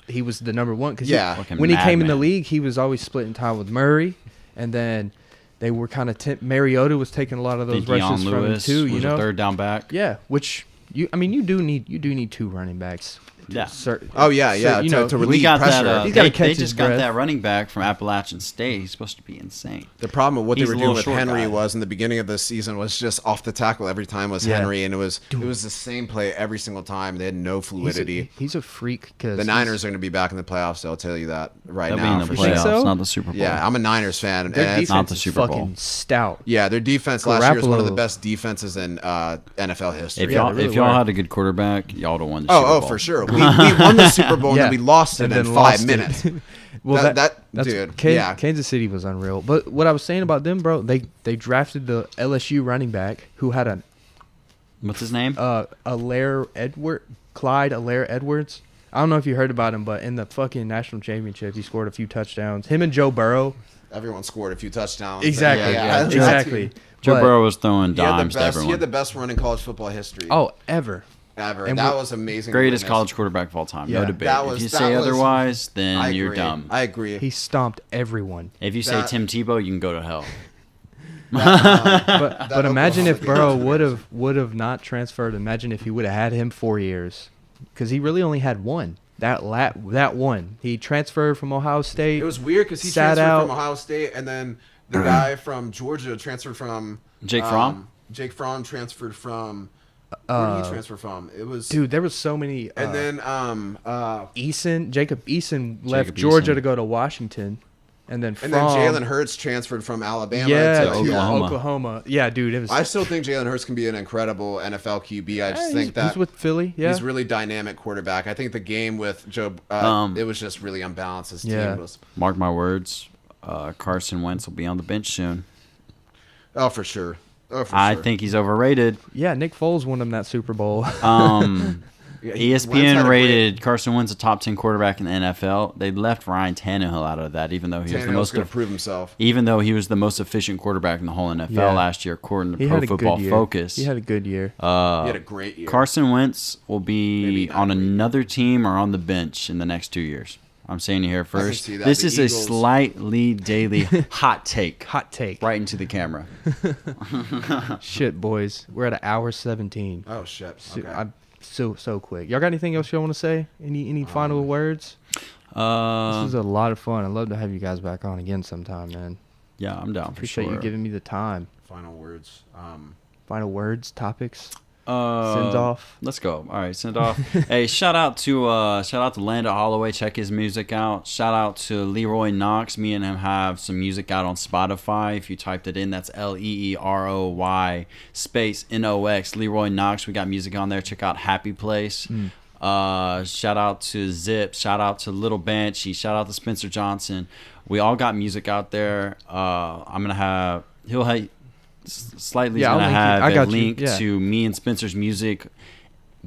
Speaker 2: he was the number one because
Speaker 4: Yeah.
Speaker 3: Fucking
Speaker 2: when he came in the
Speaker 3: madman.
Speaker 2: league he was always splitting time with Murray and then they were kind of temp- Mariota was taking a lot of
Speaker 3: I
Speaker 2: those
Speaker 3: think
Speaker 2: rushes
Speaker 3: Deion
Speaker 2: from him
Speaker 3: Lewis
Speaker 2: too you
Speaker 3: was a
Speaker 2: know
Speaker 3: third down back.
Speaker 2: yeah which you I mean you do need you do need two running backs to
Speaker 3: Yeah.
Speaker 2: cer-
Speaker 4: Oh, yeah, yeah,
Speaker 2: you
Speaker 4: to-
Speaker 2: know
Speaker 4: to
Speaker 3: We
Speaker 4: relieve-
Speaker 3: got
Speaker 4: pressure.
Speaker 3: that. Uh,
Speaker 2: He's gotta
Speaker 3: they,
Speaker 2: catch
Speaker 3: they
Speaker 2: his
Speaker 3: just
Speaker 2: breath.
Speaker 3: got that running back from Appalachian State. He's supposed to be insane.
Speaker 4: The problem with what
Speaker 3: He's
Speaker 4: they
Speaker 3: a
Speaker 4: were
Speaker 3: little
Speaker 4: doing with
Speaker 3: short
Speaker 4: Henry
Speaker 3: guy.
Speaker 4: was in the beginning of the season was just off the tackle every time was
Speaker 2: Yeah.
Speaker 4: Henry, and it was it was the same play every single time. They had no
Speaker 2: he's a,
Speaker 4: fluidity.
Speaker 2: he's a freak because
Speaker 4: the Niners are going to be back in the playoffs. I'll tell you that right
Speaker 3: That'll
Speaker 4: now.
Speaker 3: be in the
Speaker 4: for sure.
Speaker 2: think
Speaker 3: playoffs,
Speaker 2: so?
Speaker 3: not the Super Bowl.
Speaker 4: Yeah, I'm a Niners fan. And
Speaker 2: their
Speaker 4: it's-
Speaker 2: defense
Speaker 3: not the
Speaker 2: is
Speaker 3: Super Bowl.
Speaker 2: fucking stout
Speaker 4: yeah, their defense last year was one of the
Speaker 2: Garoppolo-
Speaker 4: best defenses in uh, NFL history.
Speaker 3: If
Speaker 2: Yeah,
Speaker 3: y'all
Speaker 2: they really
Speaker 3: if y'all
Speaker 2: were.
Speaker 3: had a good quarterback, y'all would have won the Super
Speaker 4: oh, oh,
Speaker 3: Bowl.
Speaker 4: for sure. We, we won the Super Bowl
Speaker 2: Yeah.
Speaker 4: and then we lost it
Speaker 2: And
Speaker 4: in
Speaker 2: then
Speaker 4: five
Speaker 2: lost it.
Speaker 4: minutes.
Speaker 2: Well, that,
Speaker 4: That- that-
Speaker 2: that's,
Speaker 4: dude,
Speaker 2: Kan-
Speaker 4: yeah.
Speaker 2: Kansas City was unreal. But what I was saying about them, bro, they they drafted the LSU running back who had an
Speaker 3: What's his name?
Speaker 2: uh Alaire Edward Clyde Alaire Edwards. I don't know if you heard about him, but in the fucking national championship, he scored a few touchdowns. Him and Joe Burrow.
Speaker 4: Everyone scored a few touchdowns.
Speaker 2: Exactly.
Speaker 4: Yeah, yeah.
Speaker 2: Exactly.
Speaker 3: Joe
Speaker 2: But-
Speaker 3: Burrow was throwing
Speaker 4: He had,
Speaker 3: dimes
Speaker 4: the
Speaker 3: to
Speaker 4: best, he
Speaker 3: everyone.
Speaker 4: had the best run in college football history
Speaker 2: Oh, ever.
Speaker 4: ever.
Speaker 2: and
Speaker 4: that
Speaker 2: we-
Speaker 4: was amazing. to
Speaker 3: Greatest
Speaker 4: witness.
Speaker 3: college quarterback of all time.
Speaker 2: Yeah.
Speaker 3: No debate.
Speaker 4: That was-
Speaker 3: if you
Speaker 4: that
Speaker 3: say
Speaker 4: was-
Speaker 3: otherwise, then
Speaker 4: I
Speaker 3: you're
Speaker 4: agree.
Speaker 3: dumb.
Speaker 4: I agree.
Speaker 2: He stomped everyone.
Speaker 3: if you
Speaker 4: that-
Speaker 3: say Tim Tebow, you can go to hell.
Speaker 2: But but imagine
Speaker 4: Oklahoma
Speaker 2: if
Speaker 4: game
Speaker 2: Burrow
Speaker 4: was
Speaker 2: would have would have not transferred. Imagine if he would have had him four years, because he really only had one. That la- that one. He transferred from Ohio State.
Speaker 4: It was weird because he
Speaker 2: Sat
Speaker 4: transferred from
Speaker 2: out.
Speaker 4: Ohio State, and then the guy from Georgia transferred from
Speaker 3: Mm. Jake
Speaker 4: um,
Speaker 3: Fromm?
Speaker 4: Jake Fromm transferred from. Where did he transfer from? It was
Speaker 2: Uh, dude. There was so many.
Speaker 4: and
Speaker 2: uh,
Speaker 4: then um uh
Speaker 2: Eason, Jacob Eason left
Speaker 3: Jacob
Speaker 2: Georgia
Speaker 3: Eason.
Speaker 2: to go to Washington, and then from
Speaker 4: and then Jalen Hurts transferred from Alabama
Speaker 2: yeah,
Speaker 4: to
Speaker 2: to
Speaker 3: Oklahoma.
Speaker 2: Oklahoma. Yeah, dude, it was.
Speaker 4: I still think Jalen Hurts can be an incredible NFL QB. I
Speaker 2: Yeah,
Speaker 4: just
Speaker 2: he's,
Speaker 4: think that
Speaker 2: he's with Philly. Yeah,
Speaker 4: he's really dynamic quarterback. I think the game with Joe, uh,
Speaker 3: Um,
Speaker 4: it was just really unbalanced. His
Speaker 2: Yeah.
Speaker 4: team was
Speaker 3: Mark my words. Uh, Carson Wentz will be on the bench soon.
Speaker 4: oh for sure. Oh, for
Speaker 3: I
Speaker 4: sure.
Speaker 3: think he's overrated.
Speaker 2: yeah. Nick Foles won him that Super Bowl.
Speaker 3: Um,
Speaker 4: Wentz had a
Speaker 3: ESPN
Speaker 4: great-
Speaker 3: rated Carson Wentz a top ten quarterback in the NFL. They left Ryan Tannehill out of that, even though he was the
Speaker 4: Tannehill's
Speaker 3: most
Speaker 4: going to prove himself.
Speaker 3: even though he was the most efficient quarterback in the whole NFL
Speaker 2: Yeah.
Speaker 3: last year, according to
Speaker 2: he
Speaker 3: Pro
Speaker 2: had a
Speaker 3: Football
Speaker 2: good year.
Speaker 3: Focus. Uh,
Speaker 2: He had a good year.
Speaker 4: he had a great year.
Speaker 3: Carson Wentz will be
Speaker 4: Maybe not
Speaker 3: on
Speaker 4: great.
Speaker 3: another team or on the bench in the next two years. I'm saying it here first.
Speaker 4: see that.
Speaker 3: This
Speaker 4: The
Speaker 3: is a
Speaker 4: Eagles-
Speaker 3: slightly daily hot take.
Speaker 2: Hot take.
Speaker 3: Right into the camera.
Speaker 2: Shit, boys, we're at an hour seventeen.
Speaker 4: Oh shit.
Speaker 2: So,
Speaker 4: Okay.
Speaker 2: I'm so so quick. Y'all got anything else y'all want to say? Any
Speaker 4: Uh,
Speaker 2: any final words? This
Speaker 3: Uh,
Speaker 2: was a lot of fun. I'd love to have you guys back on again sometime, man.
Speaker 3: yeah, I'm down for
Speaker 2: Appreciate
Speaker 3: sure.
Speaker 2: you giving me the time.
Speaker 4: Final words. Um,
Speaker 2: Final words, topics.
Speaker 3: Uh,
Speaker 2: Send off.
Speaker 3: Let's go. All right, send off. hey, shout out to uh, shout out to Lando Holloway. Check his music out. Shout out to Leroy Knox. Me and him have some music out on Spotify. If you typed it in, that's L E E R O Y space N O X. Leroy Knox. We got music on there. Check out Happy Place.
Speaker 2: Hmm.
Speaker 3: Uh, shout out to Zip. Shout out to Little Banshee. Shout out to Spencer Johnson. We all got music out there. Uh, I'm gonna have he'll have slightly
Speaker 2: Yeah, I'll
Speaker 3: gonna
Speaker 2: link you.
Speaker 3: have
Speaker 2: I got
Speaker 3: a
Speaker 2: you.
Speaker 3: link
Speaker 2: Yeah.
Speaker 3: to me and Spencer's music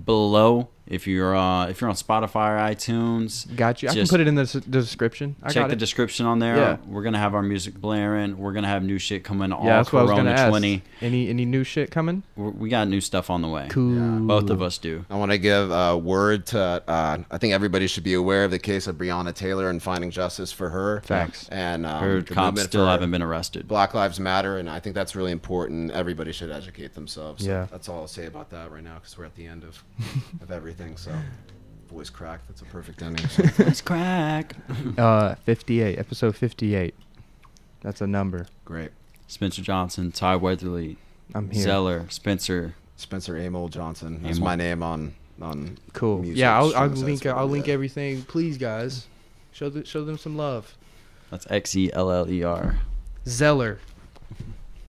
Speaker 3: below. If you're uh, if you're on Spotify or iTunes,
Speaker 2: Got you. I can
Speaker 3: Just
Speaker 2: put it in the, s- the description. I
Speaker 3: check
Speaker 2: got
Speaker 3: the
Speaker 2: it.
Speaker 3: description on there.
Speaker 2: Yeah.
Speaker 3: We're gonna have our music blaring. We're gonna have new shit coming. All
Speaker 2: yeah, that's what I was gonna
Speaker 3: Corona
Speaker 2: ask.
Speaker 3: twenty.
Speaker 2: Any any new shit coming?
Speaker 3: We're- We got new stuff on the way.
Speaker 2: Cool.
Speaker 3: Both of us do.
Speaker 4: I want to
Speaker 6: give a word to. Uh, I think everybody should be aware of the case of Breonna Taylor and finding justice for her.
Speaker 2: Facts.
Speaker 6: And um,
Speaker 3: Heard
Speaker 6: the
Speaker 3: cops
Speaker 6: movement
Speaker 3: still
Speaker 6: for
Speaker 3: haven't been arrested.
Speaker 6: Black Lives Matter, and I think that's really important. Everybody should educate themselves.
Speaker 2: Yeah.
Speaker 6: That's all I'll say about that right now because we're at the end of of everything. So, voice crack. That's a perfect ending. So.
Speaker 3: Let's crack.
Speaker 2: Uh, fifty-eight. Episode fifty-eight. That's a number.
Speaker 6: Great.
Speaker 3: Spencer Johnson, Ty Weatherly,
Speaker 2: I'm here.
Speaker 3: Zeller, Spencer.
Speaker 6: Spencer Amol Johnson. That's
Speaker 3: Amell.
Speaker 6: my name on
Speaker 4: on
Speaker 2: Cool.
Speaker 4: music
Speaker 2: yeah, I'll, I'll
Speaker 4: streaming sites,
Speaker 2: link. I'll
Speaker 4: whatever
Speaker 2: link
Speaker 4: that-
Speaker 2: everything. Please, guys, show the, show them some love.
Speaker 3: That's X E L L E R.
Speaker 2: Zeller.